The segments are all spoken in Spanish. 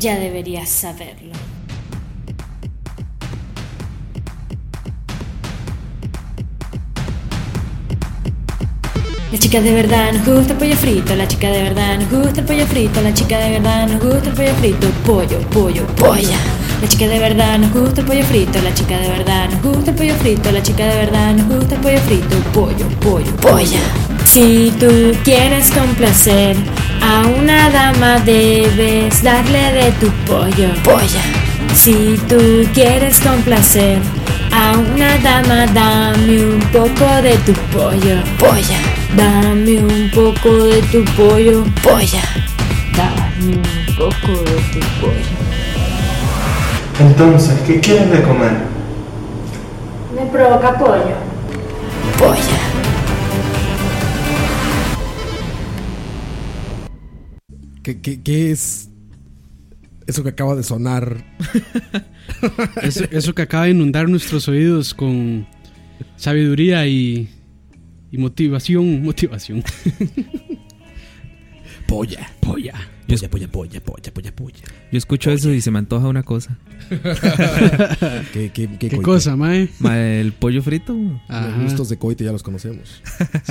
Ya deberías saberlo. La chica de verdad nos gusta el pollo frito, la chica de verdad nos gusta el pollo frito, la chica de verdad nos gusta el pollo frito, pollo, pollo, polla. La chica de verdad nos gusta el pollo frito, la chica de verdad nos gusta el pollo frito, la chica de verdad nos gusta el pollo frito, pollo, pollo, polla. Si tú quieres complacer a una dama debes darle de tu pollo, polla. Si tú quieres complacer a una dama dame un poco de tu pollo, polla, Dame un poco de tu pollo, polla. dame un poco de tu pollo. Entonces, ¿qué quieres de comer? Me provoca pollo. Polla. ¿Qué, qué, qué es eso que acaba de sonar? Eso, eso que acaba de inundar nuestros oídos con sabiduría y, y motivación, motivación. Polla. Polla. Polla, polla, polla, polla, polla, polla. Yo escucho eso y se me antoja una cosa. ¿Qué, qué, ¿Qué coito? cosa, mae? Ma, el pollo frito. Los Ajá, gustos de coite ya los conocemos.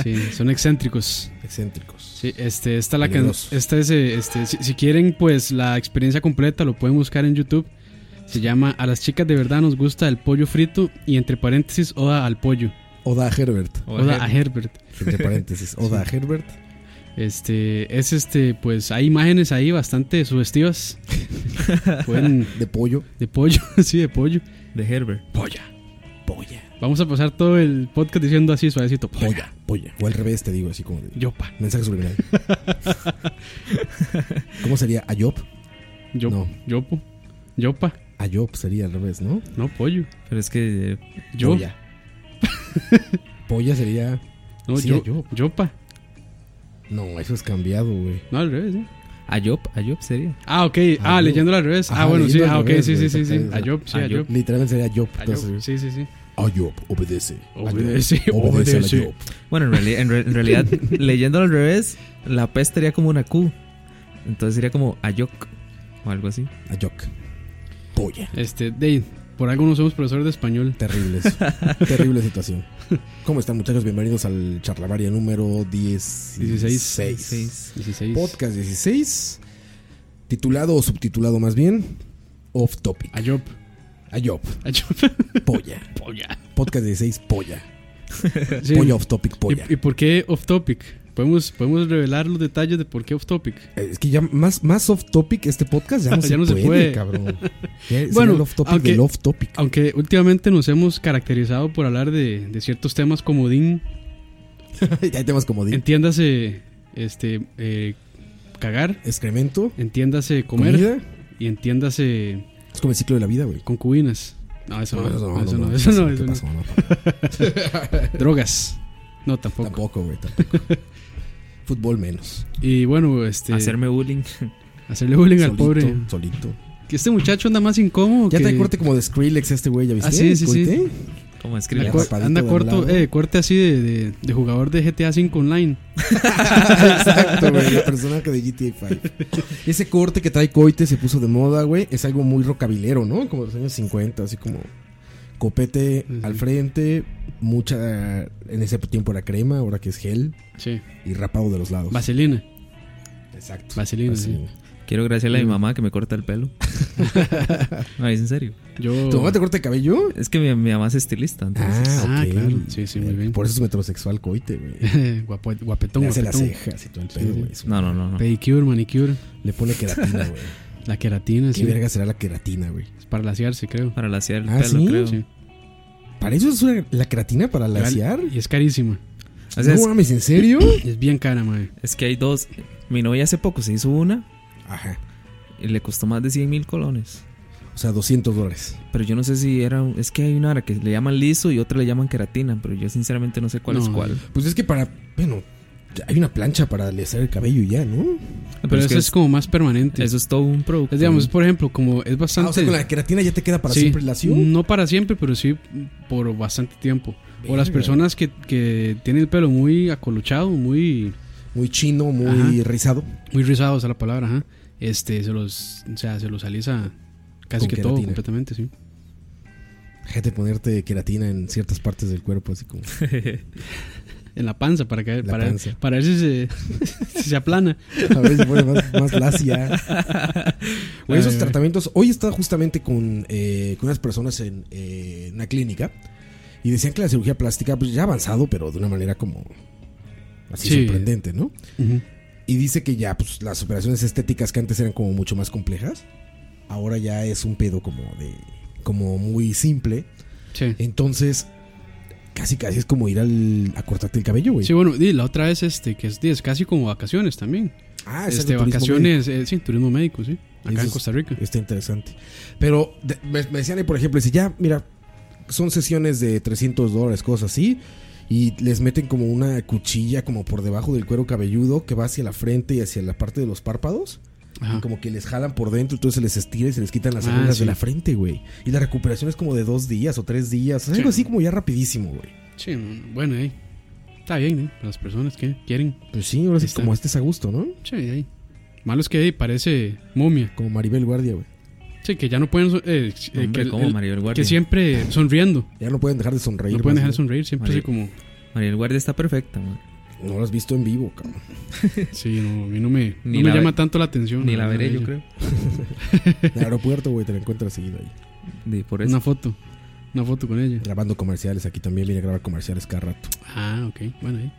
sí, son excéntricos. Excéntricos. Sí, este, esta la can- Peligrosos. esta es, eh, este, si, si quieren pues la experiencia completa lo pueden buscar en YouTube. Se llama A las chicas de verdad nos gusta el pollo frito y entre paréntesis Oda al pollo. Oda a Herbert. Oda a Herbert. Entre paréntesis. Oda a Herbert. Este, es este, pues hay imágenes ahí bastante sugestivas. Pueden- De pollo. de pollo, sí, de pollo. de Herbert. Polla. Polla. Vamos a pasar todo el podcast diciendo así suavecito. Polla. Polla. Polla. O al revés, te digo así como. de- Yopa. Mensaje subliminal. ¿Cómo sería? Ayop. Yopo. No. Yopo. Yopa. Ayop sería al revés, ¿no? No, pollo. Pero es que eh, Yo. Polla. Polla sería. No, Sí, yo, yo. Yopa. No, eso es cambiado, güey. No, al revés, ¿eh? Ayop, Ayop sería. Ah, ok. Ah, Ayop. leyéndolo al revés. Ah, Ajá, bueno, sí. leyendo al Ah, ok. revés, sí, güey, sí, sí, sí. exactamente. Ayop, sí, Ayop. ayop. Literalmente sería Ayop. Ayop. Entonces, Sí, sí, sí. Ayop, obedece. Obedece, obedece. al obedece. Ayop. Bueno, en, reali- en re- en realidad, leyéndolo al revés, la P sería como una Q. Entonces sería como Ayok o algo así. Ayok. Polla. Este, Dave, por algo no somos profesores de español. Terrible eso. Terrible situación. ¿Cómo están, muchachos? Bienvenidos al Charlavaria número 16. Seis. 16. Podcast 16. Titulado o subtitulado más bien. Off topic. Ayop. Ayop. Ayop. Polla. Polla. Podcast 16. Polla. Sí. Polla off topic. Polla. ¿Y, y por qué off topic? ¿Podemos, podemos revelar los detalles de por qué off topic. Es que ya más, más off topic este podcast ya no, Ya se, no se puede, puede. cabrón. Ya Bueno, bueno, el off topic aunque- del off topic. Aunque últimamente nos hemos caracterizado por hablar de, de ciertos temas como DIN. ya hay temas como de Entiéndase este, eh, cagar, excremento, entiéndase comer comida. y entiéndase Es como el ciclo de la vida, güey. concubinas. No, eso no, Ah, No, no, eso no, no, no, eso ¿qué no, pasó? eso ¿Qué no. pasó? No, Drogas. No, tampoco. Tampoco, güey, tampoco. Fútbol menos. Y bueno, este, Hacerme bullying. hacerle bullying al solito, pobre. Solito. Que este muchacho anda más incómodo. Ya que trae corte como de Skrillex este güey, ¿ya viste? Ah, sí, sí, sí. Coité. Como anda escribir. cor- rapadito anda de un corto, lado. eh, corte así de, de- de jugador de GTA V Online. Exacto, güey, el personaje de GTA V. Ese corte que trae Coite se puso de moda, güey, es algo muy rocabilero, ¿no? Como de los años 50, así como copete Ujú. al frente, mucha en ese tiempo era crema, ahora que es gel Sí. y rapado de los lados. Vaselina. Exacto. Vaselina, sí. Vaselina. Quiero agradecerle a mi mamá que me corta el pelo. no, es en serio. Yo. ¿Tu mamá te corta el cabello? Es que mi, mi mamá es estilista. Entonces, Ah, ok. claro. Sí, sí, muy bien. Por eso es metrosexual coite, güey. Guapo- Le guapetón, hace las guapetón. cejas y todo el Sí, pedo, sí. güey. Es un- no, no, no. no. Pedicure, manicure. Le pone queratina, güey. La queratina, ¿Qué sí. verga será la queratina, güey? Es para lasearse, creo. Para lasear el Ah, pelo, ¿sí? creo. Sí. ¿Para eso es una- la queratina para lasear? Y es carísima. O sea, no es- mames, ¿en serio? Es bien cara, madre. es que hay dos. Mi novia hace poco se hizo una Ajá. y le costó más de 100 mil colones. O sea, 200 dólares. Pero yo no sé si era. un- Es que hay una hora que le llaman liso y otra le llaman queratina. Pero yo sinceramente no sé cuál es No, cuál. Pues es que para. Bueno, ya hay una plancha para lasear el cabello y ya, ¿no? Pero, es eso que es, es- como más permanente. Eso es todo un producto. es, digamos, por ejemplo, como es Ah, bastante. o sea, con la queratina ya te queda para Sí. siempre lacio. No para siempre, pero sí por bastante tiempo. O las Verga. personas que, que tienen el pelo muy acoluchado, muy, Muy chino, muy Ajá. rizado. muy rizado, esa es la palabra, ajá. Este, se los, o sea, se los alisa casi Con que todo queratina. completamente, sí. Gente ponerte queratina en ciertas partes del cuerpo, así como. En la panza para La que, para, panza. para ver si se, si se aplana. A ver si pone más, más lacia. Güey, esos Ay, güey. tratamientos. Hoy estaba justamente con, eh, con unas personas en eh, una clínica y decían que la cirugía plástica pues, ya ha avanzado, pero de una manera como así Sí. sorprendente, ¿no? Ujú. Y dice que ya pues, las operaciones estéticas que antes eran como mucho más complejas, ahora ya es un pedo como de como muy simple. Sí. Eh, Entonces, casi casi es como ir al, a cortarte el cabello, güey. Sí, bueno, y la otra es este, que es, es casi como vacaciones también. ah, exacto, este, turismo vacaciones, eh, sí, turismo médico, sí. Acá Eso en es- Costa Rica. Está interesante. Pero de- me, me decían, ahí, por ejemplo, dice, ya, mira, son sesiones de 300 dólares, cosas así. Y les meten como una cuchilla como por debajo del cuero cabelludo que va hacia la frente y hacia la parte de los párpados. Ajá. Y como que les jalan por dentro, entonces se les estira y se les quitan las Ah, células sí. de la frente, güey. Y la recuperación es como de dos días o tres días. Es Sí. algo así como ya rapidísimo, güey. Sí, no, no, bueno, ahí. Está bien, ¿eh? Para las personas que quieren. Pues sí, ahora sí, Está. como este es a gusto, ¿no? Sí, ahí. Malo es que ahí parece momia. Como Maribel Guardia, güey. Sí, que ya no pueden. so- eh, eh, que, Hombre, el- como el- Maribel que Guardia. siempre sonriendo. Ya no pueden dejar de sonreír. No pueden dejar de más, sonreír, siempre así como. Maribel Guardia está perfecta, man. No lo has visto en vivo, cabrón. Sí, no, a mí no me, Ni no me la llama ve- tanto la atención. Ni la verdad, veré, yo ella. creo. En el aeropuerto, güey, te la encuentras seguido ahí. De- por eso. Una foto. Una foto con ella. grabando comerciales. Aquí también viene a grabar comerciales cada rato. Ah, ok. Bueno, ahí.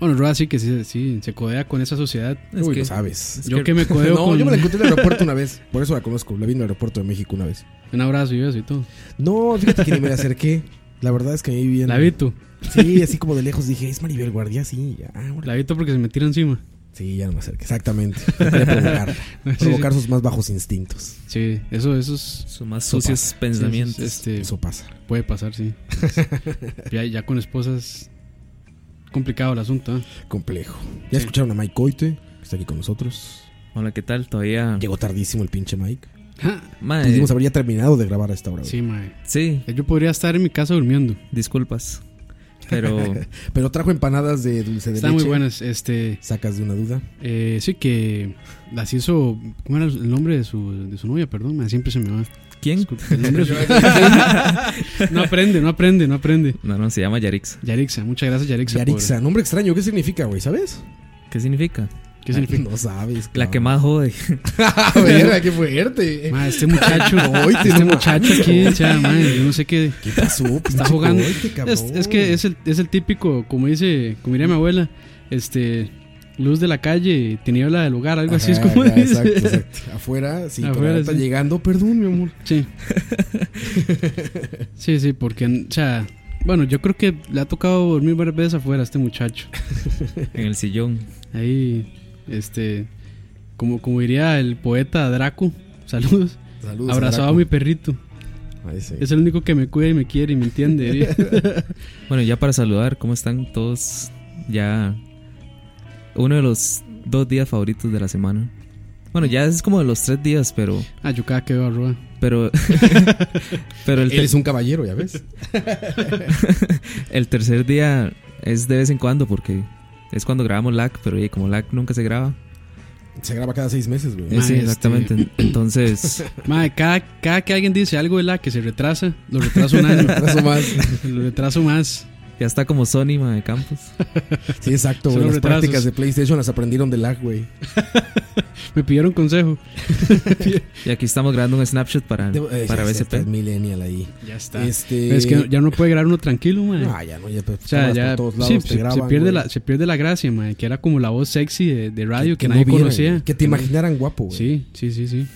Bueno, Roa sí que sí, sí, se codea con esa sociedad. Es Uy, que- lo sabes. es yo que, que- me codeo No, con yo me la encontré en el aeropuerto una vez. Por eso la conozco. La vi en el aeropuerto de México una vez. un abrazo y eso y todo. No, fíjate que ni me la acerqué. La verdad es que ahí bien. La vito, Sí, así como de lejos dije, es Maribel Guardia, sí. Ya, ah, órale. la vito porque se me tira encima. Sí, ya no me acerqué. Exactamente. Quería provocar. Sí, provocar sus más bajos instintos. Sí, eso, eso es- Sus más Sopas. sucios pensamientos. Este, Eso pasa. puede pasar, sí. ya, ya con esposas complicado el asunto. ¿eh? Complejo. Ya Sí. escucharon a Mike Coite, que está aquí con nosotros. Hola, ¿qué tal? Todavía. Llegó tardísimo el pinche Mike. Mae, Pudimos haber ya terminado de grabar a esta hora. güey. Sí, mae. sí, Yo podría estar en mi casa durmiendo. disculpas. Pero Pero trajo empanadas de dulce de Están leche. muy buenas. Este, Sacas de una duda. eh, sí que las hizo. ¿Cómo era el nombre de su, de su novia? Perdón, mae, siempre se me va. ¿quién? Disculpe, el nombre de su- no aprende, no aprende, no aprende. No, no, se llama Yarix. Yarixa, muchas gracias Yarixa. por- Yarixa, nombre extraño, ¿qué significa, güey? ¿Sabes? ¿Qué significa? ¿Qué significa? No sabes. La cabrón. que más jode. A ver, qué fuerte. Ma, este muchacho, Hoy te- este no muchacho mames, aquí, o sea, ma, yo no sé qué ¿Qué pasó? está jugando. Es, es que es el, es el típico, como dice, como diría mi abuela, este, luz de la calle, tiniebla del hogar, algo así es como dice. Exacto, exacto. Afuera, sí, Afuera, todavía está sí. llegando. Perdón, mi amor. Sí. sí, sí, porque, o sea, bueno, yo creo que le ha tocado dormir varias veces afuera a este muchacho. En el sillón. Ahí, este, como, como diría el poeta Draco, saludos, Saludos. abrazado a mi perrito, Draco. Ahí sí. es el único que me cuida y me quiere y me entiende. diría. Bueno, ya para saludar, ¿cómo están todos? Ya. Uno de los dos días favoritos de la semana. Bueno, ya es como de los tres días, pero. Ah, yo cada que veo a Roa. Pero. pero el, Él ter- es un caballero, ya ves. el tercer día es de vez en cuando, porque es cuando grabamos LAC, pero oye, como LAC nunca se graba. Se graba cada seis meses, güey. Eh, sí, Mae, exactamente. Entonces. Madre, cada, cada que alguien dice algo de la que se retrasa, lo retraso un año, Abrazo más. lo retraso más. Ya está como Sony, mae, Campos. Sí, exacto, güey. Son Las los retrasos. prácticas de PlayStation las aprendieron de lag, güey. Me pidieron consejo. Y aquí estamos grabando un snapshot Ah, para, Debo- eh, para sí, sí, está el BCP. Millennial ahí. Ya está. Este. es que ya no puede grabar uno tranquilo, madre. No, ya no, ya. o sea, ya Todos sí, lados te se, se graban, pierde güey. la, se pierde la gracia, madre, que era como la voz sexy de, de radio Ah, que, no nadie vieran, conocía. güey. Que te imaginaran guapo, güey. Sí, sí, sí, sí.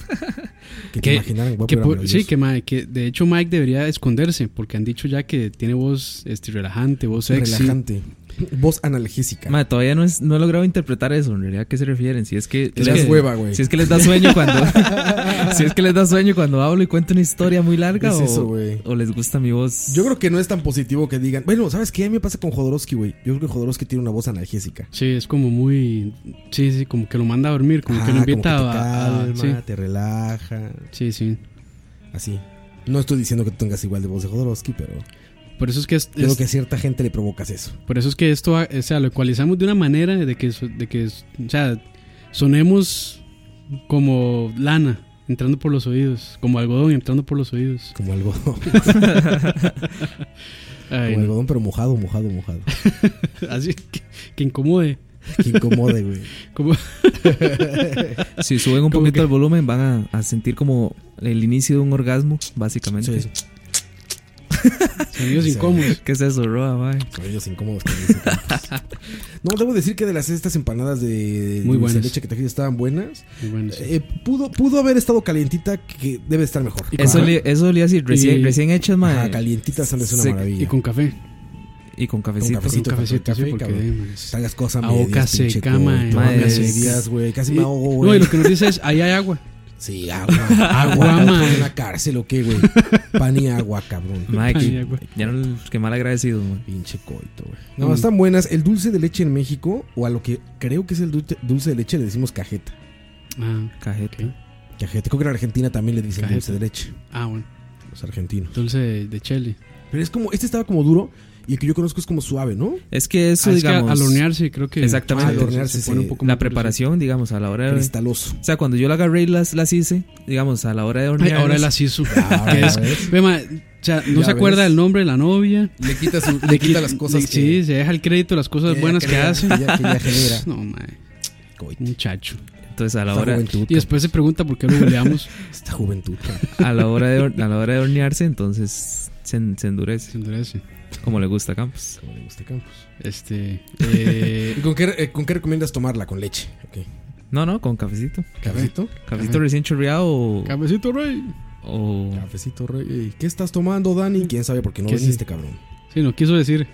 Que te Que- imaginaran guapo. Que era por- sí, maravilloso. que, madre, que de hecho Mike debería esconderse, porque han dicho ya que tiene voz este, relajante, voz sexy. relajante. Voz analgésica. Mae, todavía no, es, no he logrado interpretar eso. En realidad, ¿a qué se refieren? Si es que. Te es das que- hueva, güey. Si es que les da sueño cuando. si es que les da sueño cuando hablo y cuento una historia muy larga Es o, eso, güey. o les gusta mi voz. Yo creo que no es tan positivo que digan. Bueno, ¿sabes qué? A mí me pasa con Jodorowsky, güey. Yo creo que Jodorowsky tiene una voz analgésica. Sí, es como muy. Sí, sí, como que lo manda a dormir, como que Ah, lo invita como que te a- a. calma, sí, te relaja. sí, sí. Así. No estoy diciendo que tú tengas igual de voz de Jodorowsky, pero Por eso es que es- creo es- que a cierta gente le provocas eso. por eso es que esto, o sea, lo ecualizamos de una manera de que, so- de que, o sea, sonemos como lana entrando por los oídos, como algodón entrando por los oídos. Como algodón. Ay, Como algodón, pero mojado, mojado, mojado. así que, que incomode. Que incomode, güey. Como, Si suben un Como poquito que- el volumen, van a, a sentir como el inicio de un orgasmo, básicamente. Sí, sonidos Sí. incómodos. ¿Qué es eso, Roa, mae? Sonidos incómodos. que dicen. no, debo decir que de las estas empanadas de dulce de Muy buenas. leche que te estaban buenas. Muy bueno, sí. Eh, pudo, pudo haber estado calientita, que debe estar mejor. Y Eso Ajá. le, eso le así, recién, Y- recién hechas, mae. Ajá, calientitas son es una Se- maravilla. Y con café. y con cafecito. Con cafecito, café, sí, porque cabrón. eh, man, es- Están las cosas A boca medias, pinche seca, coto. man. No me Madres. medias, güey. Casi Y- me ahogo, No, y güey. lo que nos dice es, ahí hay agua. Sí, agua. Agua, Agua, man. man. una cárcel o qué, güey. Pan y agua, cabrón. Mae, Pan y que- agua. ya no, qué mal agradecido, mae. Pinche coito, güey. No, Mm. están buenas. El dulce de leche en México, o a lo que creo que es el dulce, dulce de leche, le decimos cajeta. Ah, Cajete. Ok. Cajeta. Creo que en Argentina también le dicen Cajeta. dulce de leche. ah, bueno. Los argentinos. Dulce de, de chile. Pero es como, este estaba como duro y el que yo conozco es como suave, ¿no? Es que eso, Ah, es que digamos. al hornearse, creo que. Exactamente. se- Al hornearse se pone se- un poco la más dulce. preparación, digamos, a la hora de. Cristaloso. O sea, cuando yo la agarré y las, las hice, digamos, a la hora de Ay, hornear. ahora la siso. Ah, que es- ¿ves? Ve, ma, o sea, no Ya se acuerda ves. del nombre de la novia. Le quita, su- le quita las cosas Le- que- Sí, se deja el crédito, las cosas ya buenas que crea, hace. que ya- que ya genera. No, mae, Coito. muchacho. Entonces, a la Esta hora, juventud. Y después se pregunta por qué lo goleamos. Esta juventud. cabrón. a la hora de, hor- a la hora de hornearse, entonces se, en- se endurece, Se endurece. como le gusta a Campos. Como le gusta a Campos. Este. ¿Y eh, con qué, eh, con qué recomiendas tomarla? Con leche. Ok. No, no, con cafecito. Cafecito. Cafecito Café. recién chorreado o. Cabecito rey. o- Cafecito, rey. ¿Qué estás tomando, Dani? ¿Quién sabe por Mm. qué no ¿Qué viniste, cabrón? Sí, no quiso decir.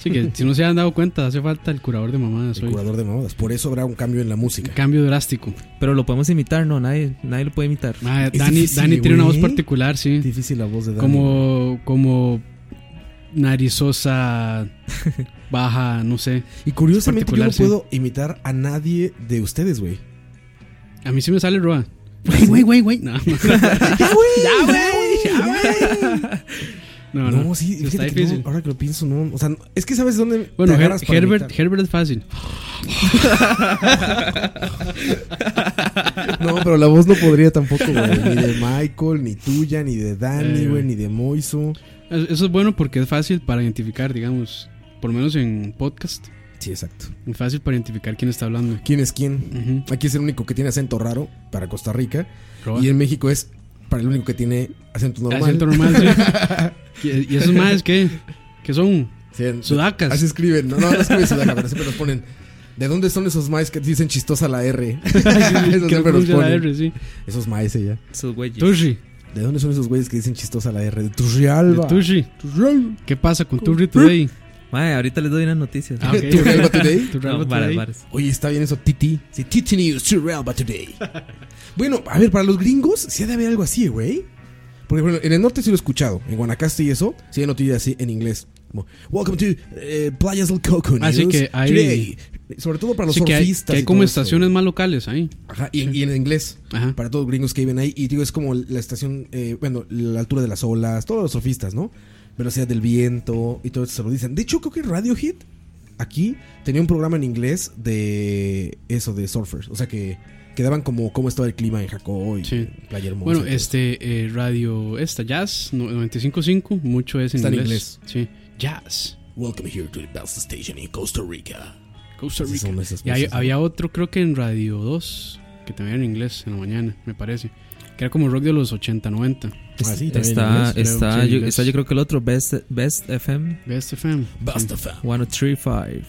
Sí, que si no se han dado cuenta, hace falta el curador de mamadas El hoy. curador de mamadas. Por eso habrá un cambio en la Un música. cambio drástico. Pero lo podemos imitar, no, nadie, nadie lo puede imitar. Ma, Es Dani, difícil, Dani tiene una voz güey. particular, sí. Difícil la voz de Dani. Como, como narizosa, baja, no sé. Y curiosamente yo no particular, sí. puedo imitar a nadie de ustedes, güey. A mí sí me sale Roa. ¿Ah, Güey, güey, güey, güey. No, ¡Ya, güey! ¡Ya, güey! no, No, no. sí, fíjate está que no, difícil. ahora que lo pienso, no. O sea, no- es que sabes dónde. te Bueno, Her- agarras para Herbert, imitar. Herbert es fácil. No, pero la voz no podría tampoco, güey. Ni de Michael, ni tuya, ni de Dani, güey, Eh, güey. ni de Moiso. Es- Eso es bueno porque es fácil para identificar, digamos, por lo menos en podcast, Sí, exacto. es fácil para identificar quién está hablando. ¿Quién es quién? Ujú. Aquí es el único que tiene acento raro para Costa Rica. Roa. Y en México es para el único que tiene acento normal. Acento normal, sí. ¿Y y esos más qué? ¿Qué son? Ah, Sí, en- Sudacas. Así escriben. No, no, no escriben sudaca, pero siempre nos ponen. ¿De dónde son esos maíz que dicen chistosa la R? Eso Que no siempre nos pronuncia la ponen. R, sí. Esos maíces ya. Esos güeyes. Turri, ¿De dónde son esos güeyes que dicen chistosa la R? De de Turrialba. Turri. Turrialba. ¿Qué pasa con Turri Today? Mae, ahorita les doy unas noticias. Ah, ok. Turrialba Today. Turri No, algo varas, Today. varas. Oye, está bien eso, Titi. Sí, Titi News, Turrialba Today. bueno, a ver, para los gringos, sí ha de haber algo así, güey. Porque, bueno, en el norte sí lo he escuchado. En Guanacaste y eso, sí hay noticias así en inglés. Como, Welcome to eh, Playas del Coco News. Así Ah, que hay- today". Sobre todo para los Sí, que hay, surfistas. que hay y como todo eso, estaciones güey. más locales ahí. Ajá, y, y en inglés. Ajá. Para todos los gringos que viven ahí. Y digo, es como la estación, eh, bueno, la altura de las olas, todos los surfistas, ¿no? Velocidad del viento y todo eso se lo dicen. De hecho, creo que Radio Hit aquí tenía un programa en inglés de eso, de surfers. O sea que quedaban como cómo estaba el clima en Jacob y Sí. en Playa Hermosa. Bueno, y todo eso. este eh, radio, esta Jazz no- 95.5, mucho es en Está en inglés. Sí, Jazz, Welcome here to the best station in Costa Rica. Costa Esas Rica. son esas Y hay- cosas, ¿no? había otro, creo que en Radio 2, que también era en inglés en la mañana, me parece. Que era como rock de los 80, 90. Ah, este, sí, también en Está, inglés. creo, está, sí, en yo, inglés. está, yo creo que el otro, Best, Best FM Best FM. Basta fam. 1035. Que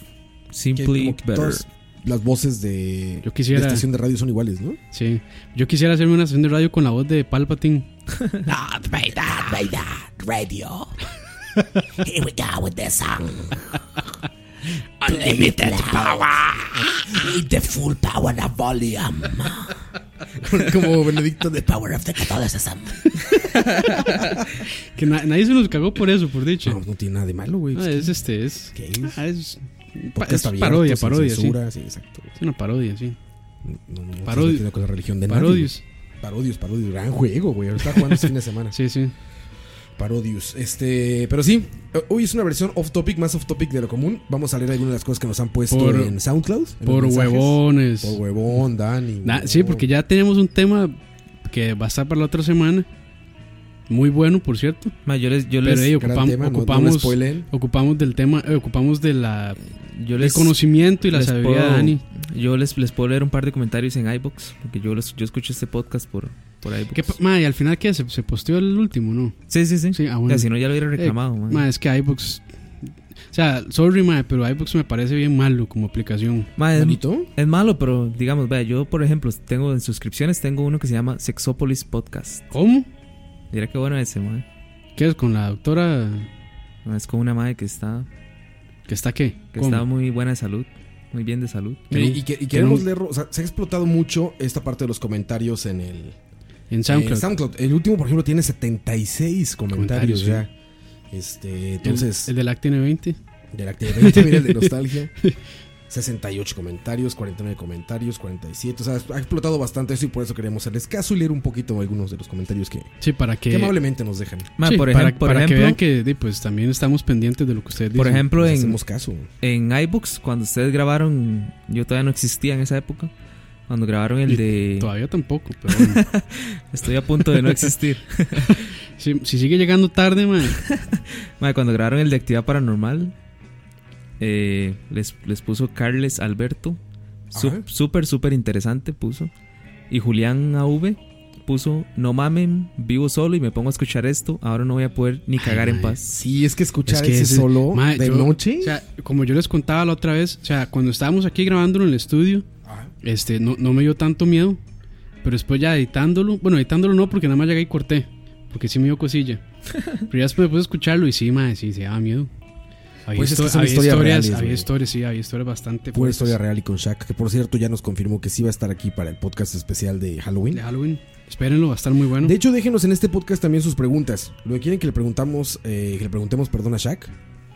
Simply como que Better. todas las voces de, Yo quisiera- de estación de radio son iguales, ¿no? Sí. Yo quisiera hacerme una sesión de radio con la voz de Palpatine. Radio. Here we go with the song. Unlimited power. With the full power of volume. como Benedicto de The power of the Catholicism. Que na- nadie se nos cagó por eso, por dicho. No, no tiene nada de malo, güey. Ah, es este, es. ¿Qué es? ah, es- pa- Podcast es abierto, parodia, pues, sin parodia, sí. censura, sí, exacto. Es una parodia, sí. No, no, no Parodi- estás metido con la religión de nadie, Parodios. güey. Parodios, parodios. Gran juego, güey. Ahora está jugando este fin de semana. Sí, sí. Parodius. Este, pero sí, eh, hoy es una versión off topic, más off topic de lo común. Vamos a leer algunas de las cosas que nos han puesto Por- en SoundCloud. en Por los mensajes. huevones. Por huevón, Dani. Na- sí, porque ya tenemos un tema que va a estar para la otra semana. Muy bueno, por cierto. Ma, yo les, yo Pero les, ey, gran ocupam- tema, no- no lo ocupamos, spoileen. ocupamos del tema, eh, ocupamos de la, yo del les conocimiento y la les sabiduría de puedo- Dani. pues Yo les, les puedo leer un par de comentarios en iBox, porque yo los, yo escucho este podcast por, por iBox. ¿Qué, pa- ma, y al final, ¿qué? ¿Se, se posteó el último, no? sí, sí, sí. Sí, ah, O bueno. sea, si no, ya lo hubiera Eh, reclamado, ma. ma, es que iBooks. O sea, sorry, ma, pero iBooks me parece bien malo como aplicación. Ma, es, Bonito. es malo, pero digamos, vea, yo por ejemplo, tengo en suscripciones, tengo uno que se llama Sexópolis Podcast. ¿Cómo? Mira qué bueno ese, ma. ¿Qué es con la doctora Ma, Es con una madre que está, que está qué? que ¿Cómo? está muy buena de salud, muy bien de salud. Mire, no- y, que- y queremos leer, o sea, se ha explotado mucho esta parte de los comentarios en el en en SoundCloud. SoundCloud. El último, por ejemplo, tiene 76 comentarios Comentarios, ya. Este, entonces, el, el del Actine 20. de la actividad 20, mira el de nostalgia. 68 comentarios, 49 comentarios, 47. O sea, ha explotado bastante eso y por eso queremos hacerles caso y leer un poquito algunos de los comentarios que, Sí, para que que amablemente nos dejan. Ma, sí, por, para, ejem- por para que ejemplo, vean que di, pues también estamos pendientes de lo que ustedes dicen. pues, por ejemplo Les en, hacemos caso. en iBooks, cuando ustedes grabaron, yo todavía no existía en esa época. Cuando grabaron el Y de todavía tampoco, pero bueno. Estoy a punto de no existir. si, si sigue llegando tarde, ma, Mae, cuando grabaron el de Actividad Paranormal, eh, les, les puso Carles Alberto. Su- Ajá. Súper, súper interesante puso. Y Julián AV puso, no mamen, vivo solo y me pongo a escuchar esto. Ahora no voy a poder ni cagar en paz. Sí, es que escuchar Es que ese ese- solo ma, de yo- noche. o sea, como yo les contaba la otra vez, o sea, cuando estábamos aquí grabándolo en el estudio, Ajá. este no, no me dio tanto miedo, pero después ya editándolo, bueno, editándolo no porque nada más llegué y corté, porque sí me dio cosilla. Pero ya después me puse a escucharlo y sí, ma, sí, se daba miedo. Había, Pues es que histo- son había historias historias, reales, había güey. historias, sí, había historias bastante Pura fuertes historia real y con Shaq, que por cierto ya nos confirmó que sí va a estar aquí para el podcast especial de Halloween. de Halloween. Espérenlo, va a estar muy bueno. De hecho, déjenos en este podcast también sus preguntas. Lo que quieren que le preguntamos, eh, que le preguntemos, perdón, a Shaq.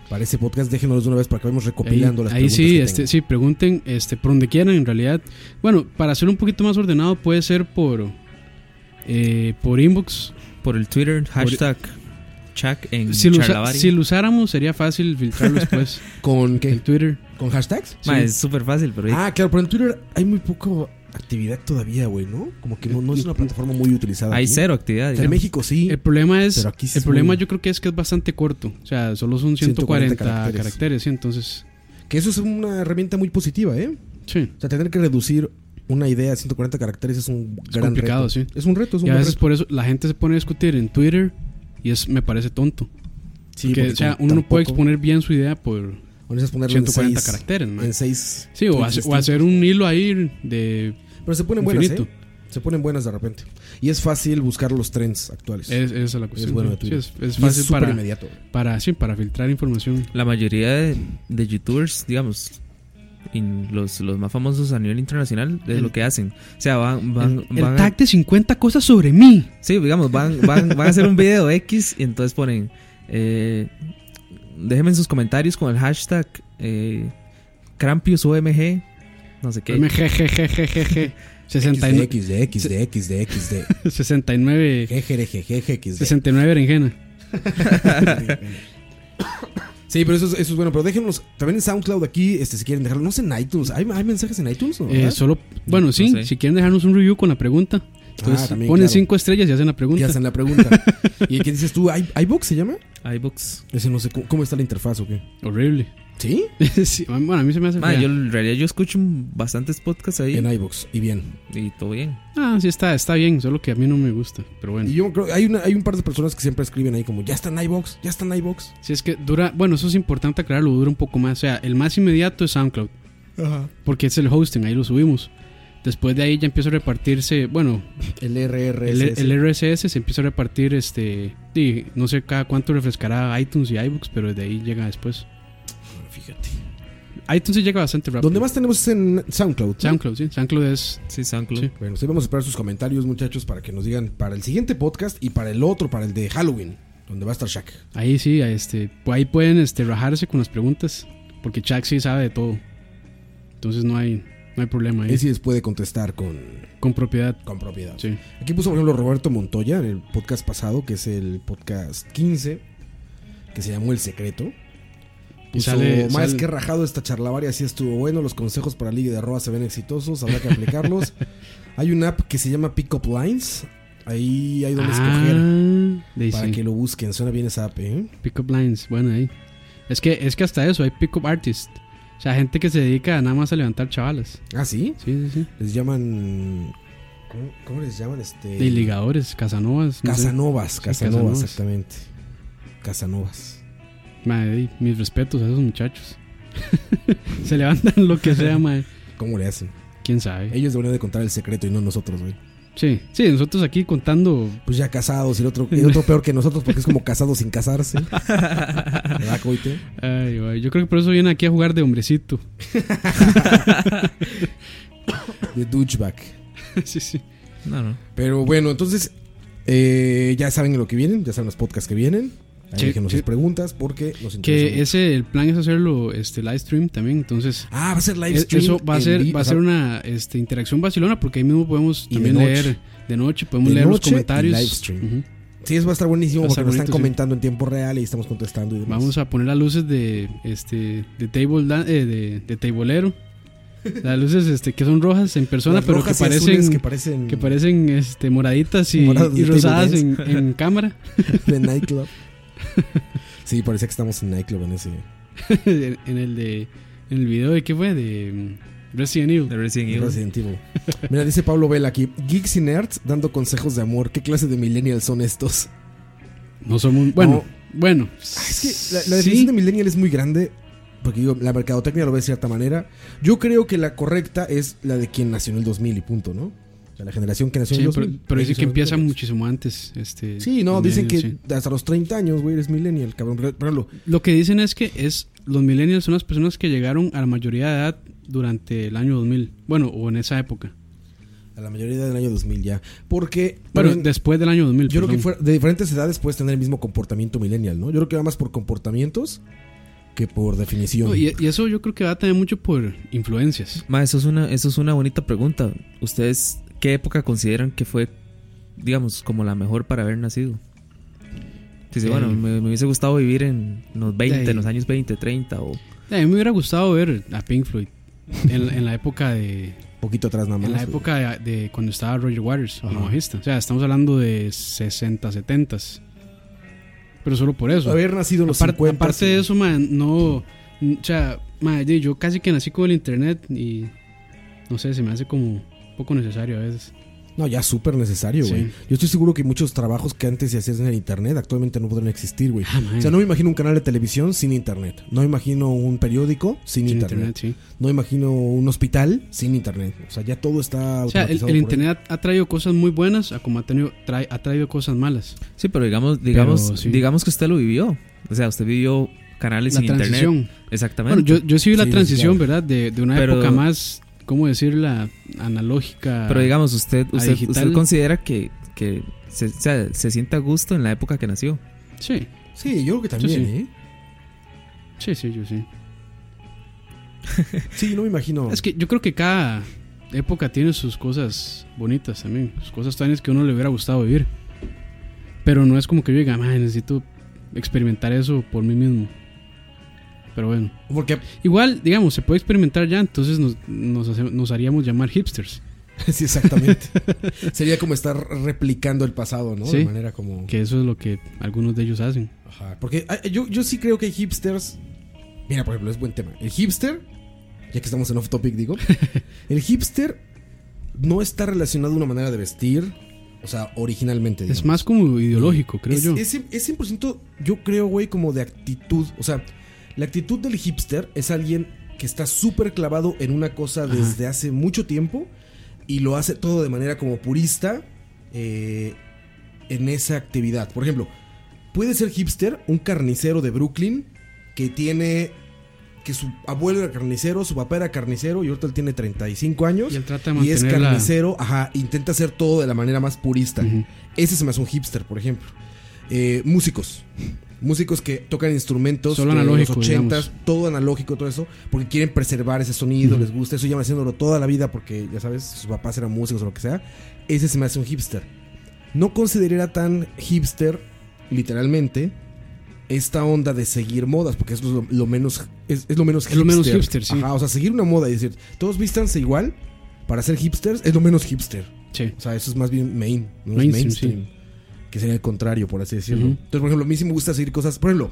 Para ese podcast, déjenos de una vez para que vayamos recopilando ahí, las ahí preguntas. sí, que este, tengan. sí, pregunten este, por donde quieran en realidad. Bueno, para ser un poquito más ordenado puede ser por, eh, por inbox. Por el Twitter, hashtag Chuck en Mm, Si lo, usa- Charlavari. si lo usáramos sería fácil filtrarlo después ¿Con qué? en Twitter. ¿Con hashtags? Mae, sí. es súper fácil, pero Ah, claro, pero en Twitter hay muy poco actividad todavía, güey, ¿no? Como que no, no es una plataforma muy utilizada. hay aquí. cero actividad. O sea, en digamos. México sí. El problema es, Pero aquí sí el problema muy- yo creo que es que es bastante corto, o sea, solo son 140, 140 caracteres. caracteres, sí, entonces, Que eso es una herramienta muy positiva, ¿eh? sí. O sea, tener que reducir una idea a 140 caracteres es un gran complicado, reto. sí. Es un reto, es un Y a buen veces reto. por eso la gente se pone a discutir en Twitter y es me parece tonto, Sí, porque, porque o sea, como pues, uno no puede tampoco- exponer bien su idea por o necesitas ponerlo en 140 seis- caracteres, man. En seis. Sí, o, tweets hace- o distintos. hacer un hilo ahí de... Pero se ponen buenas, Infinito. ¿eh? Se ponen buenas de repente. Y es fácil buscar los trends actuales. Es, esa es la cuestión. bueno de sí. Sí, Twitter. es, es Y fácil súper para, inmediato. para, sí, para filtrar información. La mayoría de, de youtubers, digamos, in- los, los más famosos a nivel internacional, es El- lo que hacen. O sea, van, van, van a- de 50 cosas sobre mí. Sí, digamos, van, van, van a hacer un video X y entonces ponen. Eh, déjenme en sus comentarios con el hashtag eh, CrampiusOMG. No sé qué. MGGGGG. 69, X de X de X de X de 69, X 69 berenjena. Sí, pero eso es, eso es bueno. Pero déjenos también en SoundCloud aquí, este, si quieren dejarlo. No sé en iTunes. ¿Hay, hay mensajes en iTunes? ¿no? Eh, ¿Verdad? solo, bueno, sí, sé. si quieren dejarnos un review con la pregunta. Entonces Ah, también, ponen claro. 5 estrellas y hacen la Y pregunta. hacen la pregunta. ¿Y qué dices tú? ¿I- ¿iBox se llama? iBooks. Ese no sé cómo, cómo está la interfaz o qué. Horrible. ¿Sí? Sí, bueno, a mí se me hace... Ma, fea. yo en realidad yo escucho bastantes podcasts ahí En iBox. Y bien. y todo bien. Ah, sí, está, está bien, solo que a mí no me gusta. Pero bueno. Y yo creo hay, una, hay un par de personas que siempre escriben ahí como, ya está en iBox, ya está en iBox. Si es que dura, bueno, eso es importante aclararlo, dura un poco más. O sea, el más inmediato es SoundCloud. Porque es el hosting, ahí lo subimos. Después de ahí ya empieza a repartirse, bueno, El RRS. el, el RSS se empieza a repartir, este, y no sé cada cuánto refrescará iTunes y iBooks, pero de ahí llega después. Fíjate. iTunes sí llega bastante rápido. Donde más tenemos es en SoundCloud. ¿no? SoundCloud, sí. SoundCloud es... Sí, SoundCloud. Sí. Bueno, sí, vamos a esperar sus comentarios, muchachos, para que nos digan para el siguiente podcast y para el otro, para el de Halloween, donde va a estar Shaq. Ahí sí, ahí, este, ahí pueden este, rajarse con las preguntas, porque Chuck sí sabe de todo. Entonces no hay, No hay problema ahí. Él sí les puede contestar con, Con propiedad. con propiedad. Sí. Aquí puso, por ejemplo, Roberto Montoya en el podcast pasado, que es el podcast 15, que se llamó El Secreto. Y Puso, sale- más sale- que rajado esta charlavaria, así estuvo bueno. Los consejos para Ligue de Arroba se ven exitosos, habrá que aplicarlos. hay una app que se llama Pick Up Lines. Ahí hay donde escoger Ah, de ahí para sí. que lo busquen. Suena bien esa app, ¿eh? Pickup lines, bueno ahí. Es que, es que hasta eso, hay pickup artists. O sea, gente que se dedica nada más a levantar chavalas. Ah, sí. Sí, sí, sí. Les llaman. ¿Cómo, cómo les llaman? Este. De ligadores, casanovas. no sé. Casanovas, Casanovas, Casanovas. exactamente. Casanovas. Madre, di, mis respetos a esos muchachos. se levantan lo que sea, madre. ¿Cómo le hacen? Quién sabe. Ellos deberían de contar el secreto y no nosotros, güey. Sí, sí, nosotros aquí contando. Pues ya casados y el otro, y el otro peor que nosotros porque es como casados sin casarse. ¿Verdad, Coite? Ay, güey, yo creo que por eso vienen aquí a jugar de hombrecito. De douchebag. sí, sí. No, no. Pero bueno, entonces eh, ya saben lo que vienen, ya saben los podcasts que vienen. Ahí Sí, déjenos sí. sus preguntas porque nos interesa Que mucho. ese, el plan es hacerlo este, live stream también, entonces. Ah, va a ser live e- stream. eso va a en vi- ser, va a o sea, ser una este, interacción vacilona porque ahí mismo podemos Y de también noche. leer de noche, podemos De leer noche los y comentarios. live stream. Ujú. Sí, eso va a estar buenísimo Va a porque estar nos están bonito, sí. comentando en tiempo real y estamos contestando y demás. Vamos a poner las luces de este de table dan- eh, de, de tableero. Las luces este que son rojas en persona, Las pero que rojas y azules parecen que parecen que parecen este moraditas y, Moradas de y table rosadas en, dance. en cámara. de nightclub. sí, parecía que estamos en nightclub en ese en el de en el video de qué fue de mm, Resident Evil. De Resident Evil. Resident Evil. Mira, dice Pablo Vela aquí, geeks y nerds dando consejos de amor. ¿Qué clase de millennials son estos? No somos bueno, bueno. Ah, Es que la, la sí, definición de millennial es muy grande. Porque digo, la mercadotecnia lo ve de cierta manera. Yo creo que la correcta es la de quien nació en el 2000 y punto, ¿no? O sea, la generación que nació en sí, el pero, 2000. pero dice ellos que son empieza millennials. muchísimo antes este Sí, no, dicen que millennials, sí. hasta los 30 años, güey, eres millennial, cabrón. Pero, pero lo- Lo que dicen es que es los millennials son las personas que llegaron a la mayoría de edad durante el año 2000. Bueno, o en esa época. a la mayoría del año 2000 ya. Porque... Bueno, también- después del año 2000. Yo creo que perdón. fuera- de diferentes edades puedes tener el mismo comportamiento millennial, ¿no? Yo creo que va más por comportamientos que por definición. No, y, eh, y eso yo creo que va a tener mucho por influencias. Ma, eso es, una, eso es una bonita pregunta. ¿Ustedes qué época consideran que fue, digamos, como la mejor para haber nacido? Dice, Eh. bueno, me, me hubiese gustado vivir en los 20, Eh. en los años 20, 30 o... A mí me hubiera gustado ver a Pink Floyd en, en la época de poquito atrás nada más. en la güey. época de, de cuando estaba Roger Waters, el Ajá. bajista. O sea, estamos hablando de 60, 70. Pero solo por eso. Haber nacido en los Apar- 50. aparte de eso, man, no. n- O sea, man, di, yo casi que nací con el internet y. No sé, se me hace como poco necesario a veces. No, ya súper necesario, güey. Sí. Yo estoy seguro que muchos trabajos que antes se hacían en el internet actualmente no podrían existir, güey. Ah, man. O sea, no me imagino un canal de televisión sin internet. No me imagino un periódico sin, Sin internet. internet, sí. No me imagino un hospital sin internet. O sea, ya todo está O sea, el, automatizado el por internet ha traído cosas muy buenas, a como ha, tenido, trae- ha traído cosas malas. Sí, pero digamos, digamos, sí. digamos que usted lo vivió. O sea, usted vivió canales La sin internet. transición. Exactamente. Bueno, yo, yo sí vi la Sí, transición, claro. ¿verdad? De, de una Pero- época más, ¿cómo decirla? Analógica. pero digamos, usted, a usted, digital. usted considera que, que se, o sea, se siente a gusto en la época que nació. Sí, ahí. Sí, yo creo que también, Sí, ¿eh? sí, sí, yo sí. Sí, no me imagino. Es que yo creo que cada época tiene sus cosas bonitas también, sus cosas tan que a uno le hubiera gustado vivir. Pero no es como que yo diga, "Mae, necesito experimentar eso por mí mismo. Pero bueno, Porque igual, digamos, se puede experimentar ya, entonces nos, nos hace- nos haríamos llamar hipsters. Sí, exactamente. Sería como estar replicando el pasado, ¿no? De Sí. manera como. Que eso es lo que algunos de ellos hacen. Ajá. Porque ah, yo, yo sí creo que hay hipsters. Mira, por ejemplo, es buen tema. El hipster, ya que estamos en off topic, digo. El hipster no está relacionado a una manera de vestir. O sea, originalmente. Es digamos. más como ideológico, creo es, yo. Es, es 100%, yo creo, güey, como de actitud. O sea, la actitud del hipster es alguien que está súper clavado en una cosa desde hace mucho tiempo y lo hace todo de manera como purista eh, en esa actividad. Por ejemplo, puede ser hipster un carnicero de Brooklyn que tiene... Que su abuelo era carnicero, su papá era carnicero y ahorita él tiene 35 años. Y él trata de y es mantener la- carnicero, ajá, intenta hacer todo de la manera más purista. Ujú. Ese se me hace un hipster, por ejemplo. Eh, músicos. Músicos que tocan instrumentos Solo de analógico, los 80 digamos. todo analógico, todo eso, porque quieren preservar ese sonido, les gusta, eso llevan haciéndolo toda la vida porque, ya sabes, sus papás eran músicos o lo que sea. Ese se me hace un hipster. No consideraría tan hipster, literalmente, esta onda de seguir modas, porque es lo, lo menos es, es lo menos Es lo menos hipster, sí. Ajá, o sea, seguir una moda y decir, todos vístanse igual para ser hipsters es lo menos hipster. Sí. O sea, eso es más bien main, no es Mainstream, mainstream. Que sería el contrario, por así decirlo. Ujú. Entonces, por ejemplo, a mí sí me gusta seguir cosas. Por ejemplo,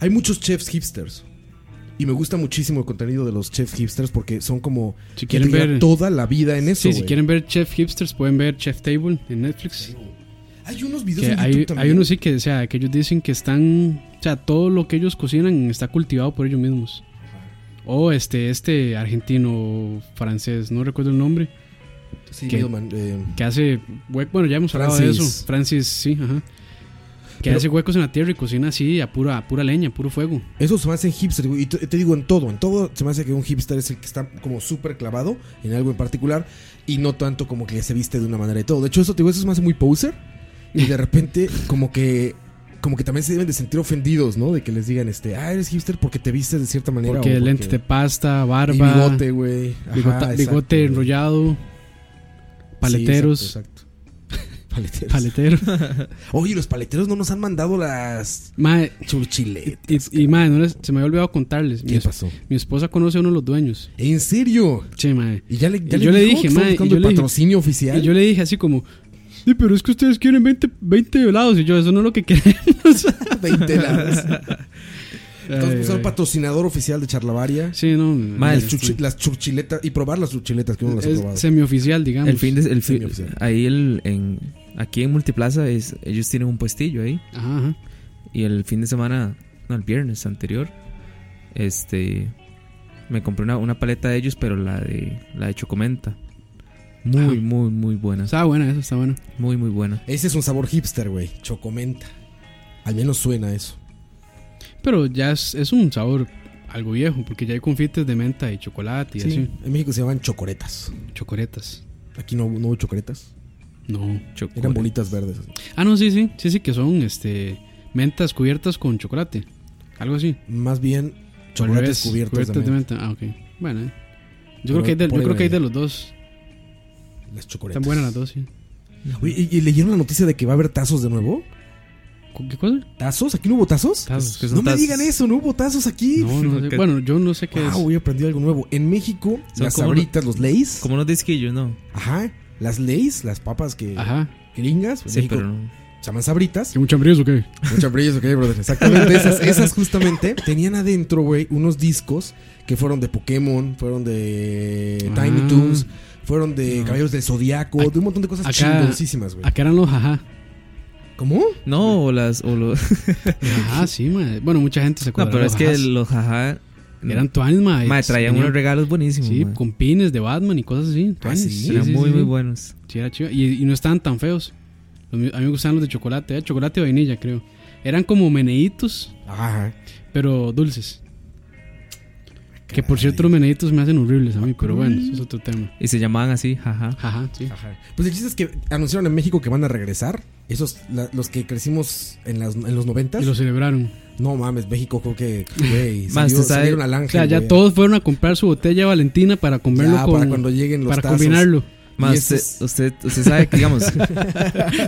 hay muchos chefs hipsters. Y me gusta muchísimo el contenido de los chefs hipsters porque son como. Si gente quieren que lleva ver. toda la vida en eso. Sí, si güey. quieren ver Chef Hipsters, pueden ver Chef Table en Netflix. Hay unos Que videos en YouTube hay, también. hay unos sí que, o sea, que ellos dicen que están. O sea, todo lo que ellos cocinan está cultivado por ellos mismos. O este, este argentino francés, no recuerdo el nombre, Sí, que- Middleman, eh, que hace huecos. Bueno, ya hemos hablado de Francis. eso. Francis, sí, ajá. Que Pero- hace huecos en la tierra y cocina así a pura, a pura leña, a puro fuego. Esos se me hacen hipster, güey. Y te, te digo, en todo, en todo se me hace que un hipster es el que está como súper clavado en algo en particular y no tanto como que se viste de una manera y todo. De hecho, eso te digo, eso se me hace muy poser y de repente como que como que también se deben de sentir ofendidos, ¿no? De que les digan, este, ah, eres hipster porque te vistes de cierta manera. Porque o lentes de pasta, Y barba, bigote, güey. Ajá, bigota- exacto, bigote güey. enrollado, Sí, paleteros, exacto, exacto. Paleteros. paleteros. Oye, los paleteros no nos han mandado las Mae, y, churchiletas. y, mae, no les- se me había olvidado contarles. Mi, ¿Qué es- pasó? mi esposa conoce a uno de los dueños. ¿En serio? Sí, mae. Y ya le, ya Y yo le dijo dije, que estamos "Mae", y buscando yo el le dije- patrocinio oficial. Y yo le dije así como, sí, pero es que ustedes quieren 20, 20 velados. Y yo, eso no es lo que queremos. 20 lados. Entonces, Ay, pues, el ay. patrocinador oficial de Charlavaria. Sí, no. Mae, eh, las chuchi- las churchiletas. Y probar las churchiletas que uno las ha es probado. semioficial, digamos. El fin de. El fi- Semioficial. ahí el, en, aquí en Multiplaza es, ellos tienen un puestillo ahí. Ajá, ajá. Y el fin de semana, no, el viernes anterior, este. Me compré una, una paleta de ellos, pero la de, la de Chocomenta. Muy, Ah. Ajá. muy, muy buena. Está buena, eso está buena. Muy, muy buena. Ese es un sabor hipster, güey. Chocomenta. Al menos suena eso. Pero ya es, es un sabor algo viejo, porque ya hay confites de menta y chocolate y así. En México se llaman chocoretas. Chocoretas. Aquí no, no hubo chocoretas. No. Eran Chocolate. bolitas verdes. Ah, no, sí, sí. Sí, sí, que son este mentas cubiertas con chocolate. Algo así. Más bien, O al chocolates revés, cubiertos de menta. Ah, ok. Bueno, eh. Pero yo, creo que, hay de, por yo ahí creo que hay venía. de los dos. Las chocoretas. Están buenas las dos, sí. Oye, ¿y, y leyeron la noticia de que va a haber tazos de nuevo? ¿Cu- ¿Qué cosa? ¿Tazos? ¿Aquí no hubo tazos? Tazos. que son No me tazos. digan eso, no hubo tazos aquí. No, no sé. ¿Qué? Bueno, yo no sé qué Ah, Wow, es. hoy aprendí algo nuevo. En México, Son las como- sabritas, los leis. Como unos disquillos, ¿no? Ajá, las leis, las papas que Ajá. gringas, en Pues Sí, México pero no. se llaman sabritas. ¿Qué mucho hambre o qué? Muchas brillas, ok, brother. Exactamente, esas, esas justamente tenían adentro, güey, unos discos que fueron de Pokémon, fueron de Tiny Ah. Toons, fueron de Caballeros del Zodíaco, Ac- de un montón de cosas acá- chingoncísimas, güey. Acá eran los ajá. ¿Cómo? No, o las. O los, Ajá, sí, mae. Bueno, mucha gente se acuerda. no, pero de es los que ajás. los jaja. eran tuanes, mae. Mae, traían Venían- unos regalos buenísimos. Sí, mae. con pines de Batman y cosas así. tuanes. pues, sí, Ah, eran sí, muy, sí, muy sí. buenos. Sí, era chido. Y, y no estaban tan feos. Los míos- a mí me gustaban los de chocolate, eh, chocolate y vainilla, creo. Eran como meneitos, Ajá. pero dulces. Que por cierto, los meneitos me hacen horribles a mí, pero bueno, eso es otro tema. Y se llamaban así, jaja. Ajá, sí. Ajá. Pues el chiste es que anunciaron en México que van a regresar. Esos, la- los que crecimos en, las, en los noventas. Y lo celebraron. No mames, México creo que, güey, Más, salió- tú sabes- salieron al ángel, O sea, ya güey. todos fueron a comprar su botella valentina para comerlo Ya, con- para cuando lleguen los para tazos. combinarlo. Mae, Y usted, estos- usted, usted sabe que, digamos,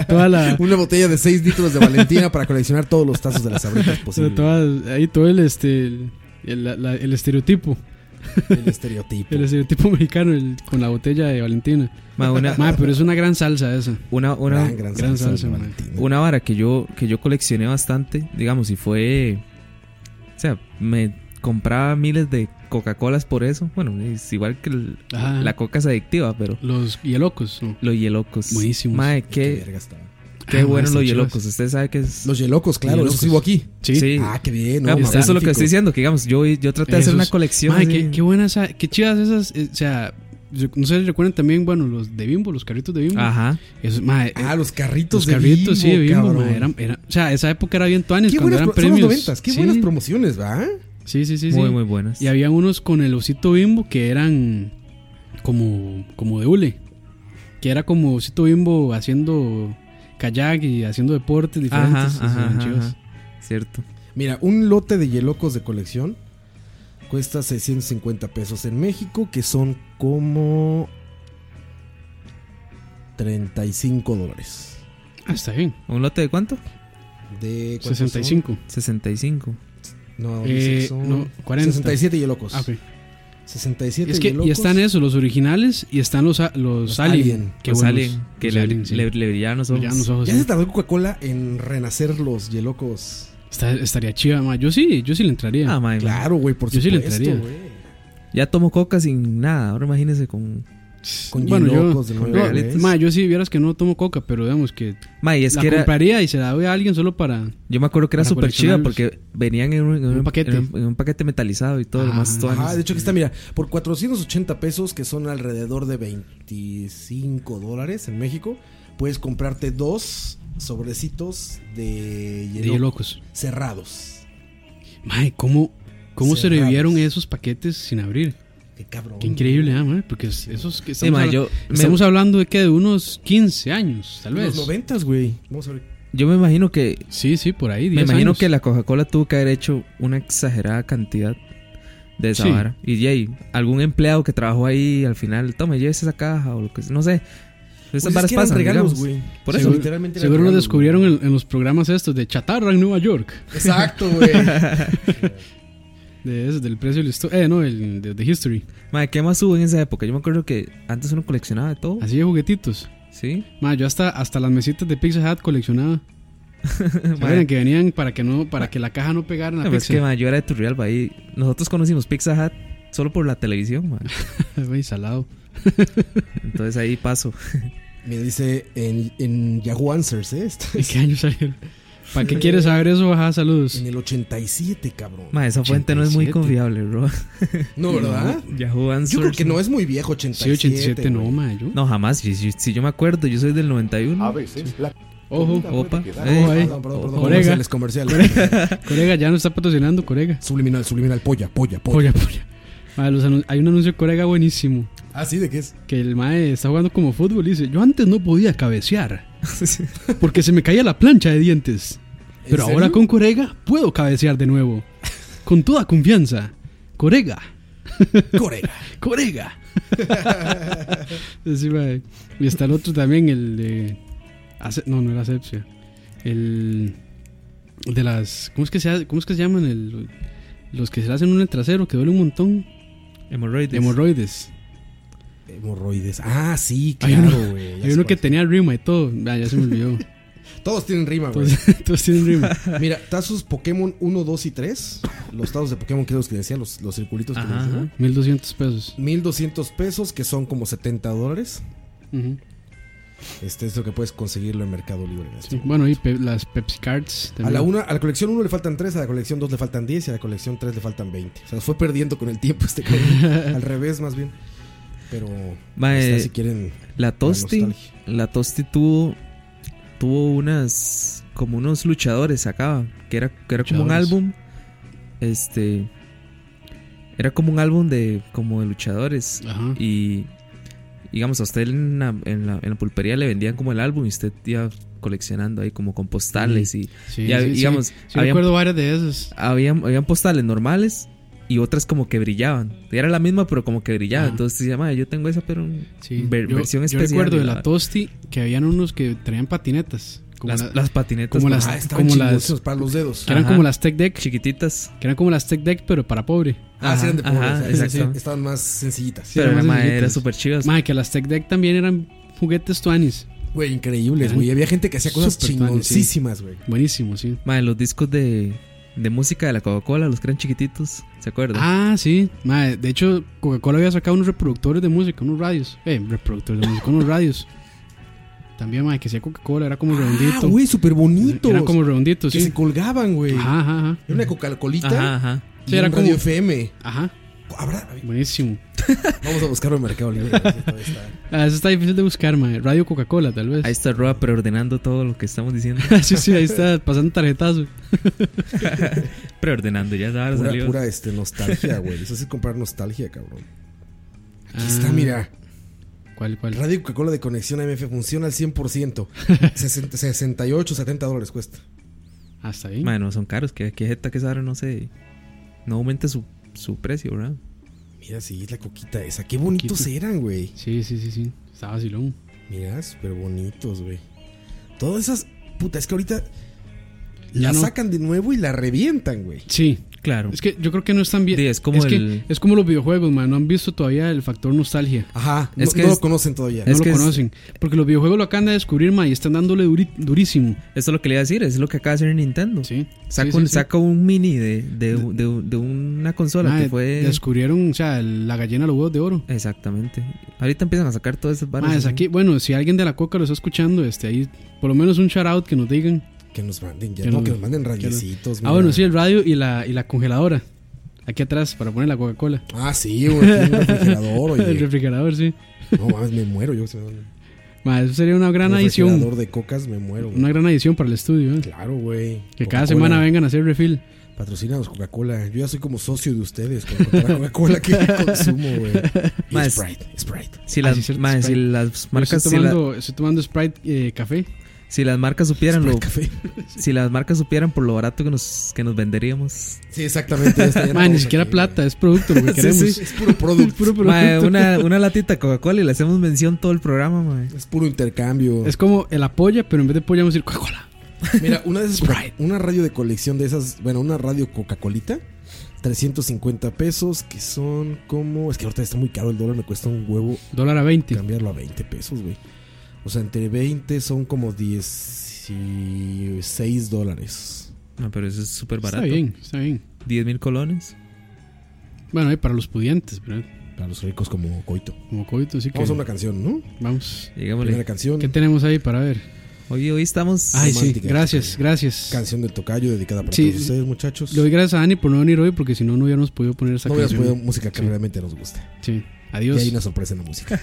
Toda la, Una botella de 6 litros de Valentina para coleccionar todos los tazos de las sabritas posibles. toda- ahí todo el, este, el, el- la- la- el estereotipo. El estereotipo. El estereotipo mexicano el- con la botella de Valentina. mae, una, Ma, pero es una gran salsa esa. una, una, gran, gran, gran salsa, de salsa, Valentina. una vara que yo, que yo coleccioné bastante, digamos, y fue. O sea, me compraba miles de Coca-Colas por eso. Bueno, es igual que el- Ajá. la coca es adictiva, pero Los hielocos. ¿no? los hielocos. Buenísimos. Mae, Qué qué, verga estaba. qué Ah, mae, buenos están los chidos. hielocos. Usted sabe que es. Los yelocos, claro, Yelocos. eso sigo aquí. Sí. Sí. Ah, qué bien. Ah, No, pues, mames, eso es lo que estoy magnífico. diciendo, que digamos, yo, yo traté de hacer Esos- una colección. Mae, así. qué, qué buenas, esa- qué chidas esas. eh, O sea, yo- no sé si recuerdan también, bueno, los de Bimbo, los carritos de Bimbo. Ajá. Esos, mae, eh, Ah, los carritos los de carritos, sí, de Bimbo, cabrón. mae, eran- era- O sea, esa época era bien tuanes Qué cuando buenas, eran pro- son los premios. noventas, qué sí, buenas promociones, ¿va? sí, sí, sí, sí. muy, muy buenas. Y había unos con el osito bimbo que eran como, como de hule. Que era como osito bimbo haciendo kayak y haciendo deportes diferentes. Ajá, o sea, ajá, eran ajá, chivas. ajá. Cierto. Mira, un lote de hielocos de colección cuesta 650 pesos en México, que son como 35 dólares. Ah, está bien. ¿Un lote de cuánto? De ¿cuántos son? 65. 65. No, Eh, dice que son no, 40. 67 hielocos. Pues, Ah, ok. 67 Es que hielocos. y están esos, los originales, y están los, a- los, Los Alien. Alien. Qué Los buenos. Alien, Pues que Los le, Alien, sí. le, le brillaban los ojos. Ya los ojos, Ya sí. se tardó Coca-Cola en renacer los hielocos. Está- estaría chiva, ma. Yo sí, yo sí le entraría. Ah, mae, Claro, güey, por Yo sí le supuesto, entraría. güey. Ya tomo coca sin nada. Ahora imagínense con. Con bueno, yo, hielocos de no, nuevo, regalitos. ma, yo sí vieras que no tomo coca, pero digamos que Mae, es la que era. compraría y se la doy a alguien solo para. Yo me acuerdo que era Para súper chida coleccionarlos. porque venían en un, en Un un- paquete. Ah, En un, en un paquete metalizado y todo, lo más tuanis. Ajá, de hecho que está, mira, por 480 pesos, que son alrededor de 25 dólares en México, puedes comprarte dos sobrecitos de De hielo locos. cerrados. Mae, ¿cómo, cómo Cerrados. sobrevivieron esos paquetes sin abrir? Qué cabrón. Qué increíble, ah, mae, porque es- esos que Sí, estamos, Eh, mae, habla- yo, estamos me, hablando de que de unos 15 años, tal vez. Los noventas, güey. Vamos a ver. yo me imagino que. Sí, sí, por ahí. Me 10 imagino años. que la Coca-Cola tuvo que haber hecho una exagerada cantidad de esa Sí. vara. Y Jay, algún empleado que trabajó ahí al final, tome, llévese esa caja o lo que sea. No sé. Pues Esas es varas que eran pasan, regalos, digamos. güey. Por Sí, eso. literalmente eran Seguro lo regalos, descubrieron güey. en, en los programas estos de chatarra en Nueva York. Exacto, güey. De, ese, del precio de la histo- Eh, no, el de, de History. Mae, ¿qué más hubo en esa época? Yo me acuerdo que antes uno coleccionaba de todo. Así de juguetitos. Sí. Ma, yo hasta, hasta las mesitas de Pizza Hut coleccionaba. Mae, ¿Saben? Que venían para que no para que la caja no pegara en la no, pues pizza. que, mae, yo era de Turrialba ahí. Nosotros conocimos Pizza Hut solo por la televisión, mae. Güey, salado. Entonces ahí paso. Me dice en, en Yahoo Answers, ¿eh? Está- ¿En qué año salió? ¿Para qué quieres saber eso? Ajá, saludos. En el 87, cabrón. Ma, esa fuente no es muy 87. confiable, bro. No, ¿verdad? Yahoo Answers. Yo creo que no es muy viejo, 87. Sí, 87, no, güey. ma, yo. No, jamás. Si, si- si yo me acuerdo, yo soy del A 91. veces la Ojo, Opa. Ojo ahí. Eh, Ah, Perdón, perdón, perdón. Corega. Comerciales, comerciales. Corega ya no está patrocinando, Corega. Subliminal, subliminal, polla, polla, polla. Polla, polla. Ma, los anun- hay un anuncio de Corega buenísimo. Ah, sí, ¿de qué es? Que el mae está jugando como fútbol y dice: Yo antes no podía cabecear porque se me caía la plancha de dientes. Pero ahora con Corega puedo cabecear de nuevo. Con toda confianza. Corega, Corega. Corega. Sí, mae. y está el otro también, el de. Ace- No, no era Asepsia. El. el de las. ¿Cómo es que se, ha- cómo es que se llaman? El- los que se le hacen un trasero que duele un montón. Hemorroides. Hemorroides. Hemorroides. Ah, sí, Hay claro, uno- güey. ya Hay sé uno que cuál. tenía rima y todo. Ah, ya se me olvidó. Todos tienen rima, güey. Todos, todos tienen rima. Mira, tazos Pokémon 1, 2 y 3. Los tazos de Pokémon que los que decía, los, los circulitos que Ajá, les digo. ajá. 1200 Ah, pesos. 1200 pesos, que son como 70 dólares. Este es lo que puedes conseguirlo en Mercado Libre. en este Sí, momento. Bueno, y pe- las Pepsi Cards. A también. la, una, a la colección 1 le faltan 3, a la colección 2 le faltan 10 y a la colección 3 le faltan 20. O sea, fue perdiendo con el tiempo este cabrón. Al revés, más bien. Pero Ma, ahí está, eh, si quieren La Tosti. La La, nostalgia. Tosti tuvo. Tuvo unas. Como unos luchadores acá. Que era, que era como un Luchadores. álbum. Este. Era como un álbum de. Como de luchadores. Ajá. Y digamos, a usted en la, en la, en la pulpería le vendían como el álbum y usted iba coleccionando ahí como con postales y Sí, ya, sí, sí. digamos, Sí, habían- recuerdo varias de esas. habían, habían postales normales y otras como que brillaban. Y Era la misma pero como que brillaba. Ajá. Entonces se llama, yo tengo esa pero un- Sí, ver- yo, versión yo especial. recuerdo y de la- la Tosti que habían unos que traían patinetas. Como las, la- las patinetas como las- Ah, estaban como las- chingosos para los dedos. que eran Ajá. como las Tech Deck. chiquititas. Que eran como las Tech Deck, pero para pobre. Ah, sí, eran de Ajá, pobres. ajá, o sea, exacto. sí, Estaban más sencillitas. Sí, pero eran era, más ma, era chiquitas. súper chivas. Madre, que las Tech Deck también eran juguetes tuanis. Güey, increíbles, güey. Había gente que hacía cosas Súper fan, chingoncísimas, güey. Buenísimo, sí. Ma, los discos de, de música de la Coca-Cola, los que eran chiquititos, ¿se acuerdan? Ah, sí. Madre, de hecho, Coca-Cola había sacado unos reproductores de música, unos radios. Eh, reproductores de música, unos radios. También, madre, que hacía Coca-Cola, era como Ah, redondito. Eh, güey, súper bonitos. Era como redondito, que sí. se colgaban, güey. Ajá, ajá, ajá. Era una Coca-Colita ajá, ajá. y Sí, era un como- Radio FM. Ajá, ¿Habrá? buenísimo. Vamos a buscarlo en Mercado Libre. a ver si todavía está. Ah, eso está difícil de buscar, mae. Radio Coca-Cola, tal vez. Ahí está Roa preordenando todo lo que estamos diciendo. sí, sí, ahí está, pasando tarjetazo. preordenando, ya sabes, Pura, salió. pura este, nostalgia, güey. Eso sí es comprar nostalgia, cabrón. Aquí Ah, está, mira. ¿Cuál, cuál? Radio Coca-Cola de conexión AMF funciona al 100%. 60, 68, 70 dólares cuesta. Hasta ahí. Madre, no son caros. Que, que jeta que esa vara no se. No aumente su, su precio, ¿verdad? Mira, sí, la coquita esa. Qué bonitos Coquita. eran, güey. Sí, sí, sí, sí. Estaba vacilón. Mira, súper bonitos, güey. Todas esas. Puta, es que ahorita. Ya La no- sacan de nuevo y la revientan, güey. Sí. Claro. Es que yo creo que no están bien. Sí, es como que- el- es como los videojuegos, man. No han visto todavía el factor nostalgia. Ajá, Es no, que no es- lo conocen todavía. No es lo que es- conocen. Porque los videojuegos lo acaban de descubrir, man, y están dándole duri- durísimo. Esto es lo que le iba a decir, es lo que acaba de hacer Nintendo. Sí. Saca, Sí, sí, un, sí. saca un mini de, de, de- de una consola Ma, que fue. Descubrieron, o sea, el- la gallina de los huevos de oro. Exactamente. Ahorita empiezan a sacar todas esas Ma, varas. es así. aquí, bueno, si alguien de la coca lo está escuchando, este, ahí, por lo menos un shout out que nos digan. Que nos manden ya. Que no, nos- que nos manden que nos- rayecitos, Ah, mira. bueno, sí, el radio y la, y la congeladora. Aquí atrás, para poner la Coca-Cola. Ah, sí, güey. tiene un refrigerador, El oye. refrigerador, sí. No mames, me muero yo. se me da un- Ma, eso sería una gran un adición. refrigerador de cocas, me muero, güey. Una gran adición para el estudio. ¿eh? Claro, güey. Que cada Coca-Cola. semana vengan a hacer refill. Patrocínanos Coca-Cola. Yo ya soy como socio de ustedes con con la Coca-Cola que consumo, güey. Y Más- Sprite, Sprite. Ah, Si sí, las, cierto, madre, si Sprite. las Yo marcas estoy, si, la- tomando, estoy tomando Sprite eh, café. si las marcas supieran lo, Sprite café. si las marcas supieran por lo barato que nos, que nos venderíamos. Sí, exactamente. esta ya la Ma, ni tenemos siquiera aquí, plata, es producto lo que Sí, queremos. sí. güey. Es puro Es producto. puro producto. Madre, una, una latita de Coca-Cola y le hacemos mención todo el programa, madre. Es puro intercambio. Es como el apoya, pero en vez de apoya vamos a decir Coca-Cola. Mira, una de esas, Sprite. una radio de colección de esas, bueno, una radio Coca-Colita, 350 pesos, que son como, es que ahorita está muy caro el dólar, me cuesta un huevo Dólar a 20. cambiarlo a 20 pesos, güey. O sea, entre 20 son como 16 dólares. No, pero eso es súper Está barato. bien, está bien. 10 mil colones. Bueno, ahí para los pudientes, ¿verdad? Para los ricos como Coito. Como COVID, así que Vamos vamos. a una canción, ¿no? Primera Llegámosle. canción. ¿Qué tenemos ahí para ver? Hoy, hoy estamos. Ay, sí, Romántica. gracias, gracias. Canción del tocayo dedicada para Sí, todos ustedes, muchachos. Le doy gracias a Dani por no venir hoy porque si no, no hubiéramos podido poner esa no hubieras canción. podido música que Sí. realmente nos gusta. Sí, Y adiós. hay una sorpresa en la música.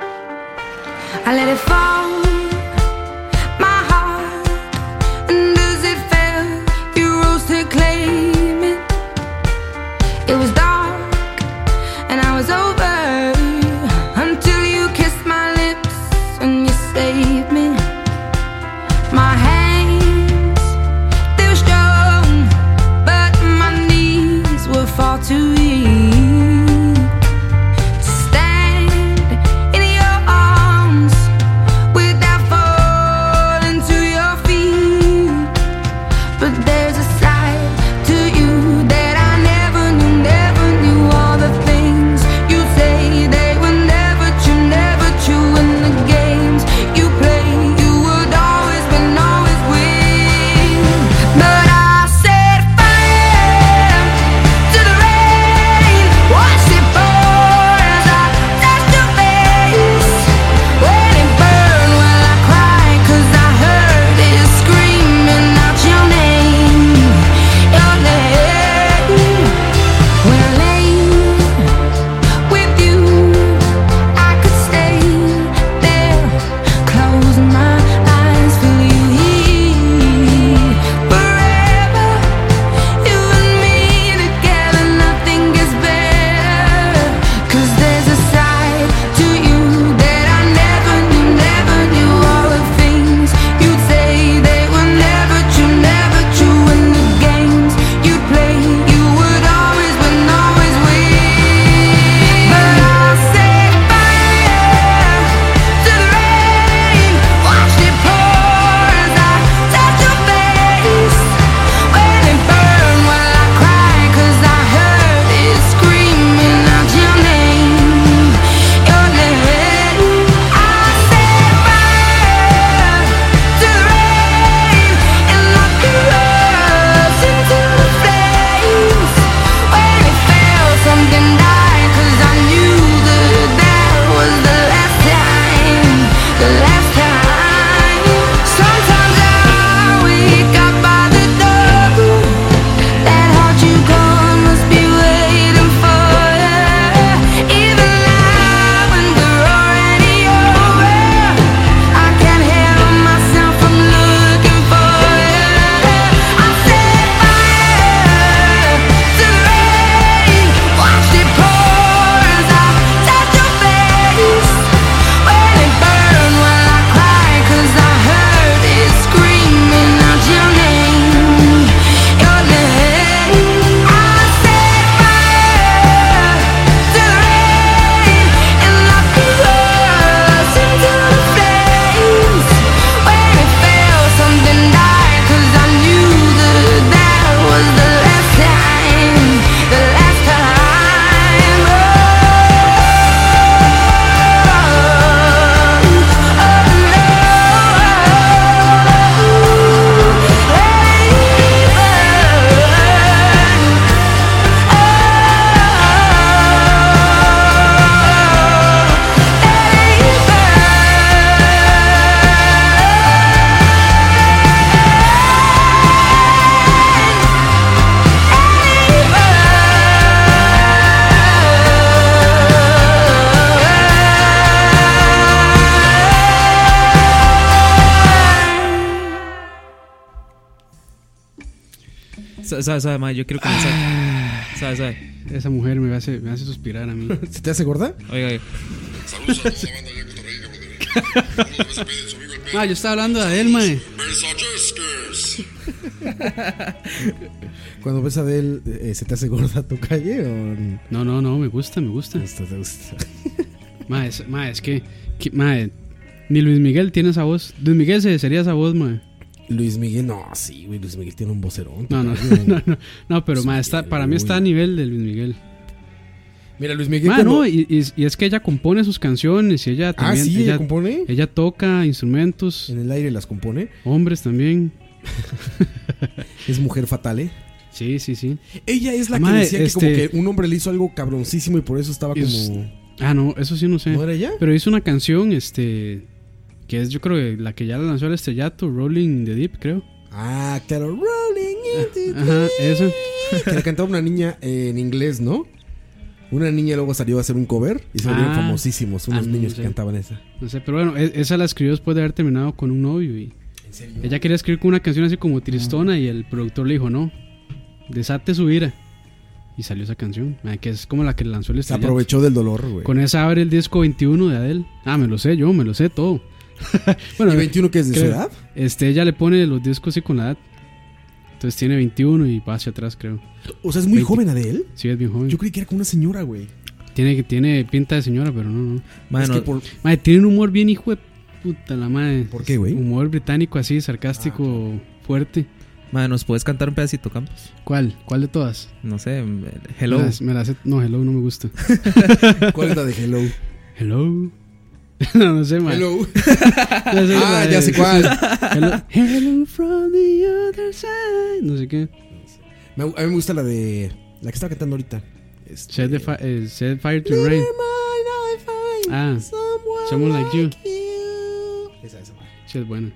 I let it fall, my heart. And as it fell, you rose to claim it. It was dark, and I was over until you kissed my lips and you saved me. My hands, they were strong, but my knees were far too weak stand in your arms Sabe, sabe, sabe, ma, yo quiero comenzar. Ah. Sabe, sabe. Esa mujer me hace, me hace suspirar a mí. ¿Se te hace gorda? Oiga, oiga. Saludos a toda la banda de Puerto Rico, Puerto Rico. Uno de los pide, su amigo el Ah, yo estaba hablando de él, mae. Versace Cuando ves a Adele, eh, ¿se te hace gorda tu calle o no? No, no, no, me gusta, me gusta. Hasta te gusta? Mae, es, mae, es que, que- mae, ni Luis Miguel tiene esa voz. Luis Miguel se- sería esa voz, mae. Luis Miguel, no, sí, güey, Luis Miguel tiene un vocerón. No, no, tocayo. no, no, no, pero mae, está, para mí está a nivel de Luis Miguel. Mira, Luis Miguel. Mae, cuando- no, y, y- y es que ella compone sus canciones y ella ah, también. sí, Eh. ella ella, compone. ella toca instrumentos, En el aire las compone. hombres también. Es mujer fatal, ¿eh? Sí, sí, sí. Ella es la que Madre, decía que como este- que un hombre le hizo algo cabroncísimo y por eso estaba Es- como. Ah, no, eso sí no sé. ¿No era ella? Pero hizo una canción, este, que es yo creo que la que ya la lanzó el estrellato, Rolling the Deep, creo. Ah, claro. Rolling in the Ajá, esa. deep. Que la cantaba una niña eh, en inglés, ¿no? Una niña luego salió a hacer un cover y se volvieron Ah. famosísimos unos Ah, no, niños no que sé. cantaban esa. No sé, pero bueno, e- esa la escribió después de haber terminado con un novio y ¿En serio? ella quería escribir con una canción así como tristona y el productor le dijo, no, desate su ira. Y salió esa canción, ma, que es como la que lanzó el Se estrellato. aprovechó del dolor, güey. Con esa abre el disco 21 de Adele. Ah, me lo sé yo, me lo sé todo. bueno, ¿Y 21 que es de su creo- edad? este, ella le pone los discos así con la edad. Entonces tiene 21 y va hacia atrás, creo. O sea, es muy 20. joven Adele. Sí, es bien joven. Yo creí que era como una señora, güey. Tiene, tiene pinta de señora, pero no, no. Mano, es que por, Madre, tiene un humor bien hijo de puta la madre. ¿Por qué, güey? Humor británico así, sarcástico, Ah, fuerte. mano, ¿nos puedes cantar un pedacito, Campos? ¿Cuál? ¿Cuál de todas? No sé, em, hello. Me las- me las he- no, hello no me gusta. ¿Cuál es la de Hello? Hello. no, no sé, madre. No sé, Ah, madre. ya sé cuál. Hello. Hello from the other side. No sé qué. Me- a mí me gusta la de. La que estaba cantando ahorita. Este- Set, the fi- eh, set fire to rain. Ah, someone like you. Esa, esa, madre. Sí, es buena.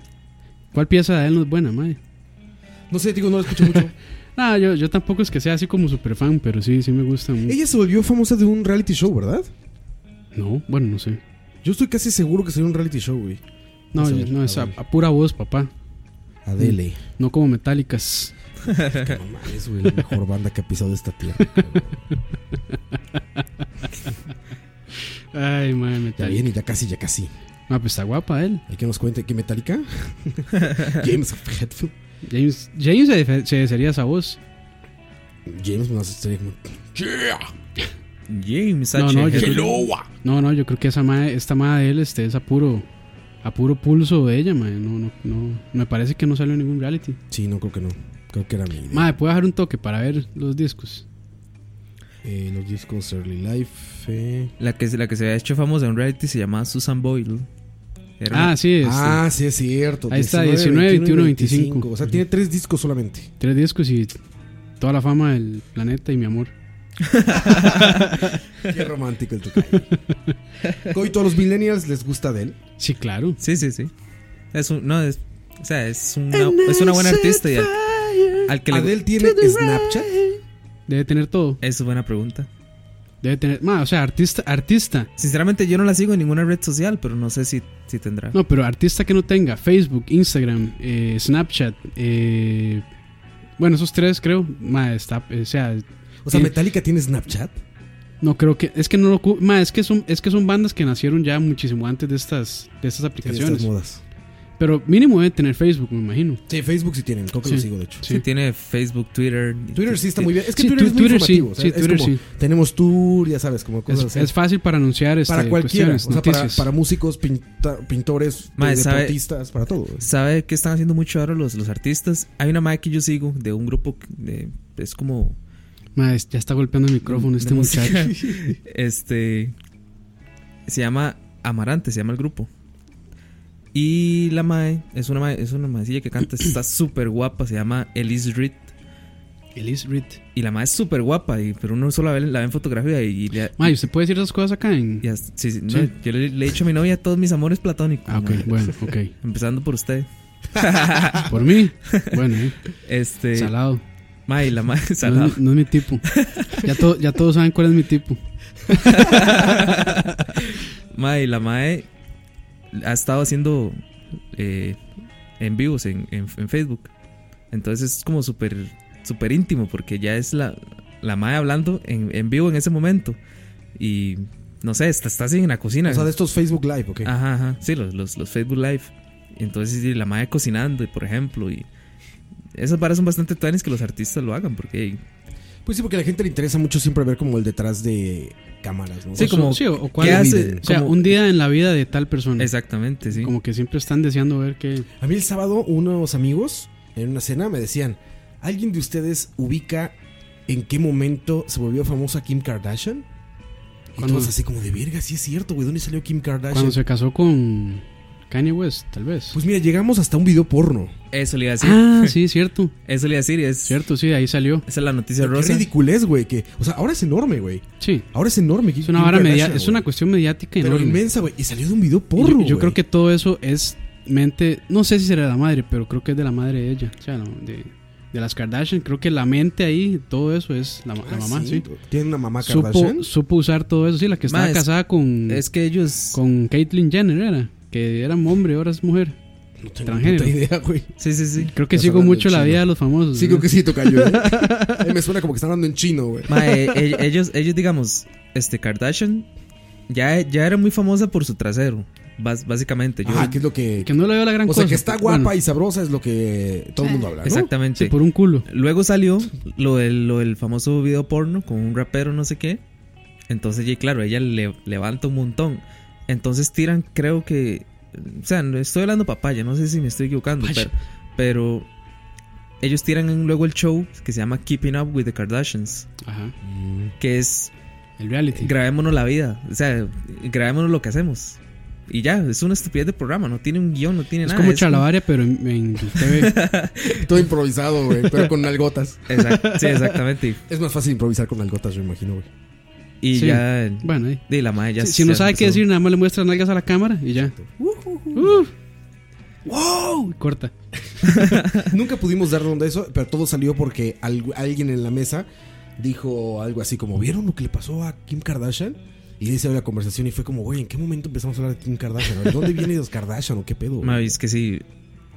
¿Cuál pieza de él no es buena, madre? No sé, digo, no la escucho mucho. No, yo, yo tampoco es que sea así como super fan, pero sí, sí me gusta mucho. Ella se volvió famosa de un reality show, ¿verdad? No, bueno, no sé. Yo estoy casi seguro que sería un reality show, güey. No, Vamos a ver, no, es a, Adele. a pura voz, papá. Adele. No como metálicas. Que no mames, güey. La mejor banda que ha pisado esta tierra. Ay, madre, Ya viene, Metallica. ya casi, ya casi. Ah, pues está guapa él. Hay que nos cuente que Metallica. James Hetfield. James, James se, defe- se desearía esa voz. James nos estaría como. James No, H. no, yo- Hello. No, no, yo creo que esa madre, esta madre de él este, es a puro, a puro pulso de ella, madre. No, no, no. Me parece que no salió en ningún reality. Sí, no, creo que no. Creo que era mi idea. Madre, ¿puedo dejar un toque para ver los discos? Eh, los discos Early Life. eh. La que, la que se había hecho famosa en reality se llamaba Susan Boyle. Era Ah, una- sí, este, Ah, sí, es cierto. Ahí está, 19, 21, 25. O sea, tiene tres discos solamente. tres discos y toda la fama del planeta y mi amor. Qué romántico el tocayo. Hoy todos los millennials les gusta de él. Sí, claro. sí, sí, sí. Es un, no, es, o sea, es una, es una buena artista. Y al, al que le- Adele tiene Snapchat. Debe tener todo. Es buena pregunta. Debe tener. Madre, o sea, artista, artista. Sinceramente, yo no la sigo en ninguna red social, pero no sé si, si tendrá. No, pero artista que no tenga Facebook, Instagram, eh, Snapchat, eh, bueno, esos tres creo, ma, está, o sea, O sea, Sí. Metallica tiene Snapchat. no creo que, es que no lo, ocu- ma, es que son, es que son bandas que nacieron ya muchísimo antes de estas, de estas Sí, estas aplicaciones, modas. pero mínimo debe tener Facebook, me imagino. Sí, Facebook sí tienen. Creo que Sí. lo sigo, de hecho. Sí. Sí, tiene Facebook, Twitter. Twitter sí está muy bien. Es que Sí, Twitter es muy Twitter sí, informativo. o sea, sí, es Twitter como, sí. Tenemos tour, ya sabes, como Es, cosas así. es fácil para anunciar este, para cualquiera. O cuestiones, sea, para, noticias. para músicos, pinta- pintores, Mae, eh, ¿sabe? deportistas, para todo. güey. ¿Sabe qué están haciendo mucho ahora los, los artistas? Hay una madre que yo sigo de un grupo que de- es como. Ma, es- ya está golpeando el micrófono de este música. muchacho. Este. Se llama Amarante, se llama el grupo. Y la mae es una mae, es una maecilla que canta, está súper guapa, se llama Elise Reed. Elise Reed. Y la mae es súper guapa, y- pero uno solo la ve, la ve en fotografía y, y le- Ma, ¿y ¿usted puede decir esas cosas acá en? y hasta- sí, sí, no, Sí. yo le, le he dicho a mi novia todos mis amores platónicos. Ah, ok, mae. bueno, ok. Empezando por usted. Por mí, bueno, eh, Este. salado. Mae, la mae No, salado. es mi- no es mi tipo. Ya, to- ya todos saben cuál es mi tipo. Mae, la Mae ha estado haciendo eh, en vivos en, en- en Facebook. Entonces es como súper súper íntimo porque ya es la, la madre hablando en, en vivo en ese momento. Y no sé, está, está así en la cocina. O sea, de estos Facebook Live, ¿ok? Ah. Ajá, ajá. Sí, los, los, los Facebook Live. Y Entonces, sí, la madre cocinando, y por ejemplo. Y esas varas son bastante tuanes que los artistas lo hagan porque hey, Pues sí, porque a la gente le interesa mucho siempre ver como el detrás de cámaras, ¿no? Sí, O su- como, sí, o- o cuál- ¿qué hace? O sea, Como- un día en la vida de tal persona. Exactamente, sí. Mm. Como que siempre están deseando ver que. A mí el sábado unos amigos en una cena me decían, ¿alguien de ustedes ubica en qué momento se volvió famosa Kim Kardashian? Y ¿Cuándo? todos así como de verga, sí es cierto, güey, ¿dónde salió Kim Kardashian? Cuando se casó con Kanye West, tal vez. Pues mira, llegamos hasta un video porno. Eso le iba a decir. ah, sí, cierto. Eso le iba a decir. y Es, Cierto, sí, ahí salió. Esa es la noticia Qué rosa. ridiculez, güey, que, o sea, ahora es enorme, güey. Sí. Ahora es enorme. Es una, vara media, es una cuestión mediática Pero enorme. inmensa, güey, y salió de un video Y yo- porno. Yo, güey. creo que todo eso es mente. No sé si será de la madre, pero creo que es de la madre de ella. O sea, no, de, de las Kardashian. Creo que la mente ahí, todo eso es la, la Ah, mamá, sí. sí. Tiene una mamá Kardashian. Supo, supo usar todo eso, sí, la que estaba Ma, es- casada con, Es que ellos. con Caitlyn Jenner, era. Que era hombre, ahora es mujer. No tengo transgénero. puta idea, güey. Sí, sí, sí. Creo que Estás sigo hablando mucho en la chino. vida de los famosos. Sí, ¿no? creo que sí, tocayo. ¿eh? Ay, me suena como que están hablando en chino, güey. Ma, eh, eh, ellos, ellos, digamos, este Kardashian ya, ya era muy famosa por su trasero, bas- básicamente. Yo, Ah, que es lo que. Que no le veo la gran o cosa. sea, que está guapa Bueno, y sabrosa es lo que todo el mundo habla, ¿no? exactamente. sí, por un culo. Luego salió lo del, lo del famoso video porno con un rapero, no sé qué. Entonces, ya claro, ella le levanta un montón. Entonces tiran, creo que. O sea, no estoy hablando papaya, no sé si me estoy equivocando, Papaya. pero, pero ellos tiran en- luego el show que se llama Keeping Up with the Kardashians, Ajá. que es El reality. grabémonos la vida, o sea, grabémonos lo que hacemos. Y ya, es una estupidez de programa, no tiene un guión, no tiene es nada. como charlavaria, pero en, en TV. Todo improvisado, güey, pero con algotas. Exact- sí, exactamente. Es más fácil improvisar con algotas, yo imagino, güey. Y Sí. ya. bueno, ahí. Y la madre ya si, si no ya sabe qué empezó. decir, nada más le muestra nalgas a la cámara y ya. Uh. ¡Wow! Corta. Nunca pudimos dar ronda a eso, pero todo salió porque algu- alguien en la mesa dijo algo así como, ¿vieron lo que le pasó a Kim Kardashian? Y de ahí salió la conversación y fue como, güey, ¿en qué momento empezamos a hablar de Kim Kardashian? ¿De dónde viene los Kardashian o qué pedo? güey?" Ma, es que sí,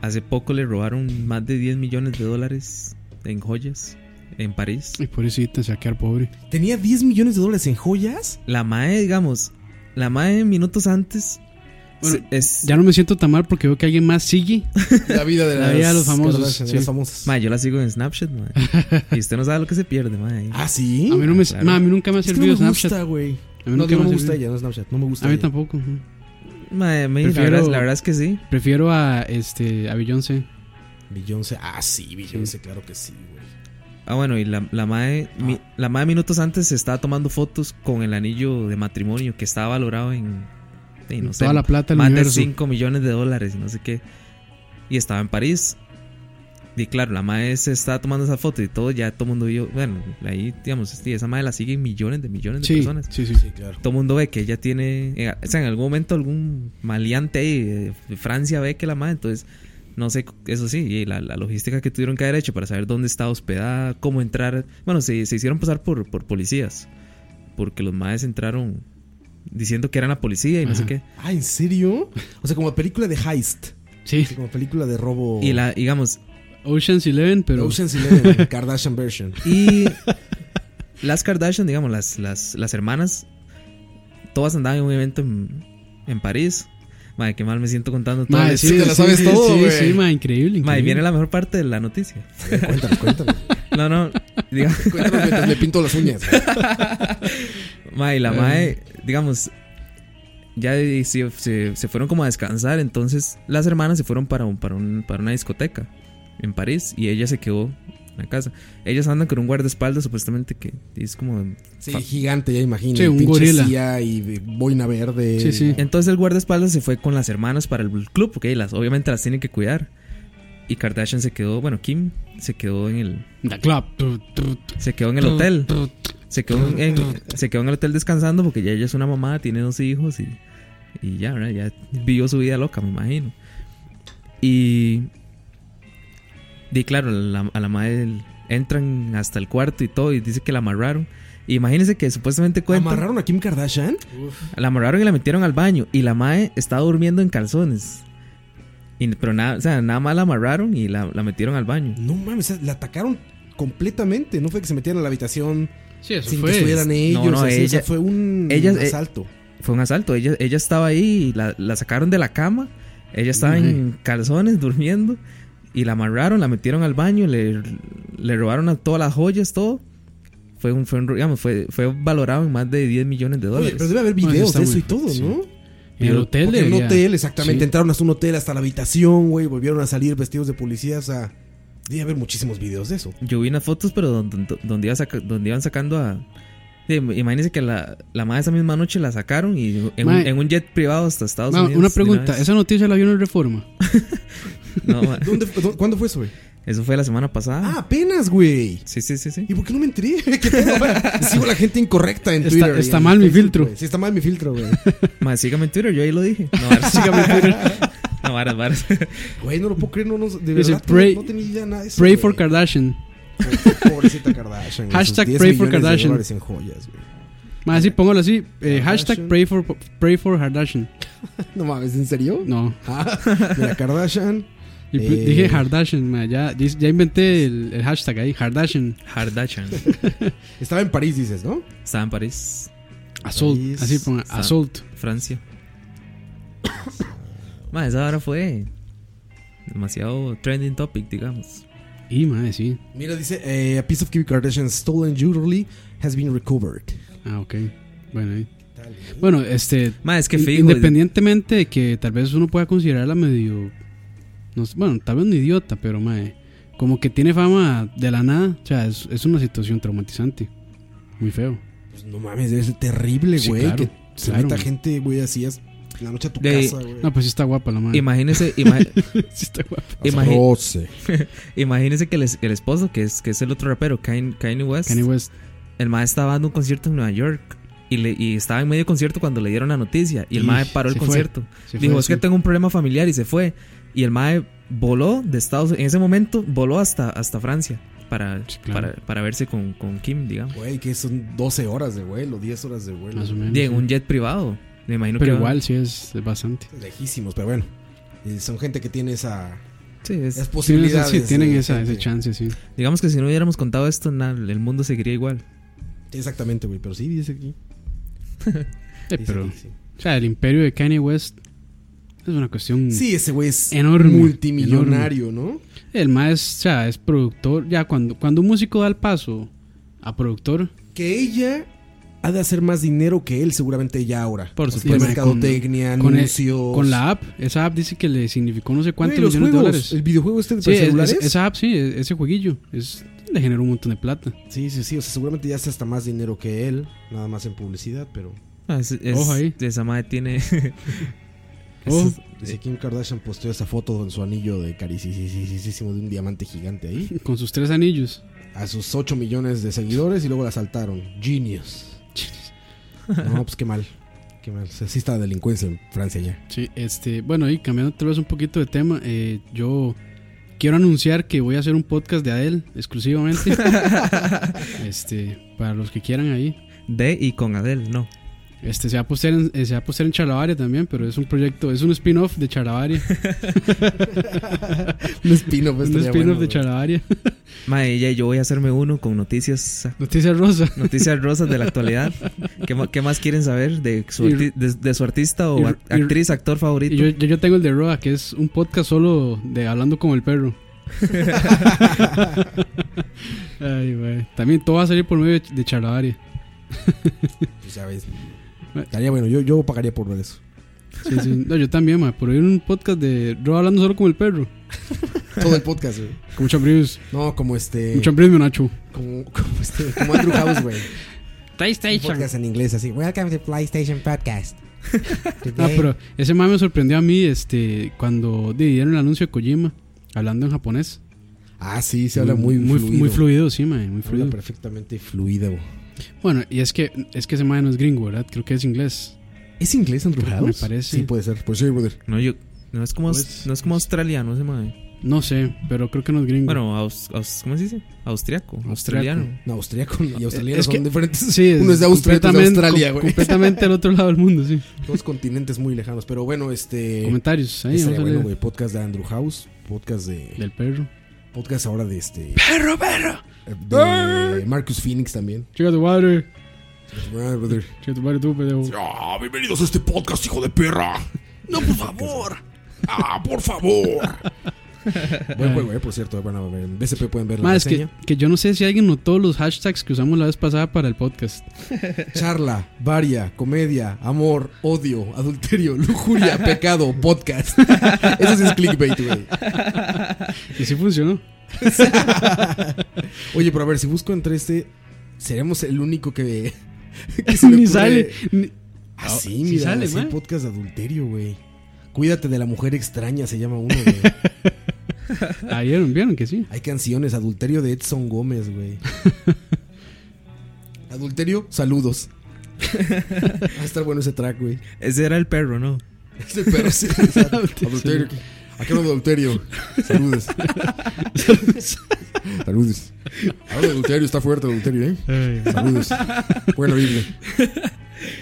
hace poco le robaron más de 10 millones de dólares en joyas en París. Ay, pobrecita, se va a quedar pobre. ¿Tenía 10 millones de dólares en joyas? La mae, digamos, la mae minutos antes. Bueno, se- es, Ya no me siento tan mal porque veo que alguien más sigue. La vida de, La vida de los famosos, Kardashian, de sí. las famosas. ma, yo la sigo en Snapchat, ma. y usted no sabe lo que se pierde, ma. ahí. ¿Ah, sí? A mí, no me, Claro. ma, a mí nunca me ha Es que servido no me Snapchat. gusta, güey. A mí No, nunca no me me ha gusta servido. ella, no Snapchat. No me gusta A mí ella. tampoco. ujú. Ma, ma, la, Prefiero- verdad, la verdad es que sí. Prefiero a este a Beyoncé. Beyoncé. Ah, sí, Beyoncé, claro que sí, güey. Ah, bueno, y la, la mae, mi- la mae minutos antes se estaba tomando fotos con el anillo de matrimonio que estaba valorado en. en, no sé, Toda la plata del más de universo. 5 millones de dólares y no sé qué. Y estaba en París. Y claro, la madre se estaba tomando esa foto y todo, ya todo el mundo vio. Bueno, ahí, digamos, sí, esa madre la siguen millones de millones de Sí, personas. sí, sí. Sí, claro. Todo el mundo ve que ella tiene. eh, o sea, en algún momento algún maleante ahí eh, de Francia ve que la madre. Entonces, no sé, eso sí, y la, la logística que tuvieron que haber hecho para saber dónde estaba hospedada, cómo entrar. Bueno, se, se hicieron pasar por, por policías. Porque los madres entraron diciendo que eran la policía y no sé Ajá. qué. Ah, ¿en serio? O sea, como película de heist. Sí. Así como película de robo. Y la, digamos, Ocean's Eleven, pero. Ocean's Eleven, Kardashian version. Y las Kardashian, digamos, las, las, las hermanas, todas andaban en un evento en, en París. Madre, qué mal me siento contando todo Ma, esto. te la sabes sí, todo, sí, güey. sí, ma, increíble. Madre, increíble. viene la mejor parte de la noticia. Cuéntanos, cuéntanos. No, no, digamos, Cuéntanos mientras le pinto las uñas. madre, la madre, digamos, ya de- se, se- se fueron como a descansar. Entonces, las hermanas se fueron para, un, para, un, para una discoteca en París y ella se quedó en la casa. Ellas andan con un guardaespaldas, supuestamente, que es como Sí, gigante, ya imagino. Sí, Y un pinche gorila. CIA y boina verde. Sí, sí. Entonces el guardaespaldas se fue con las hermanas para el club, porque las, obviamente las tienen que cuidar. Y Kardashian se quedó, bueno, Kim se quedó en el, The Club. Tu, tu, tu, se quedó en el tu, hotel. tu. Se quedó en, en- se quedó en el hotel descansando porque ya ella es una mamá, tiene dos hijos y, y ya, ¿verdad? ya vivió su vida loca, me imagino. Y, y claro, la- a la madre el- entran hasta el cuarto y todo y dice que la amarraron. Imagínense que supuestamente cuentan... ¿Amarraron a Kim Kardashian? La amarraron y la metieron al baño. Y la mae estaba durmiendo en calzones. Y- pero nada, o sea, nada más la amarraron y la, la metieron al baño. No mames, la atacaron completamente. No fue que se metieran a la habitación Sí, eso sin fue. que estuvieran ellos. no, así, o sea, ella- fue un ella- eh, asalto. Fue un asalto. Ella, ella estaba ahí, y la, la sacaron de la cama. Ella estaba en calzones durmiendo. Y la amarraron, la metieron al baño, le, le robaron a todas las joyas, todo. Fue un, fue un- digamos, fue, fue valorado en más de 10 millones de Oye, dólares. pero debe haber No, eso videos está de eso muy- y todo, sí. ¿no? En el hotel Porque en un debería- hotel, exactamente. sí. Entraron hasta un hotel, hasta la habitación, güey. Volvieron a salir vestidos de policía. O sea, debe haber muchísimos videos de eso. Yo vi unas fotos, pero donde, donde, iba saca- donde iban sacando a. Sí, Imagínense que la, la madre esa misma noche la sacaron y en, un, Mae. en un jet privado hasta Estados Ma, Unidos. una de una pregunta, vez. ¿esa noticia la vio en el Reforma? No, ma, ¿Dónde, fue- dó- ¿Cuándo fue eso, güey? eso fue la semana pasada. Ah, apenas, güey. Sí, sí, sí, sí. ¿Y por qué no me enteré? ¿Qué pedo, güey? Sigo la gente incorrecta en Está- Twitter. y está en mal mi Facebook, filtro. güey. Sí, está mal mi filtro, güey. Ma, sígame en Twitter, yo ahí lo dije. No, varas. No, varas, varas. Güey, no lo puedo creer. No, no, de Dice, verdad, no- pray- no, tenía idea nada de eso. Pray güey. for Kardashian. Pobrecita Kardashian. güey, sus Hashtag 10 pray for millones de Kardashian. dólares en joyas, güey. Más así, póngalo así. eh, hashtag Kardashian. pray for, pray for Kardashian. No mames, ¿en serio? No. Ah, mira, Kardashian. Y pr- Eh. Dije Kardashian, ma, ya, ya inventé el, el hashtag ahí, Kardashian. Hardachan. Estaba en París, dices, ¿no? Estaba en París, Assault. País. Así ponga, Sa- assault. Francia. Ma, esa hora fue demasiado trending topic, digamos. Y, madre, sí. Mira, dice, eh, a piece of Kim Kardashian stolen jewelry has been recovered. Ah, ok. Bueno, ahí. Bueno, este. Ma, es que in- fijo. independientemente de que tal vez uno pueda considerarla medio. No sé, bueno, tal vez un idiota, pero, madre. Como que tiene fama de la nada. O sea, es, es una situación traumatizante. Muy feo. Pues no mames, debe ser terrible, Sí, güey. claro, que se claro, meta güey. gente, güey, así es. La noche a tu De- casa, güey. No, pues sí está guapa la madre. Imagínese, ima- sí está guapa. imagi- Roce. Imagínense que el, es- el esposo, que es, que es el otro rapero, Kanye, Kanye West, Kanye West. el mae estaba dando un concierto en Nueva York y, le, y estaba en medio concierto cuando le dieron la noticia y el Y mae paró el se fue. concierto. se Dijo, fue, es que sí. tengo un problema familiar y se fue. Y el mae voló de Estados en ese momento voló hasta, hasta Francia para, Sí, claro. para, para verse con, con Kim, digamos. Güey, que son 12 horas de vuelo, 10 horas de vuelo. Más o menos. Y en sí. un jet privado, me imagino Pero que va- igual, sí, es, es bastante. Lejísimos, pero bueno. Eh, Son gente que tiene esa, Sí, esas es- Tienen, esa- posibilidades. sí, tienen eh, esa, gente. ese chance, sí. digamos que si no hubiéramos contado esto, na- el mundo seguiría igual. Exactamente, güey, pero sí, dice aquí. Eh, dice pero, aquí, sí. o sea, el imperio de Kanye West es una cuestión. Sí, ese güey es Enorme, multimillonario, ¿no? El más, o sea, es productor. Ya cuando, cuando un músico da el paso a productor, Que ella ha de hacer más dinero que él seguramente ya ahora. Por O sea, supuesto. mercadotecnia, con, el- anuncios. con la app, esa app dice que le significó no sé cuántos Güey, los millones de juegos, dólares. El videojuego este de Sí, para es- es- celulares. esa app, sí, e- ese jueguillo. Es, le generó un montón de plata. Sí, sí, sí. O sea, seguramente ya hace hasta más dinero que él. Nada más en publicidad, pero. Ah, es- es- Ojo ahí. Esa madre tiene. Ojo. Dice Kim Kardashian posteó esa foto con su anillo de caricisísimo de un diamante gigante ahí. Con sus tres anillos. A sus 8 millones de seguidores y luego la saltaron. Genius. No, pues qué mal. Qué mal. O sea, sí está la delincuencia en Francia ya. Sí, este, bueno, y cambiando otra vez un poquito de tema, eh, yo quiero anunciar que voy a hacer un podcast de Adele exclusivamente. este, para los que quieran ahí. de y con Adele, no. Este se va a postear en, eh, se va a postear en Charlavaria también, pero es un proyecto, es un spin-off de Charlavaria, Un spin-off. un Pues estaría spin-off bueno, de güey. Charlavaria. Mae, ya yo voy a hacerme uno con noticias Noticia rosa. Noticias rosas de la actualidad. ¿Qué, ma- qué más quieren saber de su, Y- arti- de, de su artista o y- act- y- actriz, actor favorito? Y yo, yo, yo tengo el de Roa, que es un podcast solo de hablando con el perro. Ay, güey. También todo va a salir por medio de Charlavaria. Pues ya ves. Estaría bueno. Yo, yo pagaría por ver eso. Sí, sí. No, yo también, ma, por oír un podcast de Roa hablando solo con el perro. Todo el podcast, güey. Como chambrios. No, como este. Un chambrios, mi Nacho. Como, como este. Como Andrew House, güey. Un PlayStation. podcast en inglés así. Welcome to PlayStation Podcast. Ah, pero ese mame me sorprendió a mí este, cuando dieron el anuncio de Kojima hablando en japonés. Ah, sí, se habla muy, muy fluido. muy fluido, sí, mae, muy Habla fluido. perfectamente fluido. Bueno, y es que es que ese mae no es gringo, ¿verdad? Creo que es inglés. ¿Es inglés Andrew Me House? parece. Sí, puede ser. Pues sí, brother. no, yo- no es como, Pues- no es como australiano ese mae. No sé, pero creo que no es gringo. Bueno, aus- aus- ¿cómo se dice? Austriaco, australiano. No, austriaco y australiano es son que- diferentes. sí, Uno es de Austria, otro es de completamente- Australia, com- güey. Completamente al otro lado del mundo, sí. Dos continentes muy lejanos. Pero bueno, este. Comentarios ahí, estaría vamos a bueno, leer. güey. Podcast de Andrew House. Podcast de. Del perro. podcast ahora de este. eh, Perro, perro. De Marcus Phoenix también. Chica tu madre. Right, brother. Chica tu madre tú, pendejo. Ah, bienvenidos a este podcast, hijo de perra. No, por favor. Ah, por favor. Buen juego, eh, por cierto. Van a ver. En BCP pueden ver la Más que, reseña. que yo no sé si alguien notó los hashtags que usamos la vez pasada para el podcast. Charla, varia, comedia, amor, odio, adulterio, lujuria, pecado, podcast. Eso sí es clickbait, güey. Y sí funcionó. Oye, pero a ver, si busco entre este, seremos el único que. que se me Ni ocurre- sale. ni- Ah, sí, Sí mira, sale, sí, güey. podcast de adulterio, güey. Cuídate de la mujer extraña, se llama uno, güey. Ayer Ah, vieron que sí. Hay canciones, adulterio de Edson Gómez, güey. adulterio, saludos. Va a estar bueno ese track, güey. Ese era el perro, ¿no? Ese perro, sí, exacto. adulterio. Aquí hablo de adulterio. Saludos. saludos. Hablo de adulterio, está fuerte el adulterio, ¿eh? Saludos. Bueno, Biblia.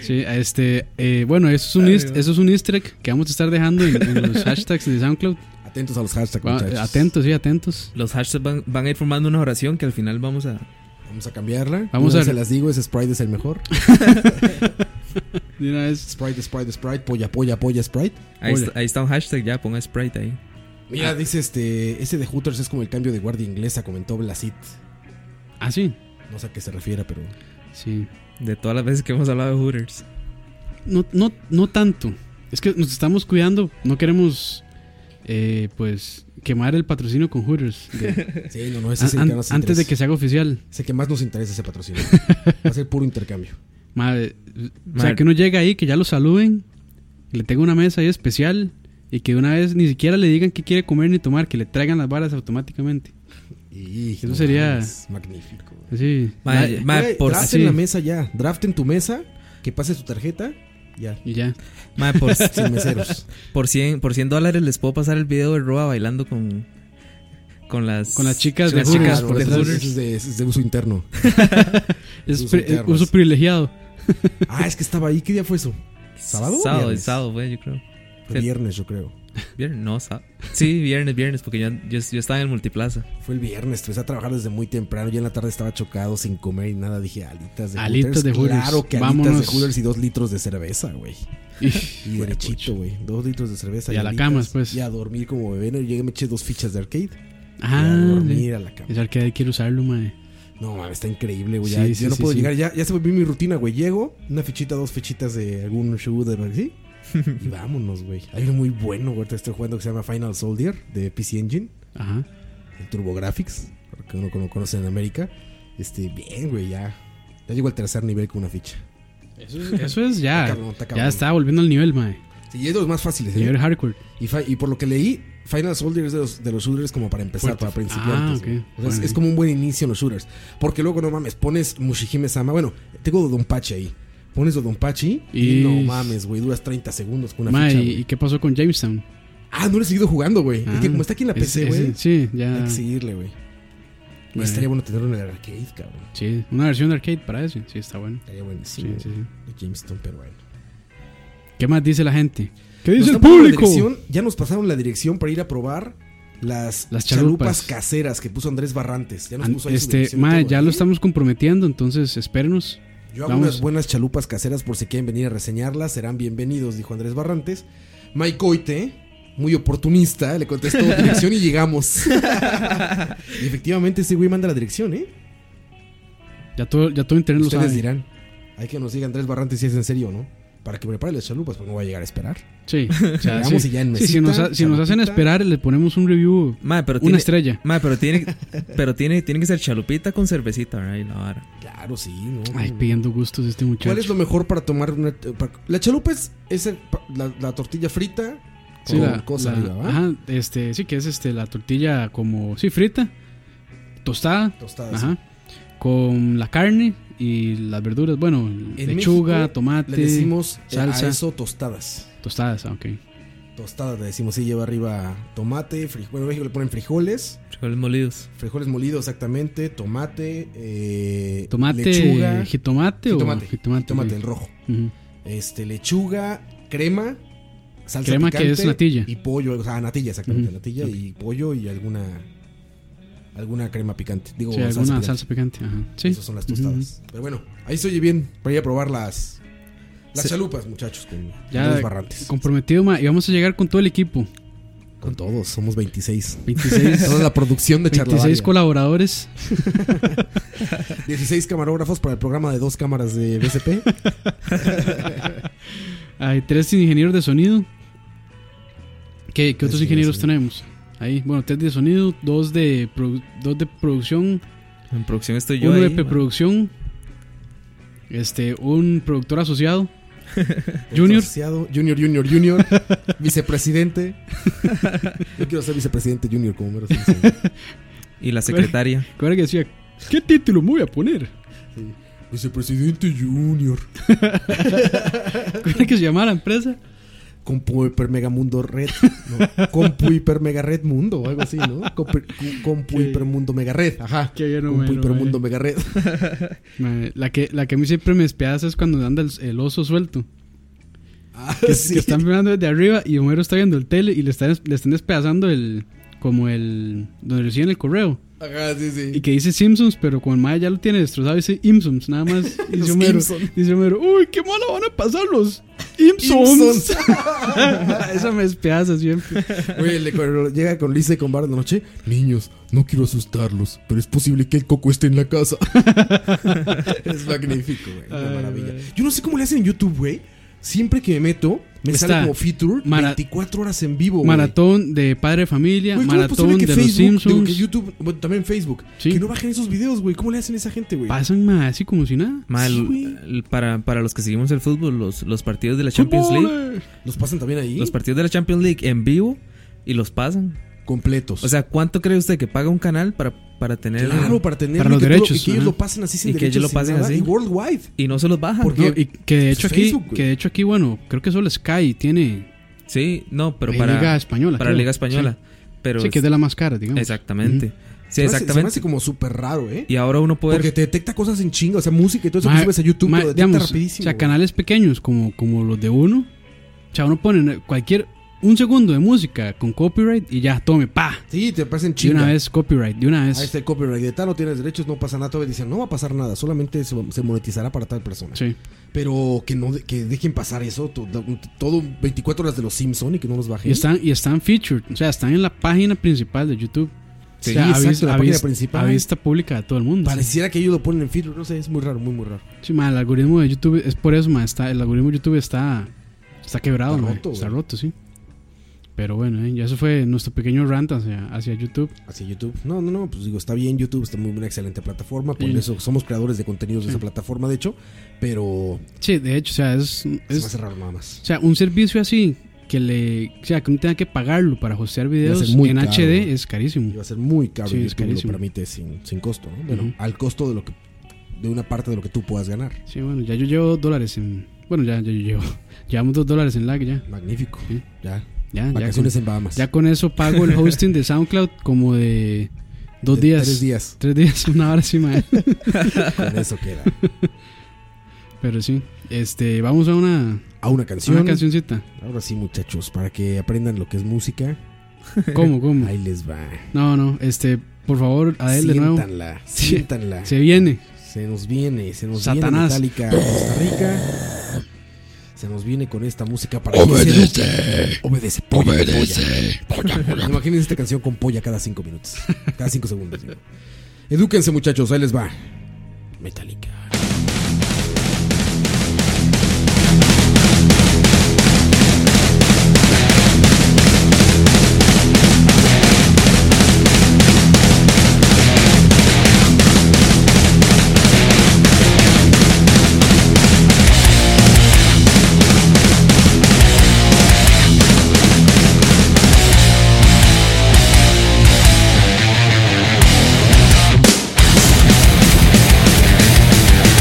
Sí, este, eh, bueno, eso es, un Ay, east- Dios. eso es un easter egg que vamos a estar dejando en, en los hashtags de SoundCloud. Atentos a los hashtags, Va- muchachos. atentos, sí, atentos. Los hashtags van, van a ir formando una oración que al final vamos a. Vamos a cambiarla. Vamos Vamos a... a- Se las digo, ese Sprite es el mejor. De una vez. Sprite, Sprite, Sprite, polla, polla, polla, Sprite. Ahí Ole. está, ahí está un hashtag, ya ponga Sprite ahí. Ah. Mira, dice este, ese de Hooters es como el cambio de guardia inglesa, comentó Blasit. Ah, sí. No sé a qué se refiere, pero Sí. De todas las veces que hemos hablado de Hooters. No, no, no tanto. Es que nos estamos cuidando. No queremos, eh, pues, quemar el patrocinio con Hooters. de- sí, no, no, ese es el Ah, an- que más nos antes de interesa. que se haga oficial. Es el que más nos interesa ese patrocinio. Va a ser puro intercambio. Madre, eh, o sea, Madre. que uno llega ahí, que ya lo saluden, que le tenga una mesa ahí especial y que de una vez ni siquiera le digan qué quiere comer ni tomar, que le traigan las varas automáticamente. Y Eso sería- mames, magnífico. Así. Madre, Ya- madre, Güey, por, draften sí. la mesa ya, draften tu mesa, que pase tu tarjeta, ya. y ya. madre, por, Sin meseros. por, 100, por 100 dólares les puedo pasar el video de Roa bailando con. Con las. Con las chicas con de las chicas Hooters, por de eso detrás. Hooters. es de, es de uso interno. Es Usos pri- internos. uso privilegiado. Ah, es que estaba ahí. ¿Qué día fue eso? ¿Sábado o Sábado, el viernes? sábado, güey, yo creo. Fue viernes, yo creo. Viernes, no, sábado. Sí, viernes, viernes, porque yo, yo, yo estaba en el multiplaza. Fue el viernes, empecé a trabajar desde muy temprano. Ya en la tarde estaba chocado, sin comer y nada. Dije, alitas de Alitas de Hooters. Claro que alitas Vámonos. de Hooters y dos litros de cerveza, güey. Y, Y derechito, güey. Dos litros de cerveza. Y a la alitas, cama, pues. Y a dormir como bebé. No, llegué, me eché dos fichas de arcade. y a ah, dormir sí. a la cama. Es arcade, quiero usarlo, madre. No, mames, está increíble, güey. Sí, ya- sí, yo no sí, puedo sí. llegar. Ya, ya se volvió mi rutina, güey. Llego, una fichita, dos fichitas de algún shooter, ¿sí? Y vámonos, güey. Hay uno muy bueno, güey. Te estoy jugando que se llama Final Soldier de PC Engine. Ajá. el TurboGrafx, porque uno no conoce en América. Este, bien, güey, ya. Ya llegó al tercer nivel con una ficha. Eso es, ya. Está cabrón, está cabrón. ya está volviendo al nivel, madre. Sí, y es de los más fáciles. ¿eh? Nivel hardcore. Y, fi- y por lo que leí, Final Soldier es de los, de los shooters como para empezar, Fuerte. para principiantes. Ah, güey. ok. O sea, es- Bueno. es, como un buen inicio en los shooters. Porque luego, no mames, pones Mushihime Sama. Bueno, tengo Dodonpachi ahí. Pones Dodonpachi y... Y- no mames, güey. Duras 30 segundos con una Madre, ficha. ¿y- güey. ¿y qué pasó con Jamestown? Ah, no lo he seguido jugando, güey. Ah, es que como está aquí en la ese- PC, ese- güey. Sí, Hay ya. que seguirle, güey. Y Bueno. Estaría bueno tenerlo en el arcade, cabrón. Sí, una versión de arcade para eso. Sí, está bueno. Estaría Sí, buenísimo. sí, sí. De Jamestown, pero bueno. ¿Qué más dice la gente? ¿Qué Nos dice el están pasando la público? dirección, ya nos pasaron la dirección para ir a probar las, Las chalupas. chalupas. caseras que puso Andrés Barrantes. Ya nos An- puso ahí su Este, dirección y ma, todo, ya ¿eh? lo estamos comprometiendo, entonces espérenos. Yo hago vamos. unas buenas chalupas caseras por si quieren venir a reseñarlas. Serán bienvenidos, dijo Andrés Barrantes. Mike Coite, muy oportunista, le contestó dirección y llegamos. y efectivamente, ese güey manda la dirección, ¿eh? Ya todo, ya todo internet lo Ustedes sabe. dirán. Hay que nos diga Andrés Barrantes si es en serio o no. Para que prepare las chalupas, pues no va a llegar a esperar. Sí, o sea, Llegamos sí. y ya en Sí, si mesita, nos, ha- si nos hacen saludita. esperar, le ponemos un review, Madre, pero una tiene. estrella. madre, pero tiene, pero tiene, tiene que ser chalupita con cervecita, ¿verdad? Y la vara. Claro, sí, ¿no? Ay, no, no. pidiendo gustos este muchacho. Mm. ¿Cuál es lo mejor para tomar una... para- la chalupa es, es el- pa- la, la tortilla frita Sí, con la- cosa la- arriba, ¿va? Ajá, este, sí que es este la tortilla como sí frita, tostada, Tostada, ajá, con la carne y las verduras, bueno, En lechuga, México tomate, Le decimos eh, salsa. a eso tostadas. tostadas, ah, ok. Tostadas le decimos, sí, lleva arriba tomate, frijoles. Bueno, en México le ponen frijoles, Frijoles molidos. frijoles molidos exactamente, tomate, eh, Tomate, lechuga, jitomate, jitomate, o jitomate. jitomate, sí. el rojo. Ujú. Este, lechuga, crema, salsa Crema que picante es natilla. Y pollo, o sea, natilla, exactamente, Ujú. natilla y pollo y alguna alguna crema picante. Digo, Sí, salsa alguna picante. salsa picante. Ajá. Sí. Esas son las tostadas. Pero bueno, ahí se oye bien para ir a probar las, las Se- chalupas, muchachos, con Ya los barrantes. comprometido, ma, y vamos a llegar con todo el equipo. Con todos, somos 26. 26, Toda la producción de 26 Charlavaria. colaboradores. 16 camarógrafos para el programa de dos cámaras de BCP. Hay tres ingenieros de sonido. ¿Qué, qué otros Tres ingenieros ingenieros de tenemos? Ahí, bueno, tres de sonido, dos de, produ- dos de producción, En producción estoy yo. uno de ahí, ma. preproducción, este, un productor asociado, Junior. Asociado, junior, Junior, Junior. vicepresidente. Yo quiero ser vicepresidente Junior como Homero Simpson. Y la secretaria. que ahora que decía, ¿qué título me voy a poner? Vicepresidente Junior. ¿Cuál era que se llamaba la empresa? Compu Hiper Mega Mundo Red. ¿no? Compu Hiper Mega Red Mundo o algo así, ¿no? Compu, cu- compu Hiper Mundo Mega Red. Ajá. Qué bien, compu Homero, Hiper eh. Mundo Mega Red. Ma, La que, la que a mí siempre me despedaza es cuando anda el, el oso suelto. Ah, Que, sí. que están mirando desde arriba y Homero está viendo el tele y le están, le están despedazando el. Como el. Donde reciben el correo. Ajá, sí, sí. Y que dice Simpsons, pero como el Mae ya lo tiene destrozado, dice Simpsons, nada más. Los Dice Homero, Simpson. dice Homero, uy, qué mala van a pasar los Simpsons. Simpsons. Esa me despedaza siempre. Oye, le- cuando llega con Lisa y con Bart en la noche. Niños, no quiero asustarlos, pero es posible que el coco esté en la casa. es magnífico, güey. Una Ay, maravilla. güey. Yo no sé cómo le hacen en YouTube, güey. Siempre que me meto, me Está sale como feature mara- 24 horas en vivo, güey. Maratón de Padre de Familia, Güey, ¿cómo es posible Maratón que de los Facebook, digo, que Simpsons. YouTube, bueno, también Facebook, Sí. que no bajen esos videos, güey. ¿Cómo le hacen a esa gente, güey? Pasan más así como si nada. Ma, el- Sí, güey. el- para, para los que seguimos el fútbol, los, los partidos de la Champions League. Los pasan también ahí, Los partidos de la Champions League en vivo y los pasan. completos. O sea, ¿cuánto cree usted que paga un canal para, para tener... claro, para tener para los que tú lo- derechos, y que ellos ajá. lo pasen así sin Y que ellos derechos, lo sin pasen nada, así. y worldwide. Y no se los bajan. ¿Por No, qué? y que de hecho aquí, Facebook, güey. que de hecho aquí, bueno, creo que solo Sky tiene Sí, no, pero la para... Liga Española. para creo. Liga Española. Pero Sí, Sí, que es de la más cara, digamos. Exactamente. Se Sí, me hace- Se me exactamente. hace como súper raro, ¿eh? Y ahora uno puede... Porque te detecta cosas en chinga, o sea, música y todo eso Ma- que subes a YouTube, ma- lo detecta digamos, rapidísimo. O sea, güey. canales pequeños como, como los de uno. O sea, uno pone cualquier un segundo de música con copyright y ya, tome, pa. Sí, te pasan en De chinga. una vez copyright, de una vez. Ahí está el copyright de tal, no tienes derechos, no pasa nada. Todavía dicen, no va a pasar nada, solamente se, se monetizará para tal persona. Sí. Pero que no de- que dejen pasar eso, to- todo 24 horas de los Simpson y que no los bajen. Y están, y están featured, o sea, están en la página principal de YouTube. Sí, o sea, exacto, vis- en la página vis- principal. a vista pública de todo el mundo. Pareciera que ellos lo ponen en filtro, no sé, es muy raro, muy, muy raro. Sí, ma, el algoritmo de YouTube es por eso, ma, está, el algoritmo de YouTube está, está quebrado, Está ma, roto, está güey. roto, sí. Pero bueno, eh, ya eso fue nuestro pequeño rant hacia, hacia YouTube. Hacia YouTube. No, no, no, pues digo, está bien YouTube, está muy una excelente plataforma, por Sí. eso somos creadores de contenidos de Sí. esa plataforma, de hecho, pero Sí, de hecho, o sea, es, es, se me es- hace raro nada más. o sea, un servicio así que le, o sea, que uno tenga que pagarlo para hostear videos ser muy en caro, HD güey. es carísimo. Iba a ser muy caro Sí, y es YouTube carísimo. lo permite sin, sin costo, ¿no? Bueno, Ujú. al costo de lo que de una parte de lo que tú puedas ganar. Sí, bueno, ya yo llevo dólares en, bueno, ya, ya yo llevo, llevamos dos dólares en lag ya, Magnífico. Sí. Ah, Ya. ya, ya. con- Vacaciones en Bahamas. Ya con eso pago el hosting de SoundCloud como de dos De días. Tres días. Tres días, una hora sí, mae. Con eso queda. Pero sí, este, vamos a una, A una a canción. una cancioncita. Ahora sí, muchachos, para que aprendan lo que es música, ¿Cómo, cómo? ahí les va. No, no, este, por favor, a él de nuevo. Siéntanla, Sí. siéntanla. Se viene. Se nos viene, se nos Satanás. viene Metallica a Costa Rica. Se nos viene con esta música para que se- obedece, polla, Obedece. Polla, polla. polla. Imagínense esta canción con polla cada cinco minutos, cada cinco segundos. digo. Edúquense muchachos, ahí les va. Metallica. Metallica.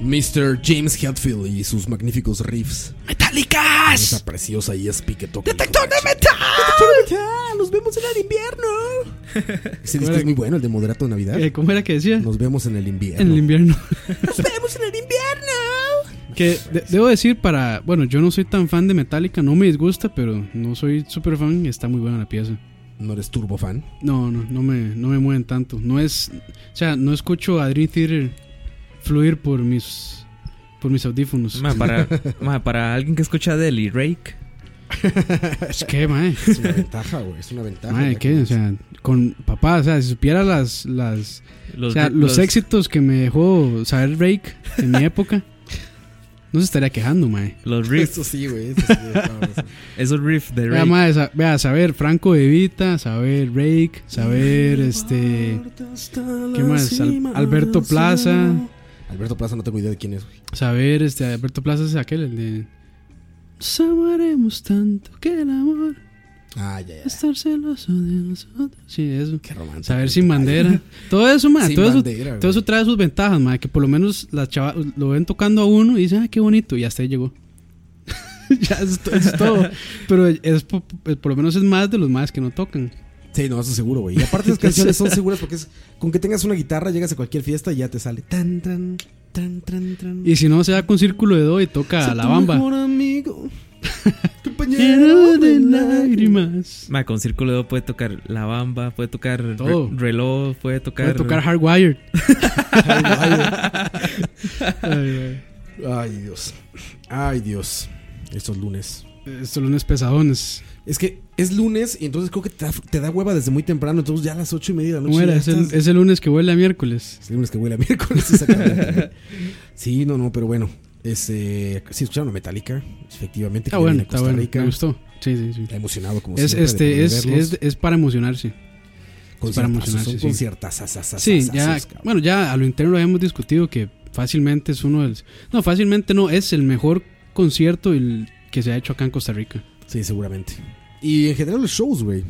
Mr. James Hetfield y sus magníficos riffs. ¡Metálicas! Esa preciosa y es que toca. ¡Detector de metal! ¡Nos vemos en el invierno! Ese disco es muy bueno, el de Moderato de Navidad. Eh, ¿Cómo era que decía? Nos vemos en el invierno. En el invierno. ¡Nos vemos en el invierno! Que de- debo decir para, bueno, yo no soy tan fan de Metallica, no me disgusta, pero no soy súper fan, está muy buena la pieza. ¿No eres turbo fan? No, no, no me, no me mueven tanto. No es, o sea, no escucho a Dream Theater fluir por mis, por mis audífonos. Ma, para, ma, para alguien que escucha Adele y Rake, Es que, mae, Es una ventaja, güey. Es una ventaja. mae, Ya ¿qué? que- O sea, con papá, o sea, si supiera las, las, los, o sea, los, éxitos que me dejó saber Drake en mi época, no se estaría quejando, mae. los riffs, Eso sí, güey. eso sí, no, eso sí. esos riffs de Vea, Rake. mae, sa- vea, saber Franco de Vita, saber Drake, saber este. ¿Qué más? Al- Alberto Plaza. Alberto Plaza, no tengo idea de quién es, güey. Saber, este, Alberto Plaza es aquel, el de. Nos amaremos tanto que el amor, Ah, ya, ya. estar celoso de nosotros. Sí, eso. Qué romántico. Saber sin bandera. Todo eso, man. Sin todo, eso, bandera, güey. todo eso trae sus ventajas, man. Que por lo menos las chavas lo ven tocando a uno y dicen, ah, qué bonito. Y hasta ahí llegó. ya, eso, es to- eso es todo. Pero es, po- eh, por, lo menos es más de los más que no tocan. Sí, no, eso seguro, güey. Y aparte las canciones son seguras porque es con que tengas una guitarra, llegas a cualquier fiesta y ya te sale. Tan, tan, tan, tan, tan. Y si no, se da con círculo de do y toca la bamba. Mejor amigo. Lleno de lágrimas. Ma, con Círculo de Do puede tocar La Bamba, puede tocar re- Todo. Reloj, puede tocar... Puede tocar Hardwired. Ay, Ay, Dios. Ay, Dios. Estos lunes. ay. Estos lunes pesadones. Es que es lunes y entonces creo que te da, te da hueva desde muy temprano. Entonces ya a las ocho y media de la noche. ¿Cómo era? ya Es el, estás- es el lunes que huele a miércoles. Es el lunes que huele a miércoles. exactamente, güey. sí, no, no, pero bueno. Este, sí, escucharon a Metallica. Efectivamente. que Está Ah, vienen bueno, a está Costa bueno. Rica. Pues Me gustó. Sí, sí, sí. Está emocionado como Es, siempre de este, poder es, verlos. es, es para emocionarse. para Conciertazos, emocionarse, son sí. conciertazazazazazazos, Sí, ya, cabrón. bueno, ya a lo interno lo habíamos discutido que fácilmente es uno de los... No, fácilmente no, es el mejor concierto el que se ha hecho acá en Costa Rica. Sí, seguramente. Y en general los shows, güey.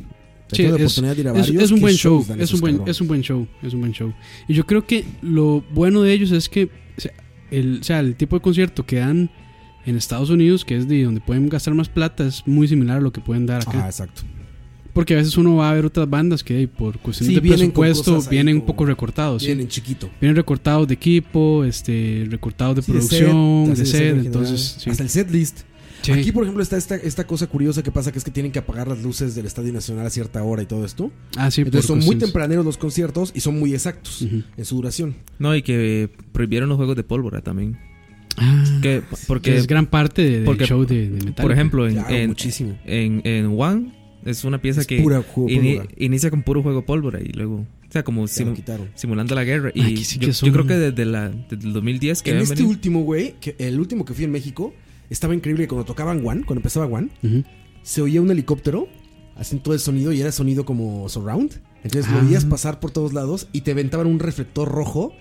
Sí, Tengo la es, oportunidad de ir a es- varios. es un ¿Qué buen shows show, dan es esos un buen, cabrones? es un buen show, es un buen show. Y yo creo que lo bueno de ellos es que, o sea, el, o sea, el tipo de concierto que dan en Estados Unidos, que es de donde pueden gastar más plata, es muy similar a lo que pueden dar acá. Ajá, exacto. Porque a veces uno va a ver otras bandas que hey, por cuestiones Sí, de vienen con presupuesto cosas ahí vienen un como- poco recortados. sí. Bien en chiquito. Vienen recortados de equipo, este, recortados de Sí, producción, así de set, en general. entonces... sí. Hasta el set list. Sí. Aquí, por ejemplo, está esta, esta cosa curiosa que pasa, que es que tienen que apagar las luces del Estadio Nacional a cierta hora y todo esto. Ah, sí, Entonces por son muy cuestiones. tempraneros los conciertos y son muy exactos Ujú. en su duración. No, y que prohibieron los juegos de pólvora también. Ah, Que, que porque, es gran parte de- del porque, show de, de Metallica. por ejemplo, en, Claro, en- muchísimo. en, en One es una pieza Es que pura juego ini- pólvora. inicia con puro juego pólvora y luego, o sea, como Se simu- lo quitaron. simulando la guerra. Y Ay, que sí yo, que yo son- creo que desde, la, desde el 2010 que En habían este venido- último, güey, que el último que fui en México, estaba increíble que cuando tocaban One, cuando empezaba One, Ujú. se oía un helicóptero haciendo todo el sonido y era sonido como surround. Entonces lo Ah. veías pasar por todos lados y te aventaban un reflector rojo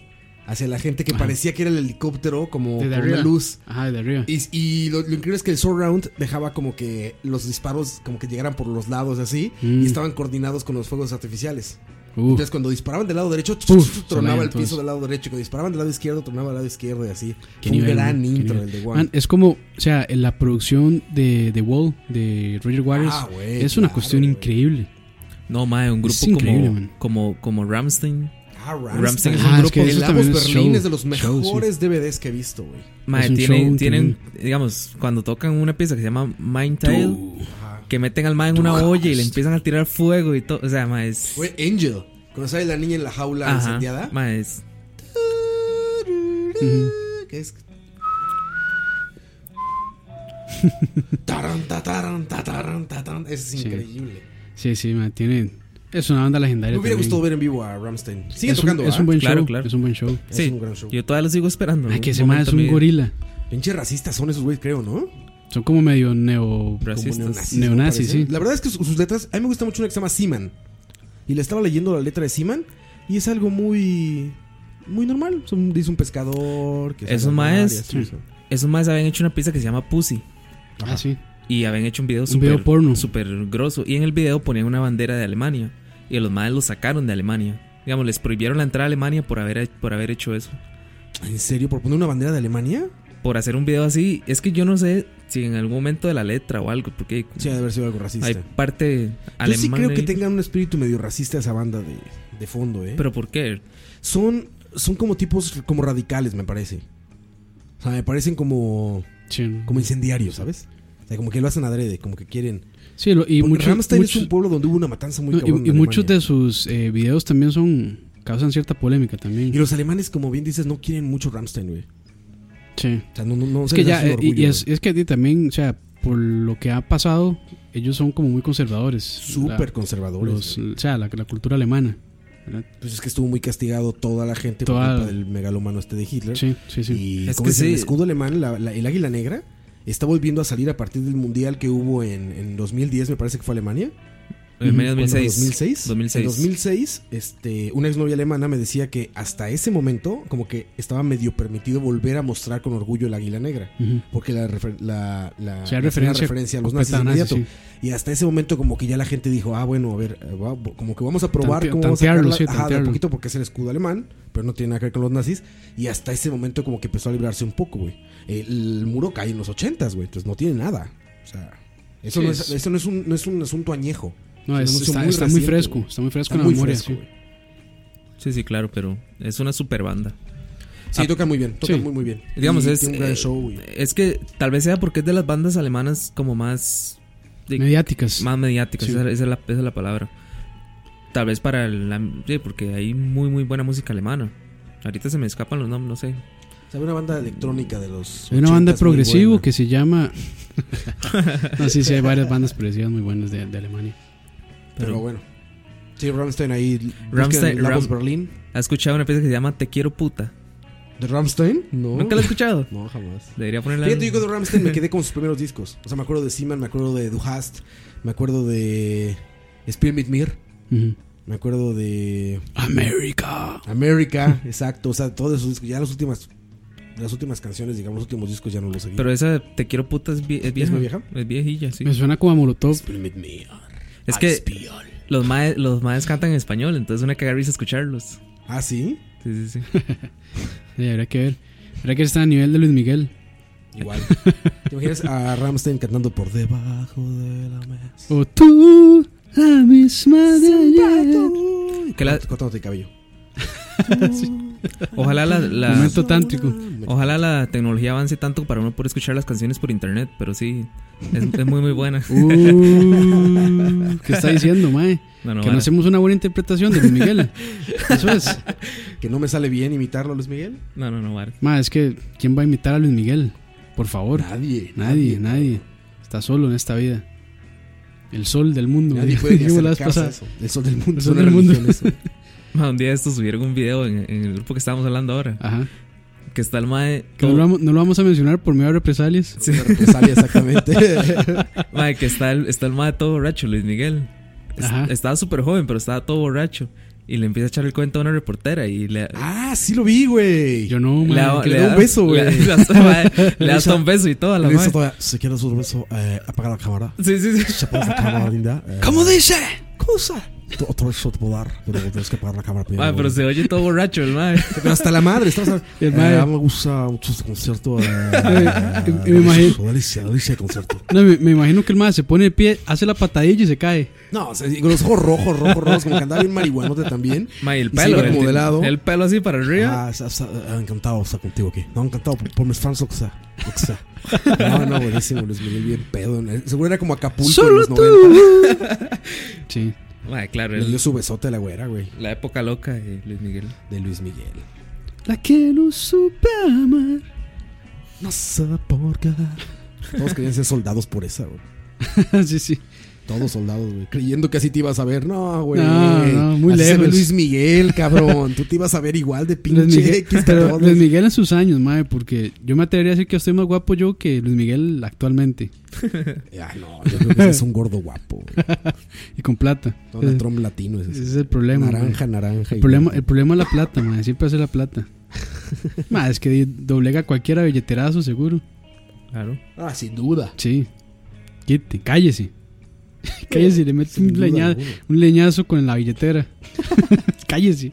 hacia la gente que Ajá. parecía que era el helicóptero como con Desde una Ah. arriba. luz. Ajá, de arriba. Y, y lo, lo increíble es que el surround dejaba como que los disparos como que llegaran por los lados así Mm. y estaban coordinados con los fuegos artificiales. Uf. Entonces cuando disparaban del lado derecho, Uf, tronaba sonaban el todos. piso del lado derecho. Cuando disparaban del lado izquierdo, tronaba el lado izquierdo y así. Qué Fue un nivel, gran ¿no? Qué intro nivel. el de One. Man, es como, o sea, en la producción de The Wall, de Roger Waters, Ah, güey, es una claro, cuestión güey. increíble. No, mae, un Es grupo increíble, como, man. como, como Ramstein. Ah, Rammstein Rammstein. es un Ah, grupo- es que eso el Abos también es Berlín show. es de los Show, sí. mejores DVDs que he visto, güey. Mae, Es un tienen, show tienen, digamos, cuando tocan una pieza que se llama Mind Tile, que meten al mae en una olla y le empiezan a tirar fuego y todo. O sea, mae, es. Fue Angel. Cuando sale la niña en la jaula Ajá, incendiada. mae, es- Que es. Taran, ta, taran, ta, taran, ta, taran. Ese es Sí. increíble. Sí, sí, man, tiene... Es una banda legendaria Me hubiera también. gustado ver en vivo a Rammstein. Siguen es, tocando, un, es ¿ah? un buen Claro, show, claro. es un buen show. Es sí, un gran show. yo todavía lo sigo esperando. Ay, ¿no? que ese Un man es momento un me- gorila. Pinche racistas son esos güeyes, creo, ¿no? Son como medio neo... Racistas. Como neonazis, neonazis, ¿no? sí. La verdad es que sus, sus letras, a mí me gusta mucho una que se llama Seaman. Y le estaba leyendo la letra de Seaman y es algo muy muy normal. Son- dice un pescador que sale Esos al mar y maes- así, o sea. Esos maes habían hecho una pieza que se llama Pussy. Ah, sí. Y habían hecho un video video súper porno. super grosso. Y en el video ponían una bandera de Alemania. Y a los maes los sacaron de Alemania. Digamos, les prohibieron la entrada a Alemania por haber, por haber hecho eso. ¿En serio? ¿Por poner una bandera de Alemania? Por hacer un video así, es que yo no sé si en algún momento de la letra o algo, porque Sí, ha de haber sido algo racista. hay parte alemana. Yo sí creo que ahí. tengan un espíritu medio racista esa banda de, de fondo, ¿eh? Pero ¿por qué? son, son como tipos como radicales, me parece. O sea, me parecen como, Sí, ¿no? como incendiarios, ¿sabes? O sea, como que lo hacen adrede, como que quieren. Sí, lo- y Y muchos, Rammstein muchos- es un pueblo donde hubo una matanza muy no, y- cabrón en y, muchos Alemania. de sus eh, videos también son causan cierta polémica también. Y los alemanes, como bien dices, no quieren mucho Rammstein, güey. Sí. O sea, no, no, no Es se que les ya, hace un eh, y- orgullo, y es, güey. es que di también, o sea, por lo que ha pasado, ellos son como muy conservadores. súper La- conservadores. los- güey. O sea, la, la cultura alemana. ¿verdad? Pues es que estuvo muy castigado toda la gente por Toda- culpa del megalomano este de Hitler. Sí, sí, sí. Y Es como que dicen, el sí. escudo alemán, la- la- el águila negra, está volviendo a salir a partir del mundial que hubo en, en 2010, me parece que fue Alemania. En medio de Bueno, 2006. 2006. 2006. En 2006, este, una exnovia alemana me decía que hasta ese momento, como que estaba medio permitido volver a mostrar con orgullo el águila negra. Ujú. Porque la, refer- la, la- O sea, hay le hacían referencia, referencia a los nazis completa inmediato. nazi, Y hasta ese momento, como que ya la gente dijo, ah, bueno, a ver, eh, va- como que vamos a probar Tantea- cómo vamos a tantearlo, sacarla- sí, ajá, de a tantearlo. poquito porque es el escudo alemán, pero no tiene nada que ver con los nazis. Y hasta ese momento, como que empezó a librarse un poco, güey. El, muro cae en los ochentas, güey, entonces no tiene nada. O sea, eso, Sí, no, es, es- eso no, es un, no es un asunto añejo. No, Sí, es- no, son está, muy está muy recientes, fresco, güey. está muy fresco Está en la muy memoria. fresco, sí. güey. Sí, sí, claro, pero es una super banda. Sí, tocan muy bien, tocan Ah, sí. muy, muy bien. Digamos, Y es, tiene un gran eh, show, güey. Es que tal vez sea porque es de las bandas alemanas como más. de- Mediáticas. más mediáticas, Sí. esa, esa es la, esa es la palabra. Tal vez para la. Sí, porque hay muy, muy buena música alemana. Ahorita se me escapan los nombres, no sé. O sea, una banda electrónica de los. Hay una banda 80s muy progresivo buena. que se llama. no, sí, sí, hay varias bandas progresivas muy buenas de, de Alemania. Pero, pero- bueno. Sí, Rammstein ahí. busquen Rammstein- Lavos Ram- Berlín. ¿Has escuchado una pieza que se llama Te quiero puta? ¿De Rammstein? No. ¿Nunca la has escuchado? No, jamás. Debería ponerla. Oh. Fíjate, en- yo con Ramstein me quedé con sus primeros discos. O sea, me acuerdo de Seaman, me acuerdo de Du Hast, me acuerdo de Spiel mit mir, Ujú. me acuerdo de América. America, exacto. O sea, todos esos discos. Ya las últimas, las últimas canciones, digamos, los últimos discos ya no los seguí. Pero esa Te quiero puta es, vie- es vieja. muy vieja? Es viejilla, sí. Me suena como a Molotov. Spiel mit mir. Es que Spiel. los maes, los maes cantan en español, entonces una caga risa escucharlos. Ah, sí. Sí, sí, sí. Sí, habría que ver. Habría que estar a nivel de Luis Miguel. Igual. ¿Te imaginas a Ramstein cantando por debajo de la mesa? O tú, la misma de ayer. Que la- Cortándote el cabello. ojalá la, la- Ah. Momento tántrico. ojalá la tecnología avance tanto para uno poder escuchar las canciones por internet, pero sí, es, es muy muy buena. Uh, ¿Qué está diciendo, mae? No, no, que vara. no hacemos una buena interpretación de Luis Miguel. Eso es. Que no me sale bien imitarlo, Luis Miguel. No, no, no, vara. Mae, es que ¿quién va a imitar a Luis Miguel? Por favor. Nadie. Nadie, nadie. Está solo en esta vida. El sol del mundo. Nadie Yo- puede yo la acercarse vez a pasada- eso. El sol del mundo. El es sol una del mundo. religión eso. Ma, un día estos subieron un video en, en el grupo que estábamos hablando ahora, Ajá. que está el mae Que no, lo vamos, no lo vamos a mencionar por miedo a represalias. Una represalia, exactamente. mae, que está el, está el mae todo borracho, Luis Miguel. Es- Ah. Ajá. estaba súper joven, pero estaba todo borracho y le empieza a echar el cuento a una reportera y le ah, sí lo vi, güey. Yo no, le mae. da- que le le dé un da- beso, güey. Le, da- mae, le da hasta un beso y todo a la Le dice mae. todavía, si quieres un beso, eh, apaga la cámara. Sí, sí, sí. Se apaga la cámara, linda. Eh, ¿Cómo dice? cosa? Tú- Otro shot volar, pero tienes que apagar la cámara primero. Mae, pero se oye todo borracho el mae. Pero hasta la madre, estás a... El madre. Eh, me gusta mucho este concierto. eh, y me delicioso, imagino- Delicia, delicia de concierto. No, me, me imagino que el mae se pone de pie, hace la patadilla y se cae. No, o sea, con los ojos rojos, rojos, rojos, como que andaba bien marihuanote también. Mae, el Y se iba pelo. El, como de lado. el pelo así para arriba. Ah, está- está- ah, encantado estar contigo aquí. No, encantado por, por mis fans, lo que sea. lo que sea. No, no, buenísimo, Luis Miguel, bien pedo. eh. Seguro era como Acapulco en los 90. Sí. Mae, claro, Le el- dio su besote a la güera, güey, la época loca de Luis Miguel. de Luis Miguel. La que no supe amar. No sé por qué. Todos querían ser soldados por esa, güey. sí, sí. Todos soldados, güey. Creyendo que así te ibas a ver. No, güey. No, no, muy Así se ve lejos. Luis Miguel, cabrón. Tú te ibas a ver igual de pinche Luis Miguel, X que pero todos. Luis Miguel en sus años, mae, porque yo me atrevería a decir que estoy más guapo yo que Luis Miguel actualmente. Ah, no. Yo creo que ese es un gordo guapo, güey. Y con plata. Donald Ese- Trump latino es ese ese. es el problema. mae. Naranja, naranja. y El Eh. problema, gordo. el problema es la plata, madre. Siempre hace la plata. madre, es que di- doblega cualquiera billeterazo, seguro. Claro. Ah, sin duda. Sí. Quite, cállese. cállese y le mete Sin un, duda leña- alguna. un leñazo con la billetera. Cállese.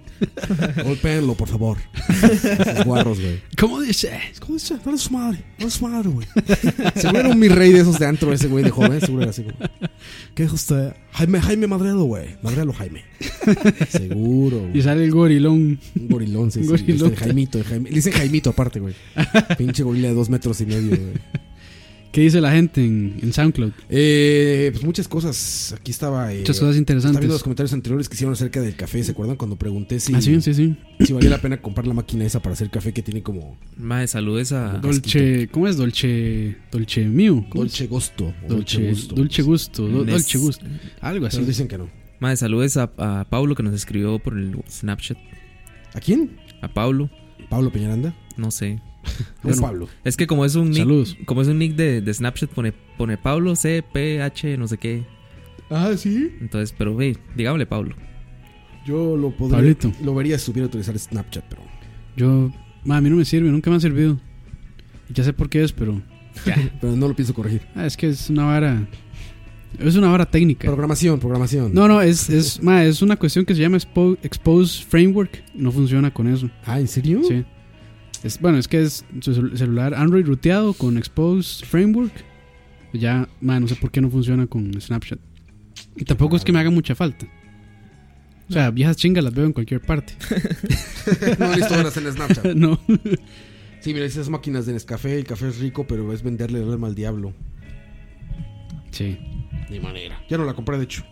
Golpéenlo, por favor. Esos guarros, güey. ¿Cómo dice? ¿Cómo dice? Dale su madre. Dale su madre, güey. Seguro era un mi rey de esos de antro ese, güey, de joven. Seguro era así como. ¿Qué dijo usted? Jaime, Jaime, madrealo, güey. Madrealo, Jaime. Seguro, güey. Y sale el gorilón. Un gorilón, sí, Un sí. gorilón. Este, Jaimito, el Jaime. Le dicen Jaimito aparte, güey. Pinche gorila de dos metros y medio, güey. ¿Qué dice la gente en, en SoundCloud? Eh, pues muchas cosas. Aquí estaba. eh, Muchas Estaba cosas viendo los interesantes. comentarios anteriores que hicieron acerca del café. ¿Se acuerdan cuando pregunté si, Ah, sí, sí, sí. si valía la pena comprar la máquina esa para hacer café que tiene como Mae, saludes Ah, a. Dolce, ¿cómo es Dolce? Dolce mío. dolce gusto? o Dolce, gusto. Dolce gusto, do- Nes- dolce gusto, algo Pero así. dicen que no. Mae, saludes a, a Pablo que nos escribió por el Snapchat. ¿A quién? A Pablo, ¿Pablo Peñaranda? no sé. Es Pablo. Es que como es un nick, Saludos. como es un nick de, de Snapchat pone, pone Pablo C P H no sé qué. Ah, sí. Entonces, pero hey, digámosle Pablo. Yo lo podría. Pablito. Lo vería subir a utilizar Snapchat, pero. Yo, ma, a mí no me sirve, nunca me ha servido. Ya sé por qué es, pero Pero no lo pienso corregir. ah, es que es una vara, es una vara técnica. Programación, programación. no, no, es, es, ma, es una cuestión que se llama expo- Expose Framework. No funciona con eso. Ah, ¿en serio? Sí. Es, bueno, es que es su cel- celular Android ruteado con Expose Framework. Ya, ma, no sé por qué no funciona con Snapchat. Y tampoco es que me haga mucha falta. O sea, viejas chingas las veo en cualquier parte. no listo van a hacer Snapchat. no. Sí, mira, esas máquinas de Nescafé, el café es rico, pero es venderle el alma al diablo. Sí. Ni manera. Ya no la compré, de hecho.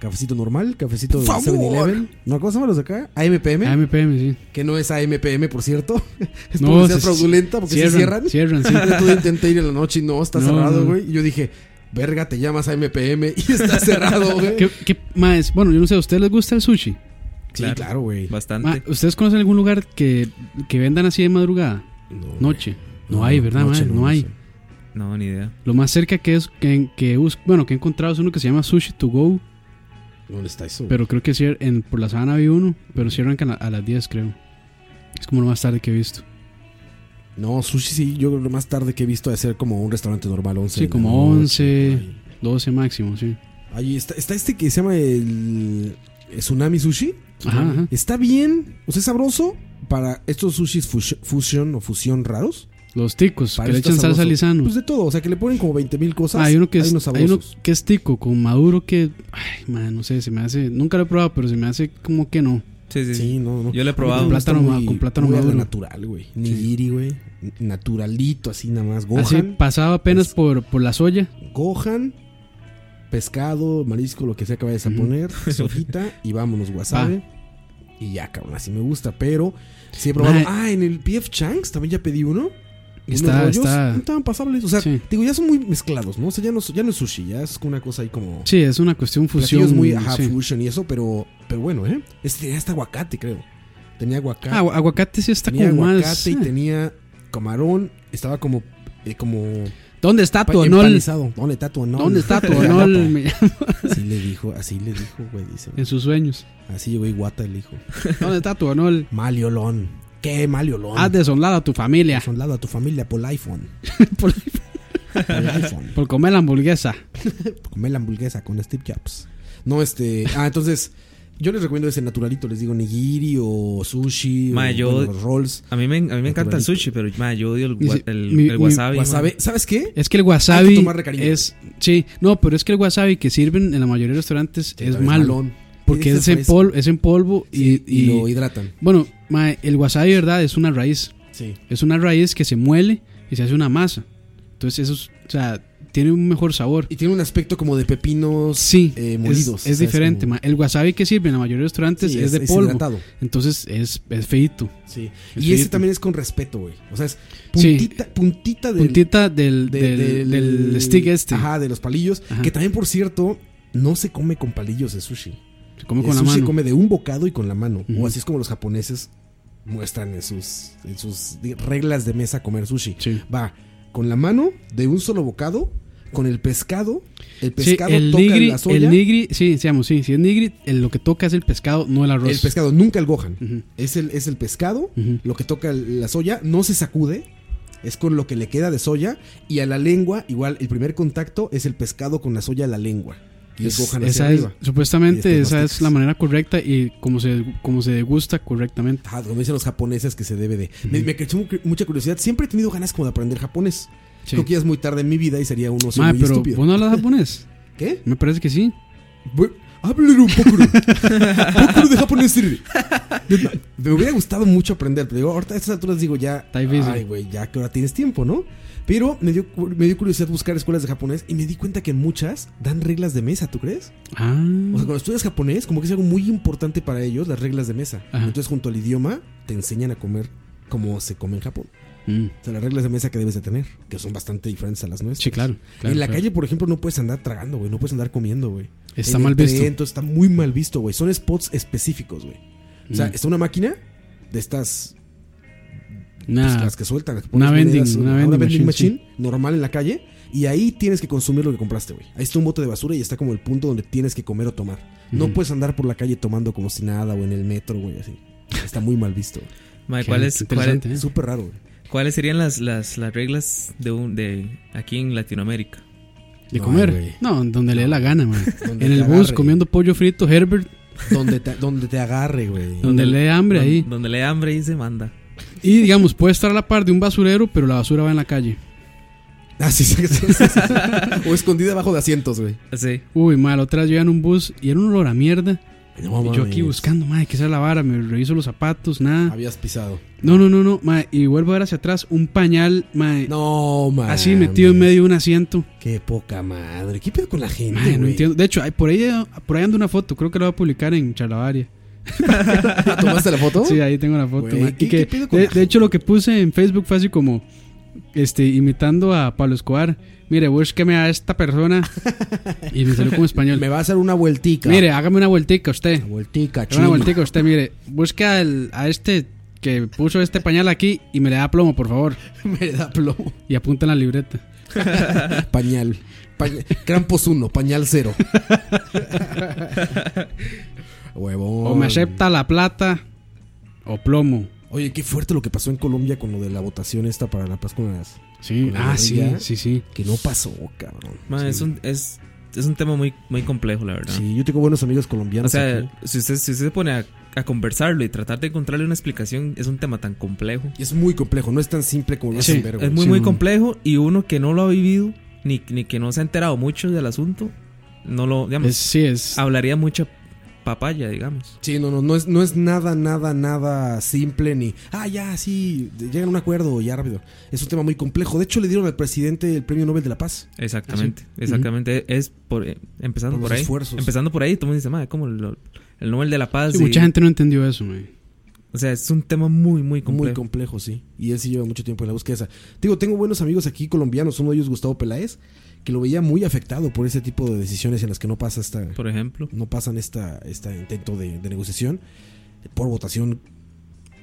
Cafecito normal, cafecito de Por favor. 7-Eleven. No, ¿cómo se llaman los de acá? AMPM, AMPM, sí. que no es AMPM, por cierto. Es publicidad se- fraudulenta porque se cierran. Cierran, sí. Yo tuve- intenté ir en la noche y no, está No, cerrado, no. güey. Y yo dije, verga, te llamas AMPM y está cerrado, güey. ¿Qué, qué más? Bueno, yo no sé, ¿a ustedes les gusta el sushi? Sí, claro, güey. Ma, Bastante. ¿Ustedes conocen algún lugar que, que vendan así de madrugada? No, Noche. No, hay, ¿verdad, noche madre? No, hay. sé. No, ni idea. Lo más cerca que es que, que bus- bueno, que he encontrado es uno que se llama Sushi to Go, ¿Dónde está eso? güey? pero creo que cier- en, por la sabana había uno, pero cierran que a, la- a las 10, creo. Es como lo más tarde que he visto. No, sushi sí, yo creo que lo más tarde que he visto de ser como un restaurante normal, 11. Sí, de la como noche, 11. por ahí. 12 máximo, sí. Ahí está, está este que se llama el Tsunami Sushi. Ajá, ajá. Está bien, o sea, es sabroso para estos sushis fush- fusion o fusión raros. Los ticos, Para que le esto echan sabroso. salsa lisano. Pues de todo, o sea, que le ponen como 20 mil cosas. Ah, hay uno que es, unos hay uno sabrosos. que es tico con maduro que ay, man, no sé, se me hace, nunca lo he probado, pero se me hace como que no. Sí, sí, sí. Sí, no, no. Yo lo he probado. Con plátano ma- con plátano muy a la maduro. natural, güey. Nigiri, güey. N- Naturalito, así nada más. Gohan. Así pasaba apenas Es- por, por la soya. Gohan. Pescado, marisco, lo que sea que vayas a Ujú. poner. Sojita. y vámonos, wasabi. Y ya, cabrón. Así me gusta. Pero sí he probado. Mae. Ah, en el PF Changs también ya pedí uno. Unos Está- rollos, está- No estaban pasables. O sea, Sí. digo, ya son muy mezclados, ¿no? O sea, ya no, ya no es sushi. Ya es una cosa ahí como. Sí, es una cuestión fusión. platillos muy ajá, sí. fusion y eso, pero, pero bueno, ¿eh? Este tenía hasta aguacate, creo. Tenía aguacate. Ah, agu- aguacate sí está tenía como aguacate más. y eh. tenía camarón. Estaba como. eh, como ¿Dónde está tu pa- anol? empanizado. ¿Dónde está tu anol? ¿Dónde está tu Ya, anol? guata. Me- Así le dijo, así le dijo, güey, dice. en sus sueños. Así llegó Iguata el hijo. ¿Dónde está tu anol? Maliolón. ¿Qué maliolón? Has desolado a tu familia Son lado a tu familia por el iPhone. Por por, el iPhone. por comer la hamburguesa. Por comer la hamburguesa con Steve Jobs. No, este. Ah, entonces. Yo les recomiendo ese naturalito, les digo nigiri o sushi o Ma, yo- bueno, los rolls. A mí me, a mí me encanta el sushi, pero mae, yo odio el, gua- Dice, el- mi- el mi wasabi. mae. Wasabi. ¿Sabes qué? Es que el Hay que wasabi tomarle cariño. es sí, no, pero es que el wasabi que sirven en la mayoría de restaurantes es También malo malón. porque Este es en fresco. polvo, es en polvo Sí, y, y- lo hidratan. bueno, mae, el wasabi verdad es una raíz. Sí. Es una raíz que se muele y se hace una masa. Entonces eso, es- o sea, tiene un mejor sabor. Y tiene un aspecto como de pepinos Sí, eh, es- molidos. es, diferente. ma. El wasabi que sirve en la mayoría de restaurantes es de polvo. hidratado. Entonces es, es feito. Sí. Es Y ese feíto. también es con respeto, güey. O sea, es Sí. puntita, puntita del, Puntita del, de- del, del stick este. Ajá, de los palillos. Ajá. Que también, por cierto, no se come con palillos de sushi. Se come El con la sushi se mano. come de un bocado y con la mano. Ujú. O así es como los japoneses muestran en sus, en sus di- reglas de mesa comer sushi. Sí. Va con la mano, de un solo bocado, con el pescado. El Sí, pescado el toca nigri, la soya. el nigri, sí, digamos, sí, si es nigri, el- lo que toca es el pescado, no el arroz. El pescado, nunca el Gohan. Ujú. es, el, es el pescado, Ujú. lo que toca el- la soya, no se sacude, es con lo que le queda de soya. Y a la lengua, igual, el primer contacto es el pescado con la soya a la lengua. Y es, Gohan hacia esa es- arriba. Y supuestamente después esa masticas. es la manera correcta y como se, como se degusta correctamente. Ajá, Ah, como dicen los japoneses que se debe de. Me, me causó mu- mucha curiosidad. Siempre he tenido ganas como de aprender japonés. Sí. Creo que ya es muy tarde en mi vida y sería uno Mae, muy pero estúpido. ¿vos no hablas japonés? ¿Qué? Me parece que sí. Bu- Háblale un poco. poco de japonés. sirve. Me- Me hubiera gustado mucho aprender, pero digo, ahorita a estas alturas digo ya. Está difícil. Ay, güey, ya que ahora tienes tiempo, ¿no? Pero me dio, cu- me dio curiosidad buscar escuelas de japonés y me di cuenta que en muchas dan reglas de mesa, ¿tú crees? Ah, O sea, cuando estudias japonés, como que es algo muy importante para ellos, las reglas de mesa. Ajá. Entonces, junto al idioma, te enseñan a comer como se come en Japón. mm, O sea, las reglas de mesa que debes de tener, que son bastante diferentes a las nuestras. sí, claro. claro, en la claro. calle, por ejemplo, no puedes andar tragando, güey. No puedes andar comiendo, güey. Está En el mal visto. tren, entonces está muy mal visto, güey. Son spots específicos, güey. O sea, Mm. está una máquina de estas, pues, Nah, las que sueltan. las que Una pones vending- monedas, una ajá, vending machine, normal en la calle. Y ahí tienes que consumir lo que compraste, güey. Ahí está un bote de basura y está como el punto donde tienes que comer o tomar. No Ujú. puedes andar por la calle tomando como si nada o en el metro, güey, así. Está muy mal visto. güey. Mae, Qué- ¿cuáles- qué cuáles- interesante, ¿eh? Es súper raro, güey. ¿Cuáles serían las, las, las reglas de, un, de aquí en Latinoamérica? de No, comer. güey. no, donde le dé la gana, man. Donde En el te bus agarre. comiendo pollo frito, Herbert, Donde te, donde te agarre, güey. donde le dé hambre Don- ahí. Donde le da hambre y se manda. Y digamos, puede estar a la par de un basurero, pero la basura va en la calle. Ah, sí, sí, sí, sí, sí. O escondida abajo de asientos, güey. Sí. Uy, mal, otra vez yo iba en un bus y era un olor a mierda. No, y yo aquí mames. buscando, madre, que sea la vara, me reviso los zapatos, nada. Habías pisado. No, no, no, no, madre, y vuelvo a ver hacia atrás un pañal, madre, No, man. así metido en medio de un asiento. Qué poca madre. ¿Qué pedo con la gente? Madre, no güey? entiendo. De hecho, hay- por ahí, por ahí anda una foto, creo que la voy a publicar en Charlavaria. Ah, ¿Tomaste la foto? Sí, ahí tengo la foto. Güey, madre. ¿qué- Y que, qué pedo con de, la de hecho, lo que puse en Facebook fue así como, este, imitando a Pablo Escobar. Mire, búsqueme a esta persona. Y me salió como español. Me va a hacer una vueltica. Mire, hágame una vueltica usted. Una vueltica, Una chino. vueltica usted, mire. Busca al- a este que puso este pañal aquí y me le da plomo, por favor. Me da plomo. Y apunta en la libreta. Pañal. Pañal. Krampus 1, pañal 0. Huevón. O me acepta la plata o plomo. Oye, qué fuerte lo que pasó en Colombia con lo de la votación esta para la paz con las. Sí, Con la ah, sí, guerrilla. sí, sí. Que no pasó, cabrón. Mae, Sí. es, un, es, es un tema muy, muy complejo, la verdad. Sí, yo tengo buenos amigos O colombianos. aquí. sea, si usted, si usted se pone a, a conversarlo y tratar de encontrarle una explicación, es un tema tan complejo. Y es muy complejo, no es tan simple como lo Sí, hacen ver, güey. Es muy, sí, muy no. complejo y uno que no lo ha vivido, ni, ni que no se ha enterado mucho del asunto, no lo, digamos, Es- sí, es. hablaría mucha papaya, digamos. Sí, no, no, no es, no es nada, nada, nada simple ni, ah, ya, sí, de- llegan a un acuerdo, ya rápido. Es un tema muy complejo. De hecho, le dieron al presidente el Premio Nobel de la Paz. Exactamente, exactamente. Es por, eh, empezando Por por, los ahí. esfuerzos. Empezando por ahí, todo el mundo dice, madre, como el Nobel de la Paz. sí, y- Mucha gente no entendió eso, güey. O sea, es un tema muy, muy Muy complejo. complejo, sí. Y él sí lleva mucho tiempo en la búsqueda esa. Digo, tengo buenos amigos aquí colombianos, uno de ellos Gustavo Peláez, que lo veía muy afectado por ese tipo de decisiones en las que no pasa esta, por ejemplo. no pasan esta, este intento de, de negociación por votación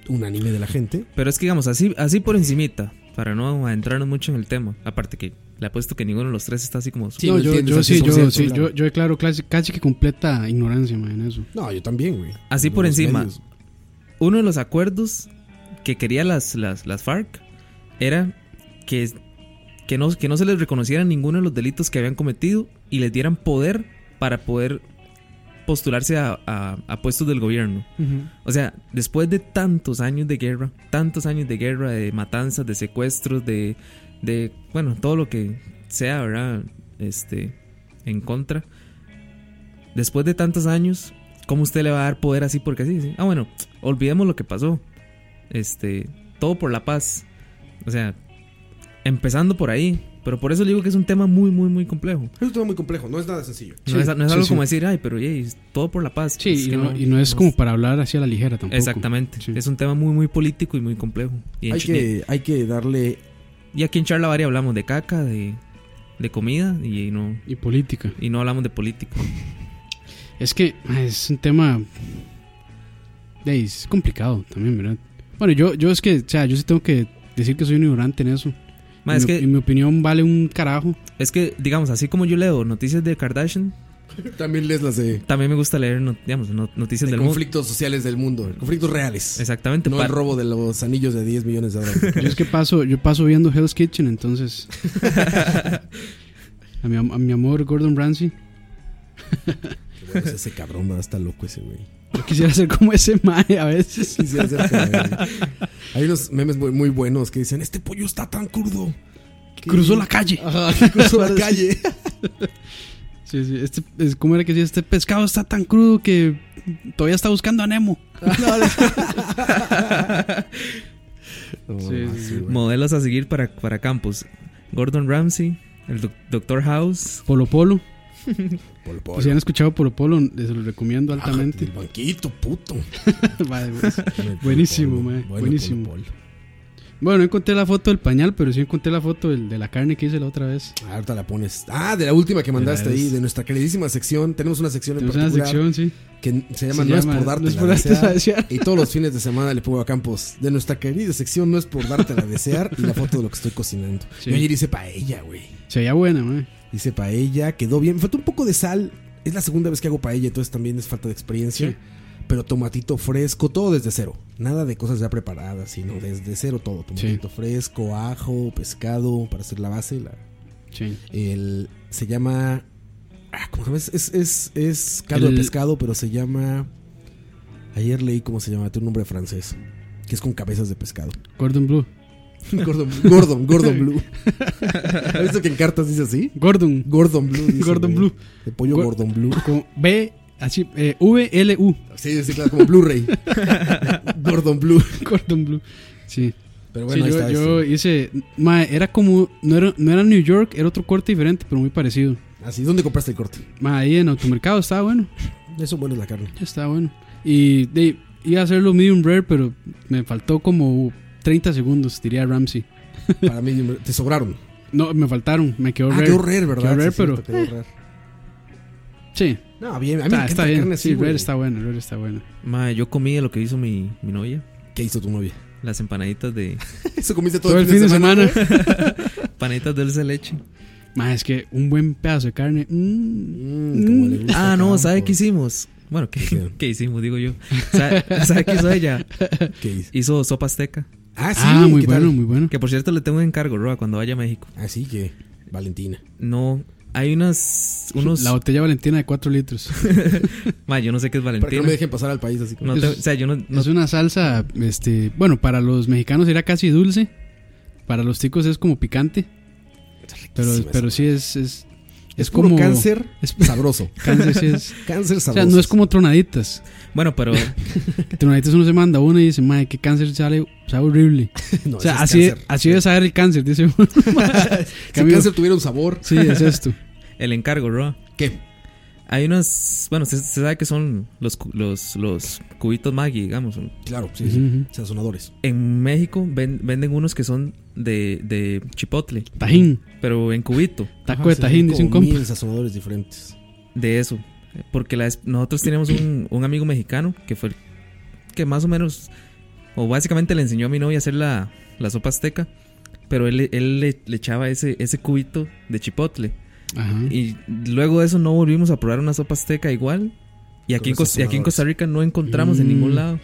unánime de la gente. Pero es que digamos, así, así por encimita, para no adentrarnos mucho en el tema. Aparte que le apuesto que ninguno de los tres está así como... Sí, no, lo yo, entiendes yo al sí, yo, 100%, sí, claro. yo, yo declaro casi, casi que completa ignorancia, man, en eso. No, yo también, güey. Así por Los encima. medios. Uno de los acuerdos que quería las, las, las FARC era que, que, no, que no se les reconocieran ninguno de los delitos que habían cometido y les dieran poder para poder postularse a, a- a puestos del gobierno. O sea, después de tantos años de guerra, tantos años de guerra, de matanzas, de secuestros, de, de bueno, todo lo que sea, ¿verdad? Este, en contra. Después de tantos años, ¿cómo usted le va a dar poder así porque sí? sí? Ah, bueno, olvidemos lo que pasó. Este, todo por la paz. O sea, empezando por ahí. Pero por eso le digo que es un tema muy, muy, muy complejo. Es un tema muy complejo, no es nada sencillo. No Sí, es, no es sí, algo sí. como decir, ay, pero yey, todo por la paz. Sí, Es y que no, y no es como para hablar así a la ligera tampoco. Exactamente. Sí. Es un tema muy, muy político y muy complejo. Y, en Hay Ch- que, hay que darle y aquí en Charla Varia hablamos de caca, de, de comida y no, Y política. y no hablamos de político. Es que ay, es un tema. ey, Es complicado también, ¿verdad? Bueno, yo, yo es que, o sea, yo sí tengo que decir que soy un ignorante en eso. Ma, Y mi- es que- y mi opinión vale un carajo. Es que, digamos, así como yo leo noticias de Kardashian, También lees las de, también me gusta leer, no- digamos, no- noticias de del mundo. conflictos sociales del mundo, conflictos reales. Exactamente. No pa- el robo de los anillos de 10 millones de dólares. Yo es que paso, yo paso viendo Hell's Kitchen, entonces. A mi, am- a mi amor Gordon Ramsay. Qué bueno es ese cabrón, man, está loco ese güey. Yo quisiera ser como ese mae a veces. Quisiera ser como él. Hay unos memes muy, muy buenos que dicen, este pollo está tan crudo. que- Cruzó la calle. Ajá, cruzó la calle. Sí, sí. Este, es, ¿Cómo era que decía? Este pescado está tan crudo que todavía está buscando a Nemo. No, Sí, no, sí, sí, sí. güey. Modelos a seguir para, para Campos. Gordon Ramsay, el Doctor House. Polo Polo. Polo, polo. Ah, Pues Si han escuchado Polo Polo, les lo recomiendo Bájate altamente. del banquito, puto. Vale, pues. Buenísimo, mae, buenísimo. Polo, polo. Bueno, no encontré la foto del pañal, pero sí encontré la foto del- de la carne que hice la otra vez. Ah, Ahorita la pones. Ah, de la última que mandaste De la ahí, vez. de nuestra queridísima sección. Tenemos una sección en Tenemos una particular sección, sí. que se llama Se No es llama por No darte es la por dártela desear. a desear. Y todos los fines de semana le pongo a Campos de nuestra querida sección No es por darte la desear y la foto de lo que estoy cocinando. Sí. Yo ayer hice paella, güey. Se veía buena, mae. Hice paella, quedó bien. Me faltó un poco de sal. Es la segunda vez que hago paella, entonces también es falta de experiencia. Sí. Pero tomatito fresco, todo desde cero. Nada de cosas ya preparadas, sino desde cero todo. Tomatito fresco, ajo, pescado, para hacer la base. La, Sí. el, se llama. ah, ¿Cómo se llama? Es, es, es, es caldo El- de pescado, pero se llama. Ayer leí cómo se llama, tiene un nombre francés. Que es con cabezas de pescado. Gordon Blue. Gordon, Gordon, Gordon Blue. ¿Has visto que en cartas dice así? Gordon. Gordon Blue. dice, Gordon güey. Blue. De pollo Gor- Gordon Blue. Con B, así, eh, V-L-U. Sí, sí, claro, como Blu-ray. Gordon Blue. Gordon Blue. Sí. Pero Sí, bueno, ahí yo, está. yo este. hice. Mae, era como. No era, no era New York, era otro corte diferente, pero muy parecido. Así, Ah, ¿dónde compraste el corte? Mae, ahí en automercado estaba bueno. Eso bueno es la carne. Estaba bueno. Y de, iba a hacerlo medium rare, pero me faltó como 30 segundos, diría Ramsey. Para mí, te sobraron. No, me faltaron, me quedó Ah, rare. qué horror, ¿verdad? Quedó rare, Sí, cierto, pero. quedó rare. Sí, No, bien. A mí me está, encanta está la bien. carne así, Sí, rare güey. está bueno, rare está bueno. Ma, yo comí lo que hizo mi, mi novia. ¿Qué hizo tu novia? Las empanaditas de. Eso comiste Todo, el fin de semana. Empanaditas de dulce de leche. Mae, es que un buen pedazo de carne. mm, como le gusta Ah, a no, Campos. ¿sabe qué hicimos? Bueno, ¿qué, hicieron? qué hicimos? Digo yo. ¿Sabe, sabe qué hizo ella? ¿Qué hizo? Hizo sopa azteca. Ah, sí. ah, muy ¿qué tal? bueno, muy bueno. Que por cierto le tengo un encargo, Roa, cuando vaya a México. Así que, Valentina. No, hay unas. Unos. La botella valentina de 4 litros. Ma, yo no sé qué es Para que no Valentina. me dejen pasar al país así como. No Es- tengo- o sea, yo no. no- Es una salsa, este, bueno, para los mexicanos era casi dulce, para los ticos es como picante, pero, riquísima pero esa sí es, es, Es es puro como cáncer es- sabroso. cáncer sí es- Cáncer o sabroso. sea, no es como tronaditas. Bueno, pero. Que Tronaditas uno se manda uno y dice, madre, qué cáncer sale, sabe horrible. No, o sea, ese es así, cáncer. así debe saber el cáncer, dice uno. Si el Cambio- cáncer tuviera un sabor. Sí, es esto. El encargo, Roa. ¿Qué? Hay unas. Bueno, se, se sabe que son los, cu- los, los cubitos Maggi, digamos. Claro, sí, sí. Ujú. Sazonadores. En México ven- venden unos que son de, de chipotle, Tajín, pero en cubito, taco Ajá, de Ah, sí, tajín, hay dice un como compa. mil sazonadores diferentes. de eso. Porque la, es- nosotros teníamos un, un amigo mexicano que fue el que más o menos, o básicamente le enseñó a mi novia a hacer la, la sopa azteca, pero él, él le, le echaba ese, ese cubito de chipotle. Ajá. Y luego de eso no volvimos a probar una sopa azteca igual. Y aquí, en, Con Cos- y aquí sazonadores. en Costa Rica no encontramos en Mm. ningún lado.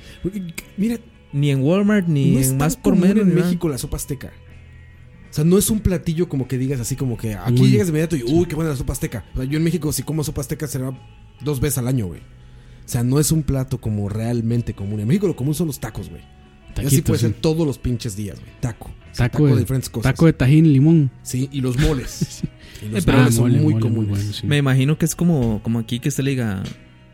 Mira, Ni en Walmart, ni no es en tan más por común menos. en ni nada. México la sopa azteca. O sea, no es un platillo como que digas así como que aquí Uy. llegas de inmediato y uy, qué buena la sopa azteca. O sea, yo en México si como sopa azteca será dos veces al año, güey. O sea, no es un plato como realmente común. En México lo común son los tacos, güey. Y así Taquitos, puede ser sí. todos los pinches días, güey. Taco. O sea, Taco de de- diferentes cosas. Taco de tajín, limón. Sí, y los moles. Y los Eh, pero Ah, moles son mole, muy mole, comunes. bueno, sí. Me imagino que es como, como aquí que usted le diga,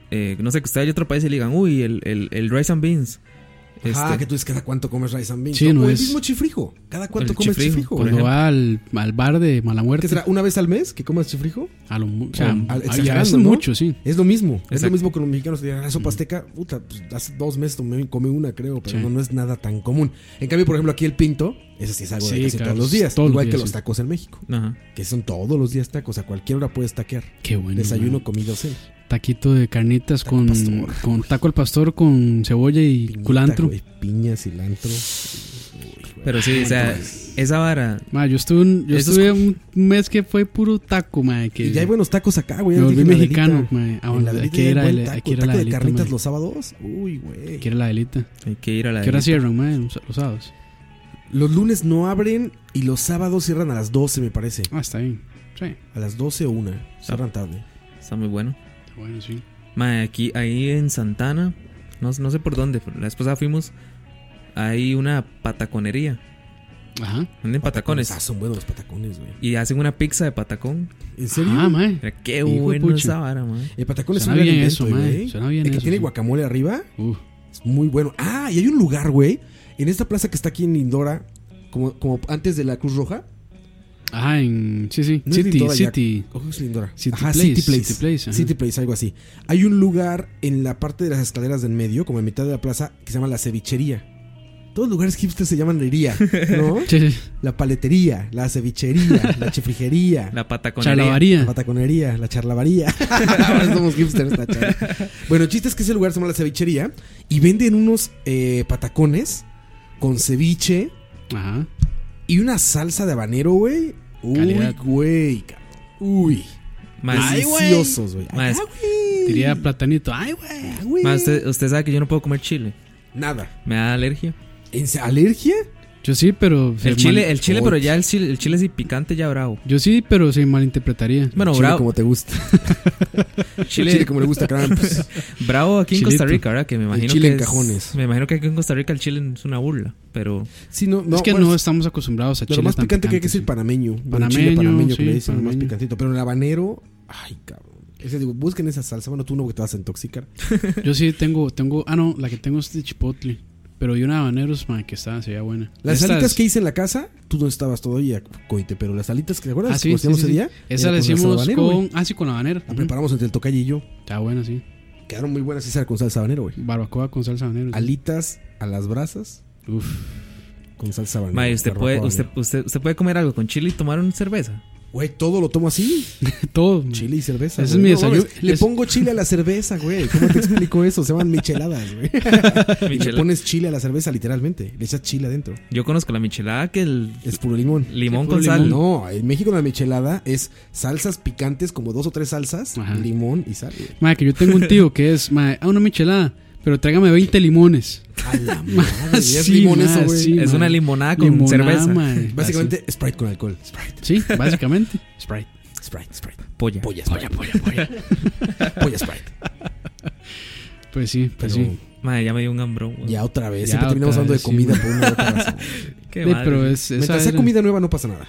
eh, no sé, que usted vaya a otro país y le digan, uy, el, el, el rice and beans. Ah, Este, que tú dices cada cuánto comes rice and beans. Sí, no o es- el mismo chifrijo. Cada cuánto El comes chifrijo, chifrijo. por güey. Cuando va al, al bar de mala ¿Qué muerte. será? ¿Una vez al mes que comas chifrijo? A lo mu- o sea, Con- al- a- y a exagerando, veces ¿no? mucho, sí. Es lo mismo. Es lo Exacto. mismo que los mexicanos que digan, ah, sopa azteca. Puta, pues, hace dos meses tomé, comí una, creo, pero Sí. no, no es nada tan común. En cambio, por ejemplo, aquí el pinto, ese sí es algo Sí, de casi claro, todos los días. todos los igual que días, los sí. tacos en México, Ajá. que son todos los días tacos. A cualquier hora puedes taquear. Qué bueno. Desayuno, man. comida, o cena. Taquito de carnitas Taco con, pastor, con taco al pastor con cebolla y Piñita, culantro. güey, piña, cilantro. Pero sí, o sea, pues. esa vara. Ma, yo estuve, un, yo Eso es estuve un mes que fue puro taco, ma, que Y ya hay buenos tacos acá, güey. me ya volví dije, en la mexicano, delita. ma. Ah, En la bueno, delita aquí ya hay era buen la- taco. aquí era la taco de delita, carnitas ma. los sábados. Uy, güey. Aquí era la delita. Hay que ir a la. ¿Qué hora delita. cierran, ma, los, los sábados? Los lunes no abren y los sábados cierran a las 12, me parece. Ah, está bien. Sí. A las 12 o una. Cierran tarde. Está muy bueno. Bueno, sí. Mae, aquí, ahí en Santana, no, no sé por dónde, pero la vez pasada fuimos, hay una pataconería. Ajá. Venden patacones. Ah, son buenos los patacones, güey. Y hacen una pizza de patacón. ¿En serio? Ah, mae. Mira, qué Hijo de bueno pucha. esa vara, mae. el patacón es un Suena gran bien invento, eso, mae. güey. Suena bien El que eso, tiene sí. guacamole arriba Uf. es muy bueno. Ah, y hay un lugar, güey, en esta plaza que está aquí en Lindora, como, como antes de la Cruz Roja. Ajá, en. Sí, sí. No es City, Lindora ya. City. Ojo, es Lindora. City Ajá, Place, City Place. City Place, ajá. City Place, algo así. Hay un lugar en la parte de las escaleras del medio, como en mitad de la plaza, que se llama la cevichería. Todos los lugares hipsters se llaman lería, ¿no? Sí, sí. la paletería, la cevichería, la chifrijería. La pataconería. Chalabaría. La pataconería, la charlavaría. Ahora somos hipsters, la charla. Bueno, el chiste es que ese lugar se llama la cevichería y venden unos eh, patacones con ceviche Ajá. y una salsa de habanero, güey. Uy, Calidad. güey, cabrón. Uy. Mae, sí, Deliciosos, güey. Más- Ah, güey. Diría platanito. Ay, güey. Ah, güey. mae, usted, usted sabe que yo no puedo comer chile. Nada. Me da alergia. ¿En se- ¿Alergia? Yo sí, pero. se El chile, mal- Oh, el chile, pero ya el chile, el chile sí picante ya bravo. Yo sí, pero se malinterpretaría. Bueno, chile bravo. como te gusta. Chile, Chile como le gusta a Krampus. bravo aquí en Chilito. Costa Rica, ¿verdad? Que me imagino chile que en es- cajones. Me imagino que aquí en Costa Rica el chile es una burla, pero Sí, no, no, es que bueno, no estamos acostumbrados a De chile. lo más tan picante que hay que es el sí. panameño. Bueno, Panameño, chile panameño que sí, le dicen, lo más panameño. picantito. Pero el habanero, ay, cabrón. Ese, digo, busquen esa salsa. Bueno, tú no, que te vas a intoxicar. Yo sí tengo, tengo, ah no, la que tengo es de chipotle. Pero hay una de habaneros, man, que está, se veía buena. Las Estas- alitas que hice en la casa, tú no estabas todavía, coite, pero las alitas que te acuerdas Ah, que sí, sí, sí, hacíamos sí. ese día. Esa era con salsa la de hicimos habanero, con, güey. ah sí, con la habanera. La Ujú. preparamos entre el tocayo y yo. Está buena, sí. Quedaron muy buenas esas con salsa habanero, güey. Barbacoa con salsa habanero. sí. Alitas a las brasas Mm. Uf. con salsa habanero. mae, usted barbacoa puede, habanero. usted, usted, usted puede comer algo con chile y tomar una cerveza. Güey, todo lo tomo así. Todo. man. Chile y cerveza. Mm. Ese güey. es No mi mames, desayuno. Le Es- pongo chile a la cerveza, güey. ¿Cómo te explico eso? Se llaman micheladas, güey. Le Michela- pones chile a la cerveza, literalmente. Le echas chile adentro. Yo conozco la michelada que el Es puro limón. limón puro con sal. limón. No, en México la michelada es salsas picantes, como dos o tres salsas, Ajá. limón y sal. güey. Mae, que yo tengo un tío que es, mae, ah, una michelada, pero tráigame 20 limones. A la madre, ya es Sí, limón ma, eso, güey. sí. Ah, Es mae. una limonada con Limonada, cerveza. mae. Básicamente, Sprite con alcohol. Sprite, Así. Sí, básicamente. Sprite. Sprite, Sprite. Polla. Polla, Sprite. Polla, Sprite. Pues sí, Pero pues sí. Mae, ya me dio un hambrón. güey. ya otra vez. Ya Siempre terminamos otra hablando de vez, sí, comida ma. por una u otra razón. Qué Sí, madre. pero es esa Mientras sea era- comida nueva, no pasa nada.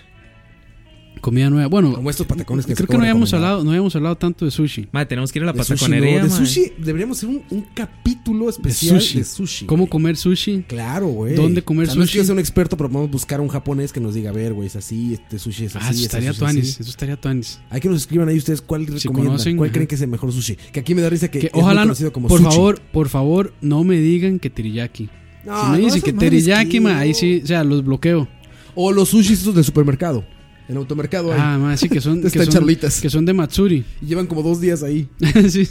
comida nueva. Bueno, Como estos patacones que creo se que no acaban de habíamos recomendar. hablado, no habíamos hablado tanto de sushi. Mae, tenemos que ir a la de sushi, pataconería. no, de mae. sushi deberíamos hacer un, un capítulo especial de sushi. sushi. ¿Cómo güey. comer sushi? Claro, güey. ¿Dónde comer O sea, No es que yo sushi? sea un experto, pero podemos buscar a un japonés que nos diga, a ver, güey, es así, este sushi es así. Ah, eso este estaría sushi es así". tuanis, eso estaría tuanis. Hay que nos escriban ahí ustedes cuál recomiendan, conocen, cuál ajá. creen que es el mejor sushi. Que aquí me da risa que, Que es muy ojalá no, conocido como por sushi. favor, por favor, no me digan que teriyaki. No, si no, me dicen esas que madres teriyaki, que- ma, ahí sí, o sea, los bloqueo. O los sushis esos del supermercado. En automercado hay. Ah, ma, sí que son que Están son, charlitas. que son de matsuri. Y llevan como dos días ahí. sí.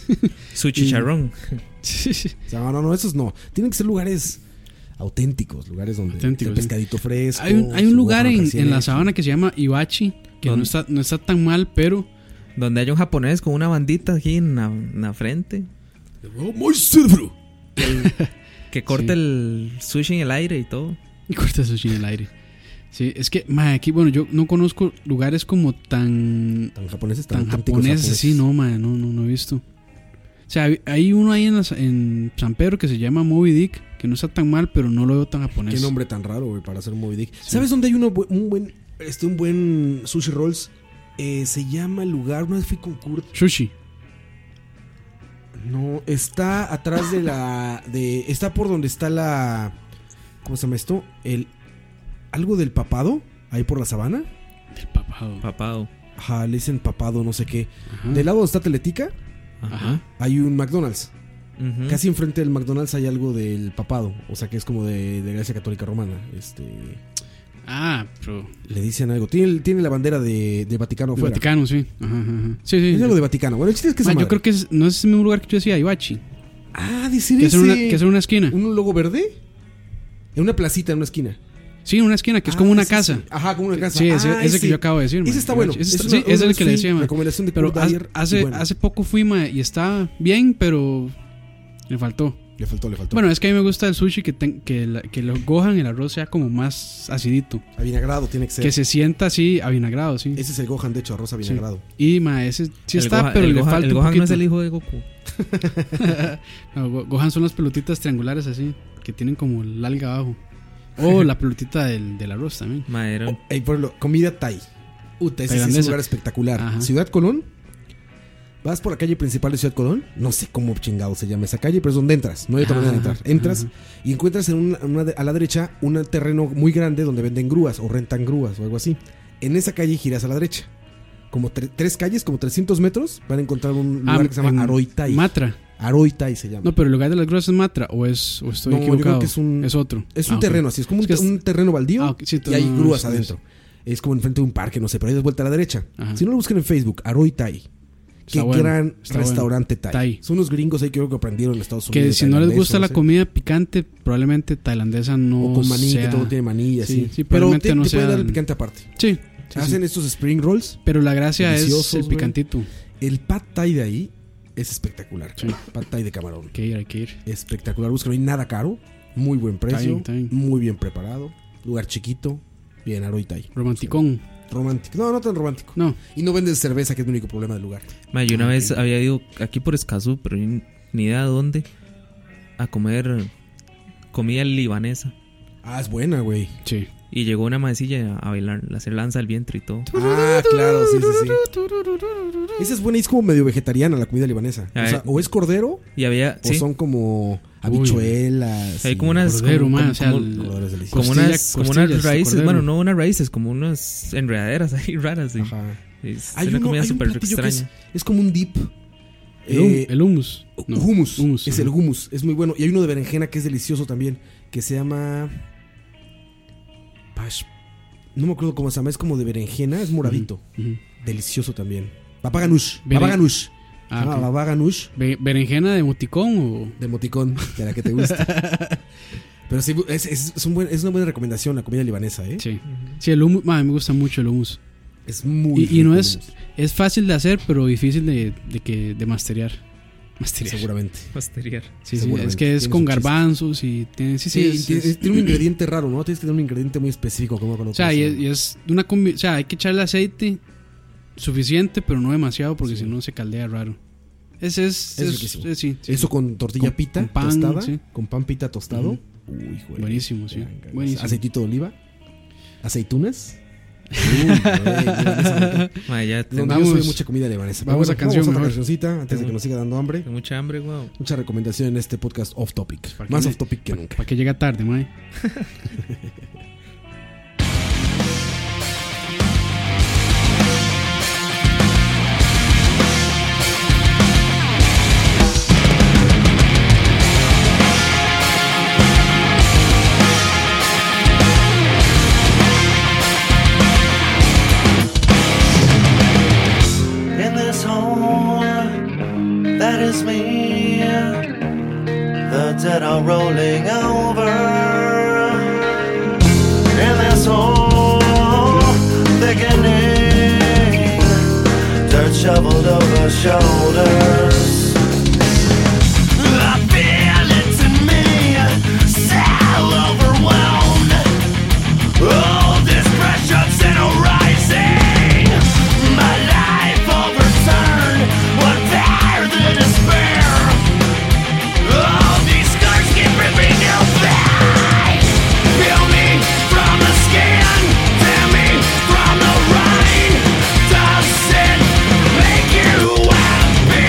Su chicharrón. Sí, sí. O sea, no, no, no, esos no. Tienen que ser lugares auténticos, lugares donde Auténticos, el sí. pescadito fresco. Hay un, hay un su lugar guacamole en, recién en la hecho. sabana que se llama Ibachi, que no ¿Dónde? está, no está tan mal, pero Donde haya un japonés con una bandita aquí en la, en la frente. Oh, my cerebro. Que corte Sí. el sushi en el aire y todo. y corta sushi en el aire. Sí, es que, ma, aquí, bueno, yo no conozco lugares como tan Tan japoneses, tan, tan auténticos japonés así, no, man, no, no, no he visto. O sea, hay- hay uno ahí en, las- en San Pedro que se llama Moby Dick, que no está tan mal, pero no lo veo tan japonés. Qué nombre tan raro, güey, para hacer un Moby Dick. ¿Sabes dónde hay uno bu- un buen este un buen sushi rolls? Eh, se llama el lugar, una vez fui con Kurt. Sushi. No, está atrás de la de está por donde está la ¿cómo se llama esto? El algo del papado ahí por la sabana. Del papado. Papado. Ajá, le dicen papado, no sé qué. Ajá. Del lado donde está Teletica Ajá. hay un McDonald's. Ujú. Casi enfrente del McDonald's hay algo del papado, o sea, que es como de, de Gracia Católica Romana, este Ah, pero. le dicen algo. Tiene, tiene la bandera de, de Vaticano del afuera. Vaticano, sí. Ajá, ajá, ajá. Sí, sí. Es algo de Vaticano. Bueno, el chiste es que Ma, esa madre- yo creo que es- no es el mismo lugar que yo decía, Ibachi. Ah, decir Que es, en ese. una, que es en una esquina. ¿Un logo verde? En una placita, en una esquina. Sí, en una esquina, que es Ah, como una ese casa. sí. Ajá, como una casa. Sí, ese, Ah, ese que yo acabo de decir. Ese ma, está Ibachi. bueno. Ese Es está- una- sí, ese es el una que le fi- decía, ma. recomendación de Pero Kurt ha- Dyer, hace, y bueno. hace poco fui, ma, y está bien, pero. Le faltó. Le faltó, le faltó. Bueno, es que a mí me gusta el sushi que, ten- que, la- que lo gohan, el arroz sea como más acidito. avinagrado tiene que ser. Que se sienta así avinagrado, sí. Ese es el Gohan, de hecho, arroz avinagrado. Y ma, ese sí El está, Gohan- pero el le Gohan- falta El un Gohan no es poquito. el hijo de Goku. No, Go- Gohan son las pelotitas triangulares así, que tienen como el alga abajo. O la pelotita del, del arroz también. Ma, era un- Oh, eh, por ejemplo, comida Thai. Uta, ese sí es un Tailandesa. lugar espectacular. Ajá. Ciudad Colón. Vas por la calle principal de Ciudad Colón. No sé cómo chingado se llama esa calle, pero es donde entras. No hay otra Ajá, manera de entrar. ajá. Entras y encuentras en una- en una de- a la derecha un terreno muy grande donde venden grúas o rentan grúas o algo así. En esa calle giras a la derecha. Como tre- tres calles, como 300 metros, van a encontrar un lugar Ah, que se llama en Aroitai. Matra. Aroitai se llama. No, pero el lugar de las grúas es Matra o es o estoy No, yo creo equivocado. que es un- otro. Es un Ah, ok. terreno así, es como un, que te- un terreno baldío Ah, ok, sí, y hay no, grúas no, no, adentro. Es como enfrente de un parque, no sé, pero ahí das vuelta a la derecha. Ajá. Si no lo busquen en Facebook, Aroi Thai. Qué Está bueno, gran está restaurante bueno. Thai. Thai. Son unos gringos ahí que creo que aprendieron en Estados Unidos. Que si no les tailandés, gusta la sé. comida picante, probablemente tailandesa no O con maní, sea- que todo tiene maní y Sí, así. sí, pero probablemente te, no te pueden dar el sean- picante aparte. Sí, sí, sí. Hacen estos spring rolls. Pero la gracia es Deliciosos, el güey. picantito. El pad thai de ahí es espectacular. Pad thai de camarón. Hay que ir, hay que ir. Espectacular. Búsquenlo, hay nada caro. Muy buen precio. bien, está bien. Muy bien preparado. Lugar chiquito. Bien, Aroi Thai. Romanticón. Romántico. No, no tan romántico. No. Y no venden cerveza, que es mi único problema del lugar. ma, yo una vez había ido aquí por Escazú, pero ni ni idea dónde, a comer comida libanesa. Ah, es buena, güey. Sí. Y llegó una maecilla a bailar, a hacer lanza al vientre y todo. Ah, claro, sí, sí, sí. Esa es buena y es como medio vegetariana la comida libanesa. O Ah, sea, eh. o es cordero Y había, o sí, son como habichuelas. hay y- como unas, Cordero, como- ma, como- o sea, como- el- colores deliciosos. como Costilla- unas, como costillas unas de raíces, cordero. bueno, no unas raíces, como unas enredaderas ahí raras. sí. Ajá. Es Hay una uno- comida hay un súper platillo que extraña. es, es como un dip. El, hum- Eh, el hummus. No, hummus. hummus, Es ajá. el hummus. Es muy bueno. Y hay uno de berenjena que es delicioso también. Que se llama. Pash. No me acuerdo cómo se llama. Es como de berenjena. Es moradito. Ujú. Delicioso también. Baba ganoush. Bere- Baba ganoush. Ah, Ah, ok. Baba ganoush Be- ¿Berenjena de moticón o...? de moticón, de la que te gusta. Pero sí, es, es- es un buen- es una buena recomendación la comida libanesa, ¿eh? Sí. Sí, el hummus. ma, me gusta mucho el hummus. Es muy Y, y no rico, es... Es fácil de hacer, pero difícil de, de que, de masterear. Masterear. Seguramente. Posterior. Sí, sí, Seguramente. es que es Tiene con su chiste. garbanzos y tiene, sí, sí, Sí, es- tiene, es- tiene un ingrediente raro, ¿no? Tienes que tener un ingrediente muy específico, como o sea, y es, y es una combi- o sea, hay que echarle aceite suficiente, pero no demasiado porque si no se caldea raro. Ese es, Es es- riquísimo. eh, sí, sí. Eso con tortilla Con- pita con pan, tostada, sí. con pan pita tostado. Ujú. Uy, güey. Buenísimo, sí. Gran, gran- Buenísimo. Aceitito de oliva, aceitunas. Uy, güey, libanesa, me encanta. Ma, ya tengo Donde yo Vamos. soy mucha comida libanesa. Pero Vamos a canción Vamos a otra mejor. cancioncita antes de que nos siga dando hambre. mucha hambre, wow. Mucha recomendación en este podcast off topic. ¿Para qué Más le- off topic que nunca. Para que llega tarde, mae. in this home that is me. The dead are rolling over in this hole, thickening, dirt shoveled over shoulders. I feel it's in me, so overwhelmed. All this pressure's in a rising. My life overturned. One fire, the despair. All these scars keep ripping you back. Peel me from the skin. Tear me from the rind. Does it make you happy?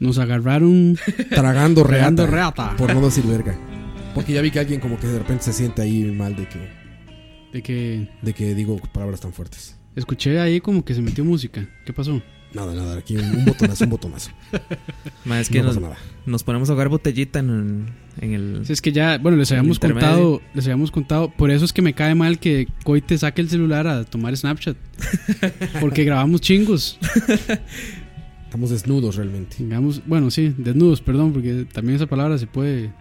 Nos agarraron Tragando reata. Tragando reata. Por no decir verga. Porque ya vi que alguien como que de repente se siente ahí mal de que, de que de que digo palabras tan fuertes. escuché ahí como que se metió música. ¿Qué pasó? Nada, nada, aquí un, un botonazo, un botonazo. Ma, es que No nos, pasa nada. nos ponemos a jugar botellita en, en el. Si es que ya, bueno, les habíamos El intermedio. contado, les habíamos contado, por eso es que me cae mal que Coite saque el celular a tomar Snapchat. Porque grabamos chingos. Estamos desnudos realmente. Digamos, bueno, sí, desnudos, perdón, porque también esa palabra se puede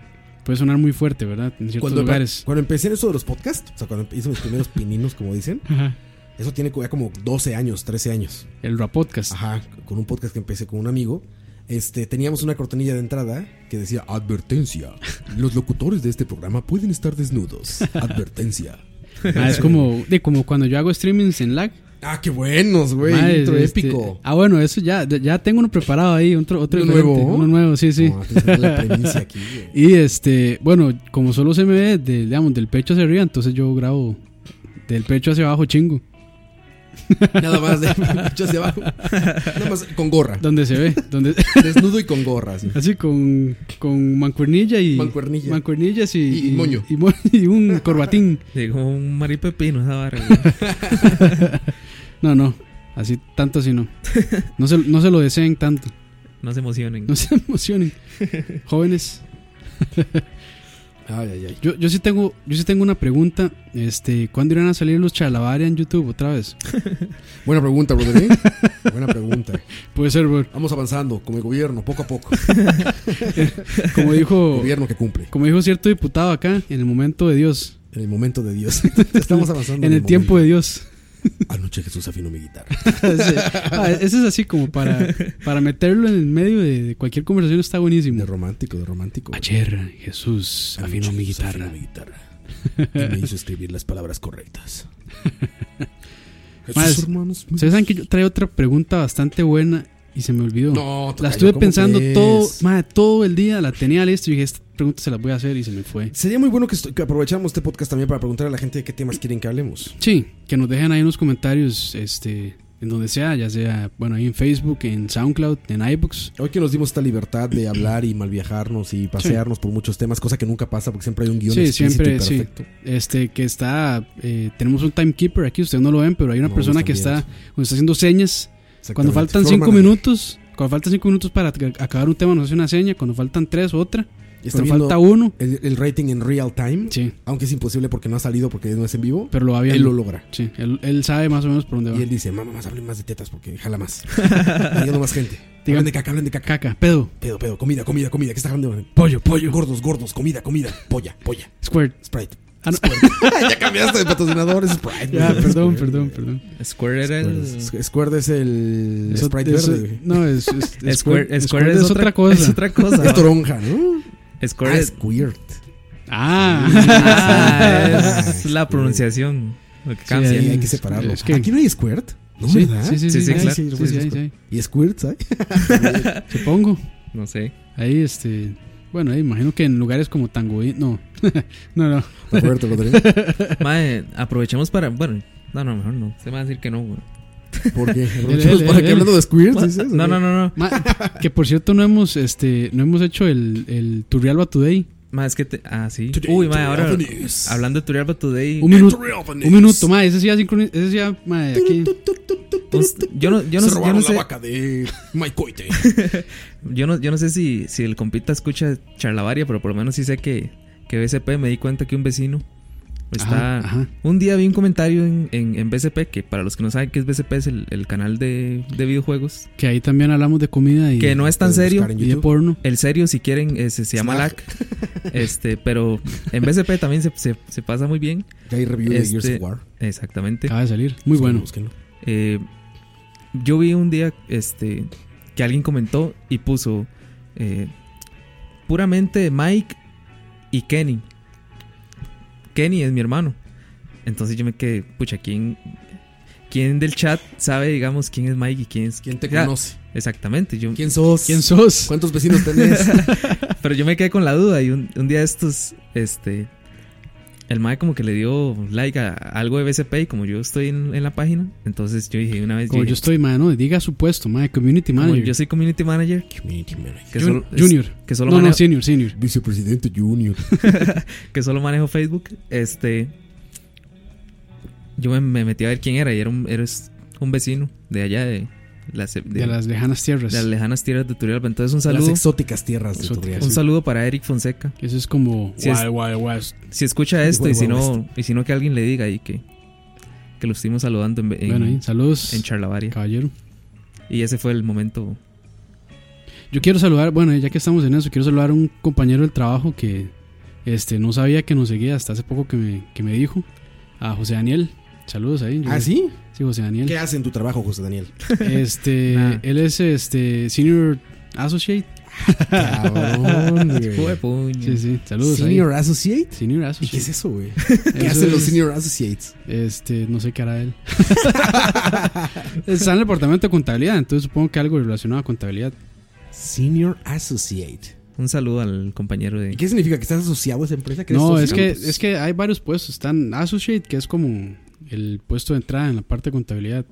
puede sonar muy fuerte, ¿verdad? En ciertos Cuando, lugares. cuando empecé en eso de los podcasts, o sea, cuando hice mis primeros pininos, como dicen, Ajá. eso tiene ya como 12 años, 13 años. El Rapodcast. Ajá, con un podcast que empecé con un amigo. Este, teníamos una cortinilla de entrada que decía advertencia. Los locutores de este programa pueden estar desnudos. Advertencia. Ah, es como, de, como cuando yo hago streamings en lag. Ah, qué buenos, güey. Madre, Intro este- épico. Ah, bueno, eso ya, ya tengo uno preparado ahí, otro, otro ¿Uno diferente, nuevo? Uno nuevo, sí, sí. No, tienes que darle la premisa aquí, güey. Y este, bueno, como solo se me ve de- digamos, del pecho hacia arriba, entonces yo grabo del pecho hacia abajo chingo, Nada más de mucho hacia abajo. Nada más con gorra. donde se ve, donde Desnudo y con gorra. así. así con, con mancuernilla y Mancuernilla. mancuernillas y, Y- y moño. y, mo- y un corbatín. Llegó un maripepino esa barra. güey. No, no, así tanto así no. No se, no se lo deseen tanto, No se emocionen. no se emocionen. Jóvenes, Ay, ay, ay. yo, yo sí tengo yo sí tengo una pregunta, este, ¿cuándo irán a salir los chalabaria en YouTube otra vez? Buena pregunta, brother. ¿eh? Buena pregunta. Puede ser, bro. Vamos avanzando como el gobierno, poco a poco. como dijo gobierno que cumple. Como dijo cierto diputado acá, en el momento de Dios, En el momento de Dios. Estamos avanzando. en el tiempo de Dios. momento. Anoche Jesús afinó mi guitarra. Ese- ah, ese es así como para, para meterlo en el medio de, de cualquier conversación está buenísimo. De romántico, de romántico. Ayer Jesús Anoche afinó Ah, mi Jesús guitarra. afinó mi guitarra. Y me hizo escribir las palabras correctas. Jesús, Más, hermanos. Ustedes saben que yo traía otra pregunta bastante buena y se me olvidó. No, la tocayo, estuve ¿cómo pensando crees? todo, madre, todo el día, la tenía lista y dije, esta pregunta se la voy a hacer y se me fue. Sería muy bueno que, estu- que aprovecháramos este podcast también para preguntar a la gente de qué temas quieren que hablemos. Sí, que nos dejen ahí en los comentarios, este, en donde sea, ya sea, bueno, ahí en Facebook, en SoundCloud, en iBooks. Hoy que nos dimos esta libertad de hablar y malviajarnos y pasearnos por muchos temas, cosa que nunca pasa porque siempre hay un guión Sí, explícito siempre, y sí. perfecto. Este, que está. eh, tenemos un timekeeper aquí, ustedes no lo ven, pero hay una No, persona están que está, viendo. nos está haciendo señas. Exactamente. Cuando faltan Floor cinco manager. minutos, cuando faltan cinco minutos para ac- acabar un tema, nos hace una seña. Cuando faltan tres, otra. Y está Cuando viendo falta uno, el, el rating en real time, sí, aunque es imposible porque no ha salido porque no es en vivo, pero lo va él viendo. lo logra. Sí, él, él sabe más o menos por dónde va. Y él dice, mamá, más hablen más de tetas porque jala más. Llegando más gente. Hablen de caca, hablen de caca. Caca, pedo, Pedo, pedo, comida, comida, comida. ¿Qué está jalando? pollo, pollo, Gordos, gordos, comida, comida. Polla, polla. squirt. Sprite. Ah, no. ya cambiaste de patrocinador, Sprite. Ya, güey. perdón, Squirt, perdón, güey. perdón. Square era el. Squirt es- Squirt es el Eso- Sprite eso- verde. güey. No, es, es- Square, es- Squirt- Square Squirt es, otra cosa. Es otra Es cosa. toronja, ¿no? Square Ah, es, Squirt. Ah, Ah, es la pronunciación. Lo que cambia. Sí, Sí, hay que es- separarlo. es que- Aquí no hay Squirt. No, sí, ¿verdad? Ah, sí, sí, Sí, sí, sí, sí, claro. sí, Sí, sí, sí, sí. sí. Y Squirt, ¿eh? ¿sabes? Supongo. No sé. Ahí, este. Bueno, ahí imagino que en lugares como Tangoí. No. no, no. Roberto Rodríguez. Mae, aprovechemos para. Bueno, no, no, mejor no. Se me va a decir que no, güey. ¿Por qué? él, él, ¿Para qué él. hablando de Squirt? dices? No, no, no, no. Ma- que por cierto, no hemos, este, no hemos hecho el, el Turrialba Today. Mae, es que te. Ah, sí. Today, Uy, mae, today ahora. avenues. Hablando de Turialba Today. Un minuto. Un minuto, ma. Ese sí ya sincroni- Ese sí ya, ma, aquí. pues, Yo no, yo no, sé- Se yo robaron no la sé. vaca de Mike Coite. Yo no, yo no sé si, si el compita escucha charlavaria, pero por lo menos sí sé que, que BCP me di cuenta que un vecino está. Ajá, ajá. Un día vi un comentario en, en, en BCP, que para los que no saben qué es BCP, es el, el canal de, de videojuegos. Que ahí también hablamos de comida y, Que no es tan pueden serio. buscar en y de YouTube. porno. El serio, si quieren, eh, se, se llama LAC. Este, pero en BCP también se, se, se pasa muy bien. Ya hay review de Gears Este, of War. Exactamente. Acaba de salir. Muy bueno. Búsquenlo. Eh, yo vi un día este, que alguien comentó y puso eh, puramente Mike y Kenny. Kenny es mi hermano. Entonces yo me quedé, pucha, ¿quién, quién del chat sabe, digamos, quién es Mike y quién es ¿Quién te Ya, conoce? Exactamente, yo, ¿Quién sos? ¿Quién sos? ¿Cuántos vecinos tenés? pero yo me quedé con la duda y un, un día estos, este, el mae como que le dio like a algo de BCP y como yo estoy en, en la página, entonces yo dije una vez... Como dije, yo estoy, mae, no, diga su puesto, mae, community como manager. yo soy community manager, Community manager. que Jun- solo, es- junior. que solo no, no, manejo- senior, senior. Vicepresidente Junior. que solo manejo Facebook, este... Yo me, me metí a ver quién era y era un, era un vecino de allá de, las- de- De las lejanas de tierras. las lejanas tierras de Turrialba. Entonces un Las saludo, exóticas tierras de Exóticas. Turrialba. un saludo para Eric Fonseca. Eso es como Sí, es- Wild Wild West. Si escucha esto y Igual, si igual, no, y si no que alguien le diga ahí que, que lo estuvimos saludando en, en, bueno, ahí, saludos, en Charlavaria. caballero. Y ese fue el momento. Yo quiero saludar, bueno, ya que estamos en eso, quiero saludar a un compañero del trabajo que este no sabía que nos seguía hasta hace poco que me, que me dijo. A José Daniel. Saludos ahí. Yo- ¿Ah, sí? Sí, José Daniel. ¿Qué hace en tu trabajo, José Daniel? Este, Nada. él es este senior associate. Cabrón, Joder, güey. puño. Sí, sí, saludos ahí. Senior Associate. Senior ¿Y qué associate. es eso, güey? ¿Qué Eso hacen los es- Senior Associates? Este, no sé qué hará él. Está en el departamento de contabilidad, entonces supongo que algo relacionado a contabilidad. Senior Associate. Un saludo al compañero de. ¿Y qué significa? ¿Que estás asociado a esa empresa? que eres No, socio? es que, Pues, es que hay varios puestos. Están Associate, que es como el puesto de entrada en la parte de contabilidad.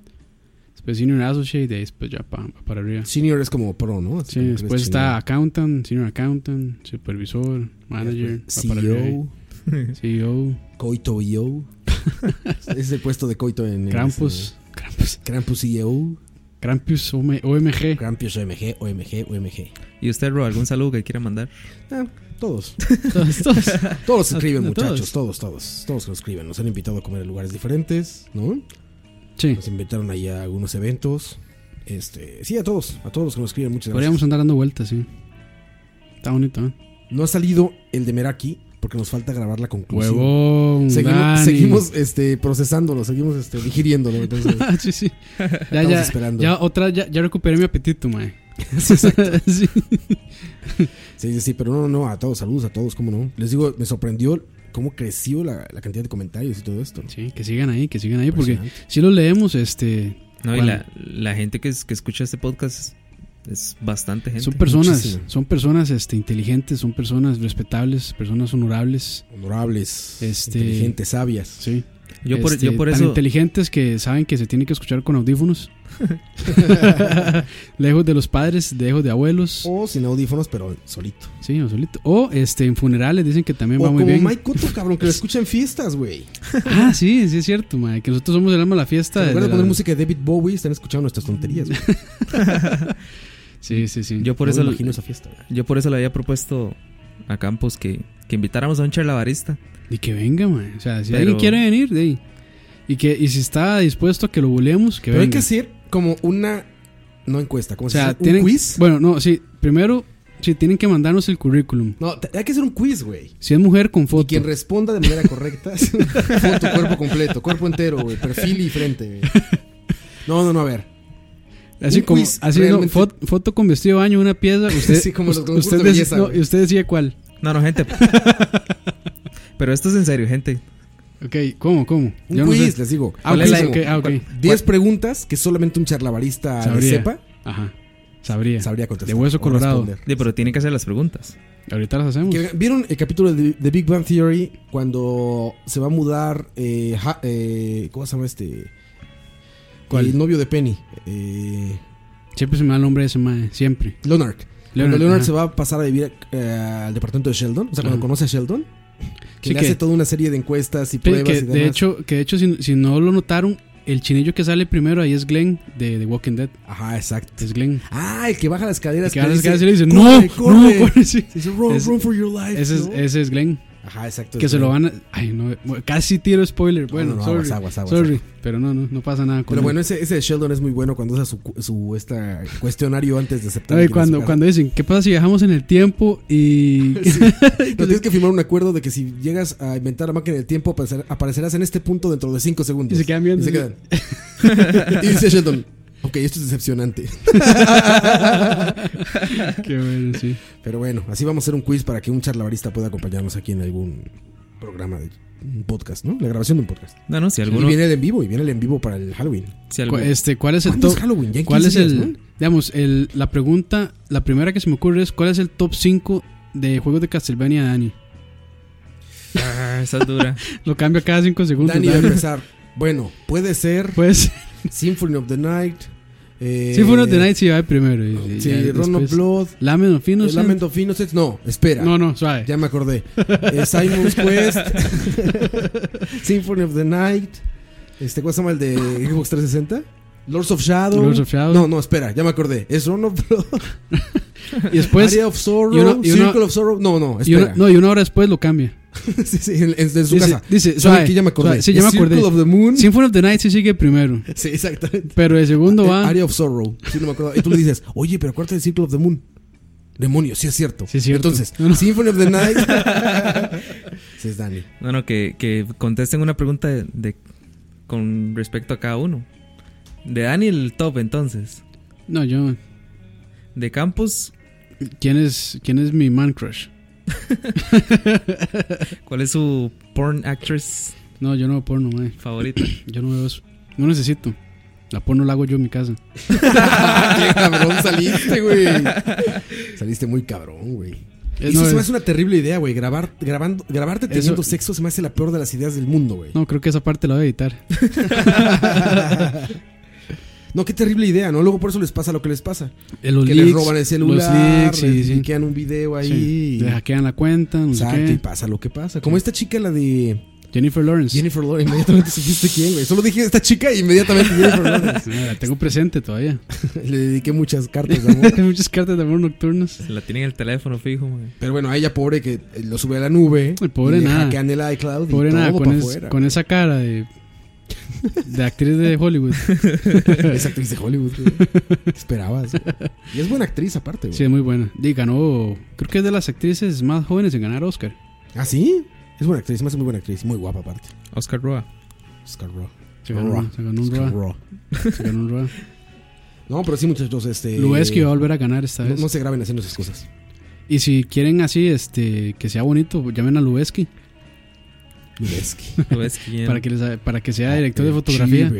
Después Senior Associate, de ahí después ya pa- pa- para arriba. Senior es como pro, ¿no? Así Sí, como que después eres está Accountant, Senior Accountant, Supervisor, Manager, va para arriba ahí. E CEO, CEO, E Coito EO. es el puesto de Coito en... Krampus, Krampus, en- Krampus E EO, Krampus OM- OMG. Krampus OMG, OMG, OMG. ¿Y usted, Ro, algún saludo que quiera mandar? Ah, todos. Todos, todos. Todos los escriben, A- a muchachos. Todos, todos. Todos los escriben. Nos han invitado a comer a lugares diferentes, ¿no? Sí, Nos invitaron ahí a algunos eventos. Este, sí, a todos, a todos los que nos escriben, muchas gracias. podríamos andar dando vueltas, sí. Está bonito, ¿eh? No ha salido el de Meraki porque nos falta grabar la conclusión. Huevón, Seguimos, Dani. seguimos este, procesándolo, seguimos este, digiriéndolo. Entonces, sí, sí. Ya, Estamos ya, esperando. ya, otra, ya, ya recuperé mi apetito, mae. Sí. sí, sí, sí, pero no, no, a todos, saludos a todos, ¿cómo no? Les digo, me sorprendió cómo creció la, la cantidad de comentarios y todo esto. Sí, que sigan ahí, que sigan ahí, Pues porque Impresionante. si los leemos, este, No, y ¿Cuál? la, la gente que, es- que escucha este podcast es bastante gente. son personas, muchísima. son personas, este, inteligentes, son personas respetables, personas honorables, Honorables, Este- inteligentes, sabias. sí. Yo por, Este, yo por tan eso. inteligentes que saben que se tienen que escuchar con audífonos, lejos de los padres, lejos de abuelos, O sin audífonos, pero solito. sí, o solito, o este, en funerales dicen que también O va muy como bien. Mike Cotto, cabrón, que lo escucha en fiestas, güey. Ah, sí, sí es cierto, mae, que nosotros somos el alma de la fiesta. En de- lugar de de la- poner música de David Bowie, están escuchando nuestras tonterías. güey. Sí, sí, sí. Yo por No eso. me imagino esa fiesta. güey. Yo por eso le había propuesto a Campos que, que invitáramos a un charlavarista. Y que venga, mae. O sea, si Pero- alguien quiere venir, de ahí. Y, que, y si está dispuesto a que lo bulemos, que Pero hay venga. que hacer como una. No encuesta, como o sea, un tienen, quiz. Bueno, no, sí. Primero, sí, tienen que mandarnos el currículum. No, t- hay que hacer un quiz, güey. Si es mujer, con Y foto. quien responda de manera correcta, foto, cuerpo completo, cuerpo entero, güey, perfil y frente, güey. No, no, no, a ver. Así un como, quiz así, no, realmente- fot- foto con vestido de baño, una pieza. Usted, Sí, como los usted, concursos de deci- belleza, no, güey. y usted decide cuál. No, no, gente. pero esto es en serio, gente. Ok, ¿cómo, cómo? Un Yo no quiz, sé. les digo. Ah, ¿Cuál ok, es la- ok, ah, ok. 10 preguntas que solamente un charlabarista le Sabría. sepa Ajá. Sabría. sabría contestar. De hueso o colorado. responder. Sí, pero tienen que hacer las preguntas. Ahorita las hacemos. Que- ¿Vieron el capítulo de, de Big Bang Theory cuando se va a mudar. eh, Ja- eh, ¿Cómo se llama este? ¿Cuál? El novio de Penny. Eh, Siempre se me da el nombre de ese mae. Siempre. Leonard. Leonard, cuando Leonard ajá. se va a pasar a vivir eh, al departamento de Sheldon, o sea, cuando Ajá. conoce a Sheldon, que Sí, le que- hace toda una serie de encuestas y Sí, pruebas que, y demás. de hecho, que de hecho si, si no lo notaron, el chinillo que sale primero ahí es Glenn de The Walking Dead. Ajá, exacto. Es Glenn. Ah, el que baja las caderas. Y que ahora las dice, caras y le dicen, no, "Corre, corre". no, corre, sí. Se dice, run, Es- run for your life. Ese es, ¿no? ese es Glenn. Ajá, exacto. Que se lo van a... Ay, no, bueno, casi tiro spoiler. no, Bueno, no, sorry. aguas, aguas, aguas, sorry. Pero no, no, no pasa nada con Pero él. bueno, ese, ese de Sheldon es muy bueno cuando usa su, su esta cuestionario antes de aceptar. que tiene Ay, su cuando, casa. cuando dicen, ¿qué pasa si viajamos en el tiempo y... Pero tienes que firmar un acuerdo de que si llegas a inventar la máquina del tiempo, aparecer- aparecerás en este punto dentro de 5 segundos. Y se quedan viendo. Y, se quedan. Y dice Sheldon, ok, esto es decepcionante. Qué bueno, sí. Pero bueno, así vamos a hacer un quiz para que un charlabarista pueda acompañarnos aquí en algún programa de un podcast, ¿no? La grabación de un podcast. No, no, si Y alguno. viene el en vivo, y viene el en vivo para el Halloween. si algo- Cu- Este, ¿Cuál es el ¿Cuándo top? es Halloween? Ya en ¿Cuál es 15 el... días, ¿no? Digamos, el, la pregunta... La primera que se me ocurre es, ¿cuál es el top 5 de juegos de Castlevania, Dani? Ah, esa es dura. Lo cambio cada 5 segundos. Dani va a Dani. empezar. Bueno, puede ser Pues, Symphony of the Night. eh, sí, fue uno de Night, sí, va primero. y- y ya Sí, Ron of después- Blood. Lament of eh, Innocent. Lament of Innocence. No, espera. No, no, suave. Ya me acordé. Eh, Simon's Quest. Symphony of the Night. Este, ¿Cómo se llama el de Xbox 360? Lords of Shadow. Lords of Shadow. No, no, espera, ya me acordé. Es Ron of Blood. Y después. Area of Sorrow. Pues, y una- y una- Circle of Sorrow. No, no, y espera. una- no, y una hora después lo cambia. sí, sí, en, en- en su Dice- casa. dice, ¿Sabe suave, qué? ya me acordé. suave, sí, ya Es me acordé. Circle of the Moon. Symphony of the Night sí sigue primero. Sí, exactamente. Pero el segundo va. Area of Sorrow. Sí, no me acuerdo. Y tú le dices, oye, pero acuérdate del Circle of the Moon. Demonios, sí es cierto. Sí es cierto. Entonces, No, no. Symphony of the Night. sí, es Dani. No, no, que, que contesten una pregunta de, de- con respecto a cada uno. De Dani el top entonces. No, yo. De Campos, ¿Quién es, quién es mi man crush? ¿cuál es su porn actress No, yo no veo porno, mae. favorita? Yo no veo eso. No necesito. La porno la hago yo en mi casa. Qué cabrón saliste, güey. Saliste muy cabrón, güey. Eso Es- Eh, se no, me es- hace una terrible idea, güey. Grabar, grabando, grabarte Eso- teniendo sexo se me hace la peor de las ideas del mundo, güey. no, creo que esa parte la voy a editar. No, qué terrible idea, ¿no? Luego por eso les pasa lo que les pasa. Eh, Los que les leaks, roban el Los celular, leaks, sí, les sí. linkean un video ahí. Sí, Le hackean la cuenta, no sé Exacto, qué. y pasa lo que pasa. Como esta chica, la de Jennifer Lawrence. Jennifer Lawrence, inmediatamente supiste quién, güey. Solo dije esta chica y inmediatamente Jennifer Lawrence. Ah, la tengo presente todavía. Le dediqué muchas cartas de amor. Hay muchas cartas de amor nocturnas. La tiene en el teléfono fijo, man. Pero bueno, a ella pobre que eh, lo sube a la nube. Ay, y pobre le nada. hackean el iCloud y Pobre todo nada, pa' con, es- afuera. con esa cara de, de actriz de Hollywood. Es actriz de Hollywood, güey. Te Esperabas. güey. Y es buena actriz aparte, güey. Sí, es muy buena. Y ganó, creo que es de las actrices más jóvenes en ganar Oscar. ¿Ah, sí? Es buena actriz, más muy buena actriz. Muy guapa aparte. Oscar Roa. Scar Raw. Se ganó, Roa. se ganó un Scar Roa. Raw. Se ganó un Roa. No, pero sí, muchachos, este... Lubeski va a volver a ganar esta no, vez. no se graben haciendo esas cosas. Y si quieren así, este, que sea bonito, llamen a Lubeski Lubeski. Eh, Lo ves quién. para que les- para que Ah, sea director de fotografía.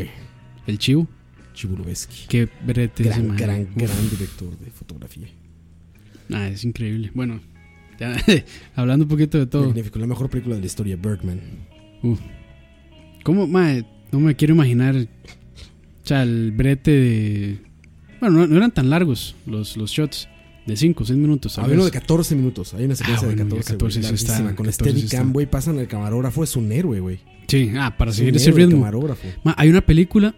El Chivo. Chivo Lubeski. Qué brete ese Gran, man. gran, Uf. gran director de fotografía. Ah, es increíble. Bueno, ya, hablando un poquito de todo. Magnífico. La mejor película de la historia, Birdman. ¿Cómo, mae? No me quiero imaginar. O sea, el brete de. Bueno, no, no eran tan largos los, los shots. De 5, 6 minutos. tal Había uno de vez. 14 minutos. Hay una secuencia Ah, bueno, de 14. 14 güey, sí está- larguísima, Con 14 sí Steadicam, está. güey, pasan al camarógrafo. Es un héroe, güey. Sí, ah, para Es seguir un ese héroe, el ritmo. camarógrafo. Ma, hay una película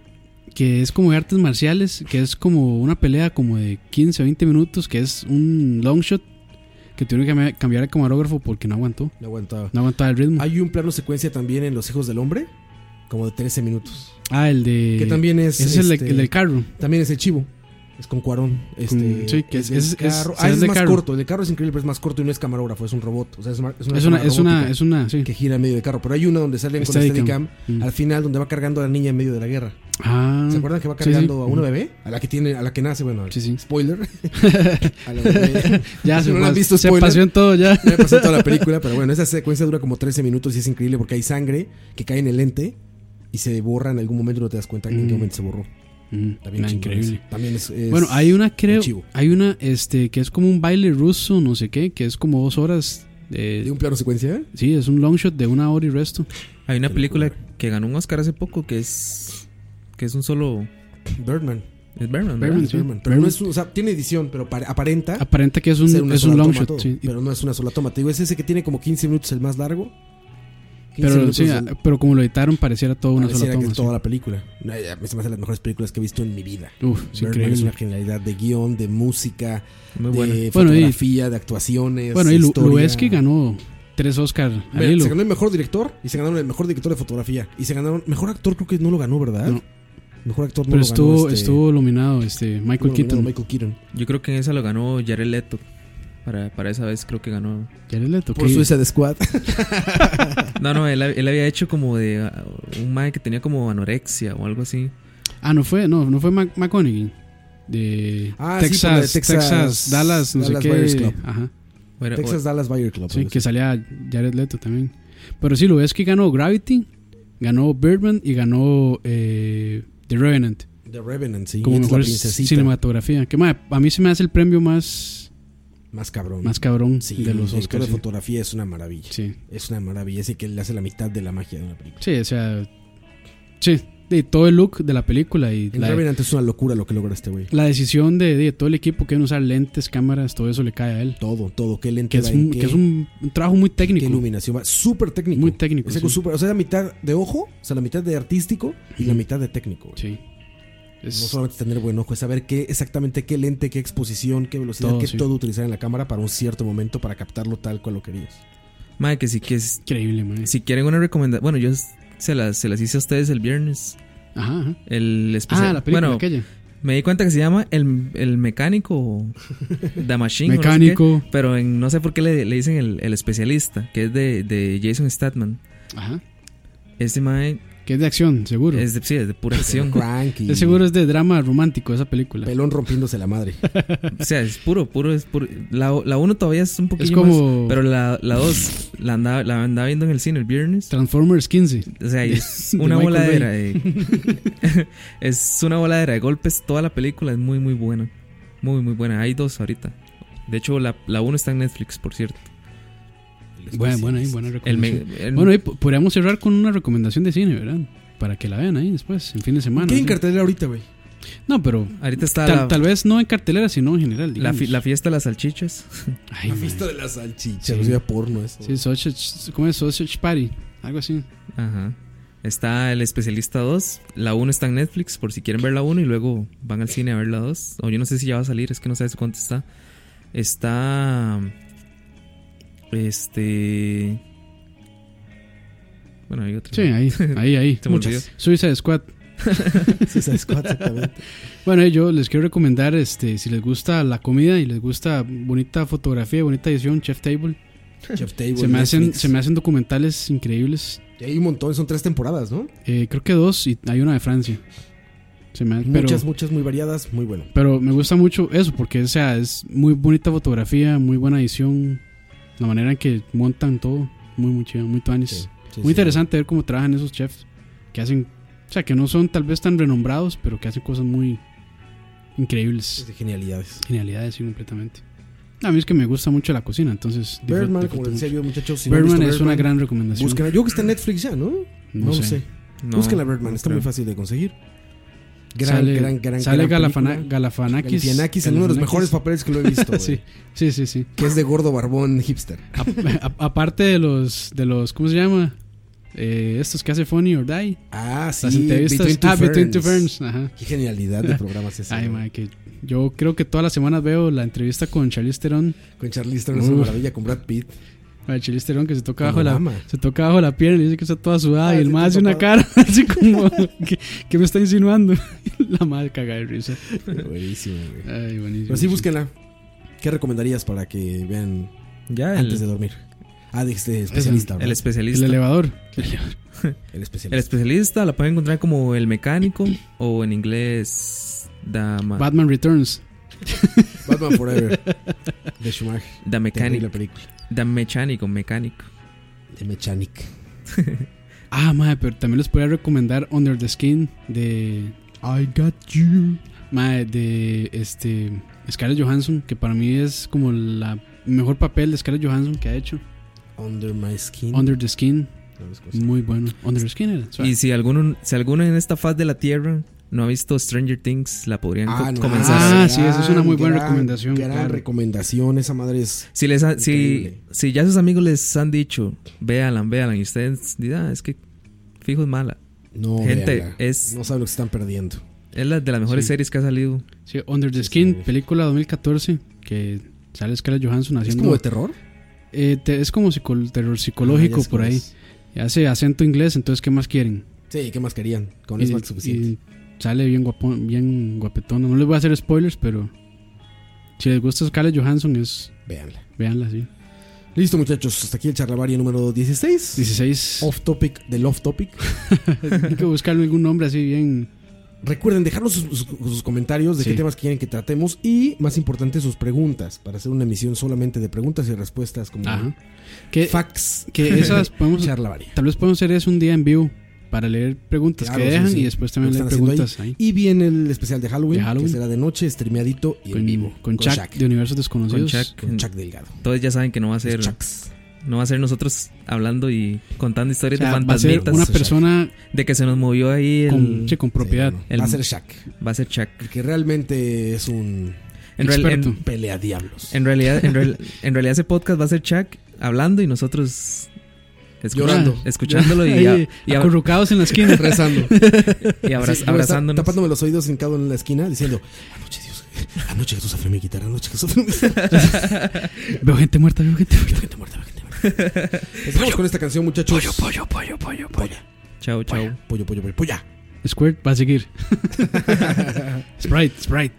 que es como de artes marciales, que es como una pelea como de 15 o 20 minutos, que es un long shot que tuvieron que cambiar- cambiar el camarógrafo porque no aguantó. No aguantaba. No aguantaba el ritmo. Hay un plano secuencia también en Los Hijos del Hombre, como de 13 minutos. Ah, el de... que también es. Ese es el, este, el del carro. También es el chivo. Es con Cuarón. Este, sí, que el es- del es- es- carro. se Ah, ve ese es de más carro. corto. El del carro es increíble, pero es más corto y no es camarógrafo, es un robot. O sea, es una, es una Es una, cámara es una, robótica es una, sí. que gira en medio de carro. Pero hay una donde salen con Steadicam. Steadicam Mm. al final, donde va cargando a la niña en medio de la guerra. Ah, ¿Se acuerdan que va Sí, sí. cargando a una bebé? A la que tiene, a la que nace, bueno, Sí, sí. spoiler. a la bebé. Ya Si se, no la han pas- visto, se spoiler. pasó en todo ya. Ya me pasó toda la película, pero bueno, esa secuencia dura como 13 minutos y es increíble porque hay sangre que cae en el lente y se borra en algún momento y no te das cuenta en qué Mm. momento se borró. Mm, También ah, chingón increíble. ese. También es, es Bueno, hay una, creo, chivo. hay una, este, que es como un baile ruso, no sé qué, que es como dos horas de... de un plano secuencia. Sí, es un long shot de una hora y resto. Hay una Qué película locura. que ganó un Oscar hace poco que es. que es un solo. Birdman. Es Berman. Birdman, Es sí. Birdman. Pero no es, un- o sea, tiene edición, pero pare- aparenta Aparenta que es un, ser una es sola un long toma shot, todo, sí. Y- pero no es una sola toma. Te digo, es ese que tiene como 15 minutos el más largo. 15 Pero, minutos sí, del- ah, pero como lo editaron, pareciera toda una pareciera sola que toma. es toda la película. No, ya, me- Se me hace las mejores películas que he visto en mi vida. sí. Uf, Birdman es es una increíble. genialidad de guión, de música, Muy de buena. Bueno, y- fotografía, de actuaciones. Bueno, y Lu- historia. Lubeski ganó tres Oscar al Mira, hilo. se ganó el mejor director y se ganaron el mejor director de fotografía. Y se ganaron. Mejor actor creo que no lo ganó, ¿verdad? No. Mejor actor no pero lo estuvo, ganó. este, estuvo nominado este, Michael nominado Keaton. Michael Keaton. Yo creo que en esa lo ganó Jared Leto. Para, para esa vez creo que ganó. Jared Leto, Por que- Suicide Squad. No, no, él, él había hecho como de. ah, un mae que tenía como anorexia o algo así. Ah, no fue, no, no fue Mac McConaughey. De, Ah, sí, Texas, por la de Texas, Texas- Dallas, no Dallas sé qué. Buyers Club. Ajá. O era- o- Texas Dallas Buyer Club. Sí, que salía Jared Leto también. Pero sí, Lubeski ganó Gravity, ganó Birdman y ganó eh, The Revenant. The Revenant, sí. como es la mejor princesita. cinematografía. Que mae, a mí se me hace el premio más más cabrón. Más cabrón Sí, de los el director Oscars. de Sí. fotografía es una maravilla. sí. Es una maravilla, ese que le hace la mitad de la magia de una película. Sí, o sea. Sí, de todo el look de la película y En la, Revenant es una locura lo que logra este güey. la decisión de, de todo el equipo que van a usar lentes, cámaras, todo eso le cae a él. Todo, todo, qué lente Que es va en un, qué, que es un trabajo muy qué técnico. iluminación va. Súper técnico. Muy técnico, Es algo sí. súper- o sea, la mitad de ojo, o sea, la mitad de artístico y la mitad de técnico. güey. Sí. Es- No solamente tener buen ojo, es saber qué exactamente qué lente, qué exposición, qué velocidad, Todo, qué sí. todo utilizar en la cámara para un cierto momento para captarlo tal cual lo querías. Madre, que si, que es- Increíble, man. si quieren una recomendación. Bueno, yo s- se las, se las hice a ustedes el viernes. Ajá, ajá. El Ah, especial. la película bueno, aquella. me di cuenta que se llama El, el Mecánico. The Machine. o no sé qué, Mecánico. pero en, no sé por qué le, le dicen el, el especialista, que es de, de Jason Statman. Ajá. Este mae Que es de acción, seguro. es de, sí, es de pura acción. Cranky. De seguro es de drama romántico esa película. Pelón rompiéndose la madre. O sea, es puro, puro, es puro. La, la uno todavía es un poquito como- más, pero la, la dos la andaba, la andaba viendo en el cine el viernes. Transformers 15. O sea, es De una Michael voladera de- es una voladera de golpes. Toda la película es muy, muy buena. Muy, muy buena. Hay dos ahorita. De hecho, la, la uno está en Netflix, por cierto. Pues, Bueno, bueno, ahí, buena El, me- recomendación. el- Bueno, ahí po- podríamos cerrar con una recomendación de cine, ¿verdad? Para que la vean ahí después, en fin de semana. ¿Qué hay en ¿sí? cartelera ahorita, güey? No, pero ahorita está tal, la, tal vez no en cartelera, sino en general. la digamos. fi- la fiesta de las salchichas. Ay, La man. fiesta de la salchicha. Sí. Lucía porno eso. Sí, sausage, ¿cómo es? Sausage Party, algo así. Ajá. Está el especialista 2. La 1 está en Netflix por si quieren ver la 1 y luego van al cine a ver la 2. O yo no sé si ya va a salir, es que no sabes cuánto está. Está. Este. Bueno, hay otro. Sí, ahí, ahí, ahí. Se me olvidó. Suicide Squad. Suicide Squad, exactamente. Bueno, yo les quiero recomendar, este, si les gusta la comida y les gusta bonita fotografía, bonita edición, Chef Table. Chef Table. Se me, hacen, Netflix. se me hacen documentales increíbles. Y Hay un montón, son tres temporadas, ¿no? Eh, creo que dos y hay una de Francia. Se me, pero, Muchas, muchas muy variadas, muy bueno. pero me gusta mucho eso porque o sea, es muy bonita fotografía, muy buena edición, la manera en que montan todo, muy muy chido, muy tuanis. Sí, sí, sí. muy interesante ver cómo trabajan esos chefs que hacen, o sea, que no son tal vez tan renombrados, pero que hacen cosas muy increíbles, De genialidades. genialidades sí, completamente. A mí es que me gusta mucho la cocina, entonces disfruto- Birdman, como disfruto les decía mucho. yo, muchachos. si no han Birdman visto es una Birdman, gran recomendación. Búsquenla. Yo creo que está en Netflix ya, ¿no? no, sé. No, Búsquenla Birdman, no está creo. muy fácil de conseguir. sale sale Galafana- película. Galafanakis. Galifianakis en uno de los Galifianakis. mejores papeles que lo he visto. sí, güey. sí, sí, sí. Que es de gordo barbón hipster. A- a- aparte de los, de los, ¿cómo se llama? Eh, estos que hace Funny or Die. Ah, sí. Las entrevistas. Between Two ah, Between Two Ferns. Ferns. Ajá. Qué genialidad de programas ese. Ay, güey. madre, que yo creo que todas las semanas veo la entrevista con Charlize Theron. Con Charlize Theron es una Uh. maravilla, con Brad Pitt. Madre, Charlize Theron que se toca Con bajo la, Obama. se toca bajo la piel y dice que está toda sudada. Ah, y el sí, más hace está una cara así como, ¿qué, qué me está insinuando? la madre caga de risa. Buenísimo, güey. Ay, buenísimo. Pero sí, búsquenla. ¿Qué recomendarías para que vean Ya, el, antes de dormir? Ah, de este especialista. el ¿verdad? El especialista. El, elevador. El especialista. especialista la pueden encontrar como El Mecánico o en inglés. Dama. Batman Returns. Batman Forever. De Schumacher. The Terrible Mechanic. película. The Mechanic o Mecánico. De Mechanic. Ah, madre, pero también les podría recomendar Under the Skin de. I Got You. Madre, de este. Scarlett Johansson, que para mí es como la mejor papel de Scarlett Johansson que ha hecho. Under My Skin. Under the Skin, No, es cosa. muy bueno. Under the Skin era. suave. Y si alguno, si alguno en esta faz de la Tierra no ha visto Stranger Things, la podrían Ah, co- no, comenzar. ah, a ver. sí, esa es una muy buena recomendación, Gran claro. recomendación, esa madre es. Si, les ha- si, Increíble. si ya sus amigos les han dicho, véanla, véanla, y ustedes dirán, "Ah, es que fijo es mala. No, Gente, véanla. es- No saben lo que están perdiendo. Es la de las mejores Sí. series que ha salido. Sí, Under the Sí, Skin, sí. película 2014, que sale Scarlett Johansson ¿Es haciendo. como de terror? Eh, te- es como psico- terror psicológico Ah, ya sé por cuál ahí. es. Y hace acento inglés, entonces, ¿qué más quieren? Sí, ¿qué más querían? Con eso Y- más que suficiente. y sale bien guapón, bien guapetón. No les voy a hacer spoilers, pero si les gusta Scarlett Johansson es Véanla. véanla sí. Listo, muchachos. Hasta aquí el charlavaria número 16. 16. Off topic del off topic. Hay que buscarle algún nombre así bien. Recuerden dejarnos sus, sus- sus comentarios de Sí. qué temas quieren que tratemos y, más importante, sus preguntas para hacer una emisión solamente de preguntas y respuestas como Ajá. Que, fax. que esas podemos Charlavaria. tal vez podemos hacer eso un día en vivo para leer preguntas Claro, pues, que sí, dejan sí. y después Lo también que leer están haciendo preguntas ahí. Y viene el especial de Halloween, De Halloween. que será de noche, streameadito y en Con, vivo. con Chuck, de Universos Desconocidos. Con Chuck. con Chuck Delgado. Entonces ya saben que no va a ser Chucks. no va a ser nosotros hablando y O contando historias sea, de va a ser fantasmitas una Chuck. persona de que se nos movió ahí el- con, sí, con propiedad. Sí, no, no. el- Va a ser Shaq, va a ser Chuck. el que realmente es un En, real- en- Experto. pelea diablos. en realidad en, real- en realidad ese podcast va a ser Chuck hablando y nosotros escucha- Llorando. escuchándolo y, Ahí, y- acurrucados en la esquina. Rezando. y Sí, no, abra- está abrazándonos. Tapándome los oídos hincado en la esquina diciendo: Anoche Dios, anoche Jesús aferró mi guitarra, anoche Jesús aferró mi veo gente muerta, veo gente muerta. Gente muerta, gente muerta. Empezamos con esta canción, muchachos. Pollo, pollo, pollo, pollo, pollo. Chao, chao. Pollo, pollo, pollo, pollo. Squirt va a seguir. Sprite, Sprite.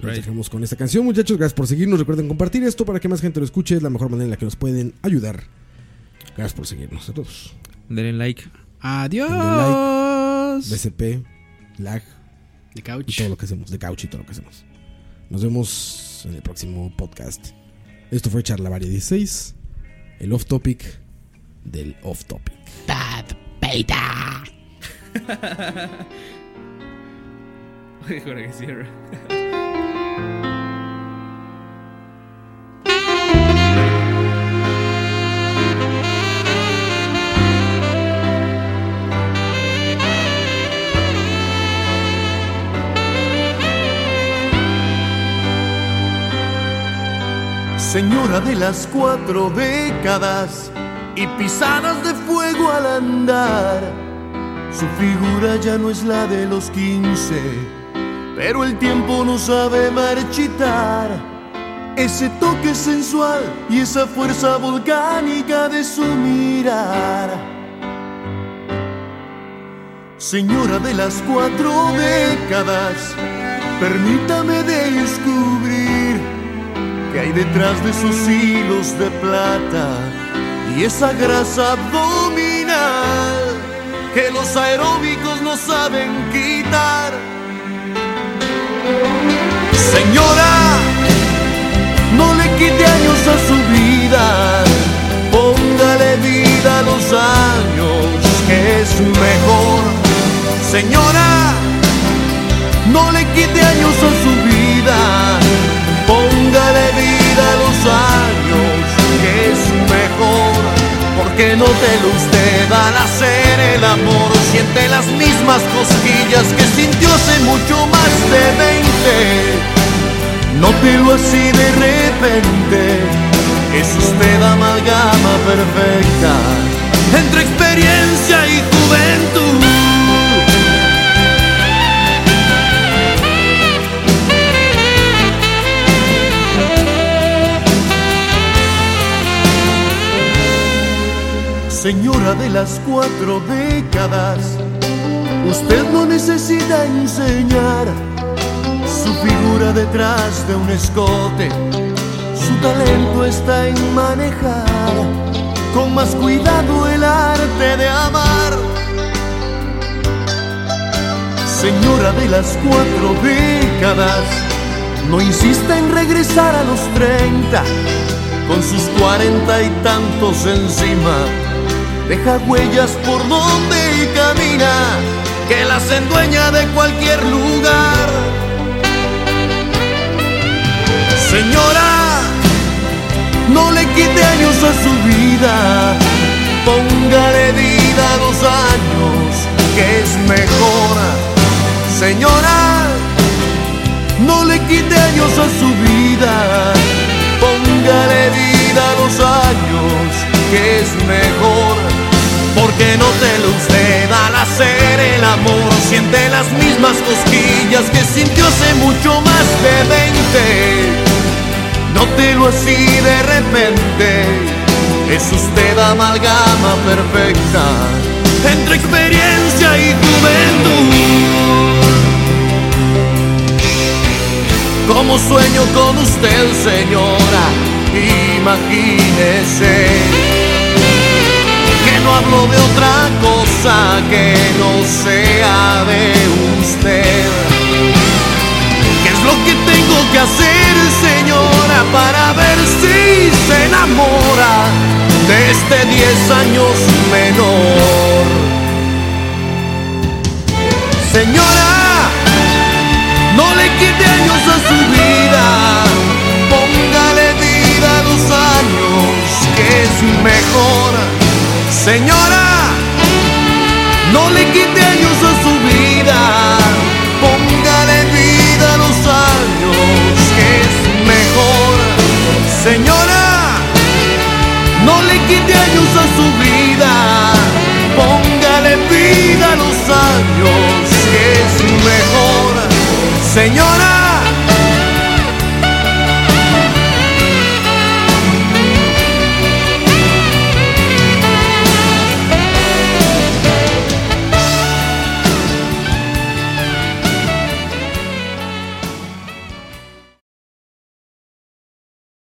Nos dejamos con esta canción, muchachos. Gracias por seguirnos. Recuerden compartir esto para que más gente lo escuche. Es la mejor manera en la que nos pueden ayudar. Gracias por seguirnos a todos. Denle like. Adiós. BCP, lag De y couch. todo lo que hacemos. De couch y todo lo que hacemos. Nos vemos en el próximo podcast. Esto fue Charla Varia 16. El off topic del off topic. Señora de las cuatro décadas y pisadas de fuego al andar. Su figura ya no es la de los quince, pero el tiempo no sabe marchitar. Ese toque sensual y esa fuerza volcánica de su mirar. Señora de las cuatro décadas, permítame descubrir que hay detrás de sus hilos de plata y esa grasa abdominal que los aeróbicos no saben quitar. Señora, no le quite años a su vida, póngale vida a los años, que es mejor. Señora, no le quite años a su vida. Póngale vida a los años, que es mejor. Porque no te lo usted al hacer el amor. Siente las mismas cosquillas que sintió hace mucho más de 20. No te lo así de repente, es usted amalgama perfecta entre experiencia y juventud. Señora de las cuatro décadas, usted no necesita enseñar su figura detrás de un escote. Su talento está en manejar con más cuidado el arte de amar. Señora de las cuatro décadas, no insista en regresar a los 30 con sus cuarenta y tantos encima. Deja huellas por donde camina, que las endueña de cualquier lugar. Señora, no le quite años a su vida, póngale vida a los años, que es mejor. Señora, no le quite años a su vida, póngale vida a los años, que es mejor. Porque no te lo usted al hacer el amor, siente las mismas cosquillas que sintió hace mucho más de 20. Nótelo así de repente, es usted amalgama perfecta entre experiencia y juventud. Como sueño con usted, señora, imagínese que no hablo de otra cosa que no sea de usted. ¿Qué es lo que tengo que hacer, señora, para ver si se enamora de este 10 años menor? quite años a su vida, póngale vida a los años, que es mejor. Señora, no le quite años a su vida, póngale vida a los años, que es mejor. Señora, no le quite años a su vida, póngale vida a los años, que es mejor. Señora,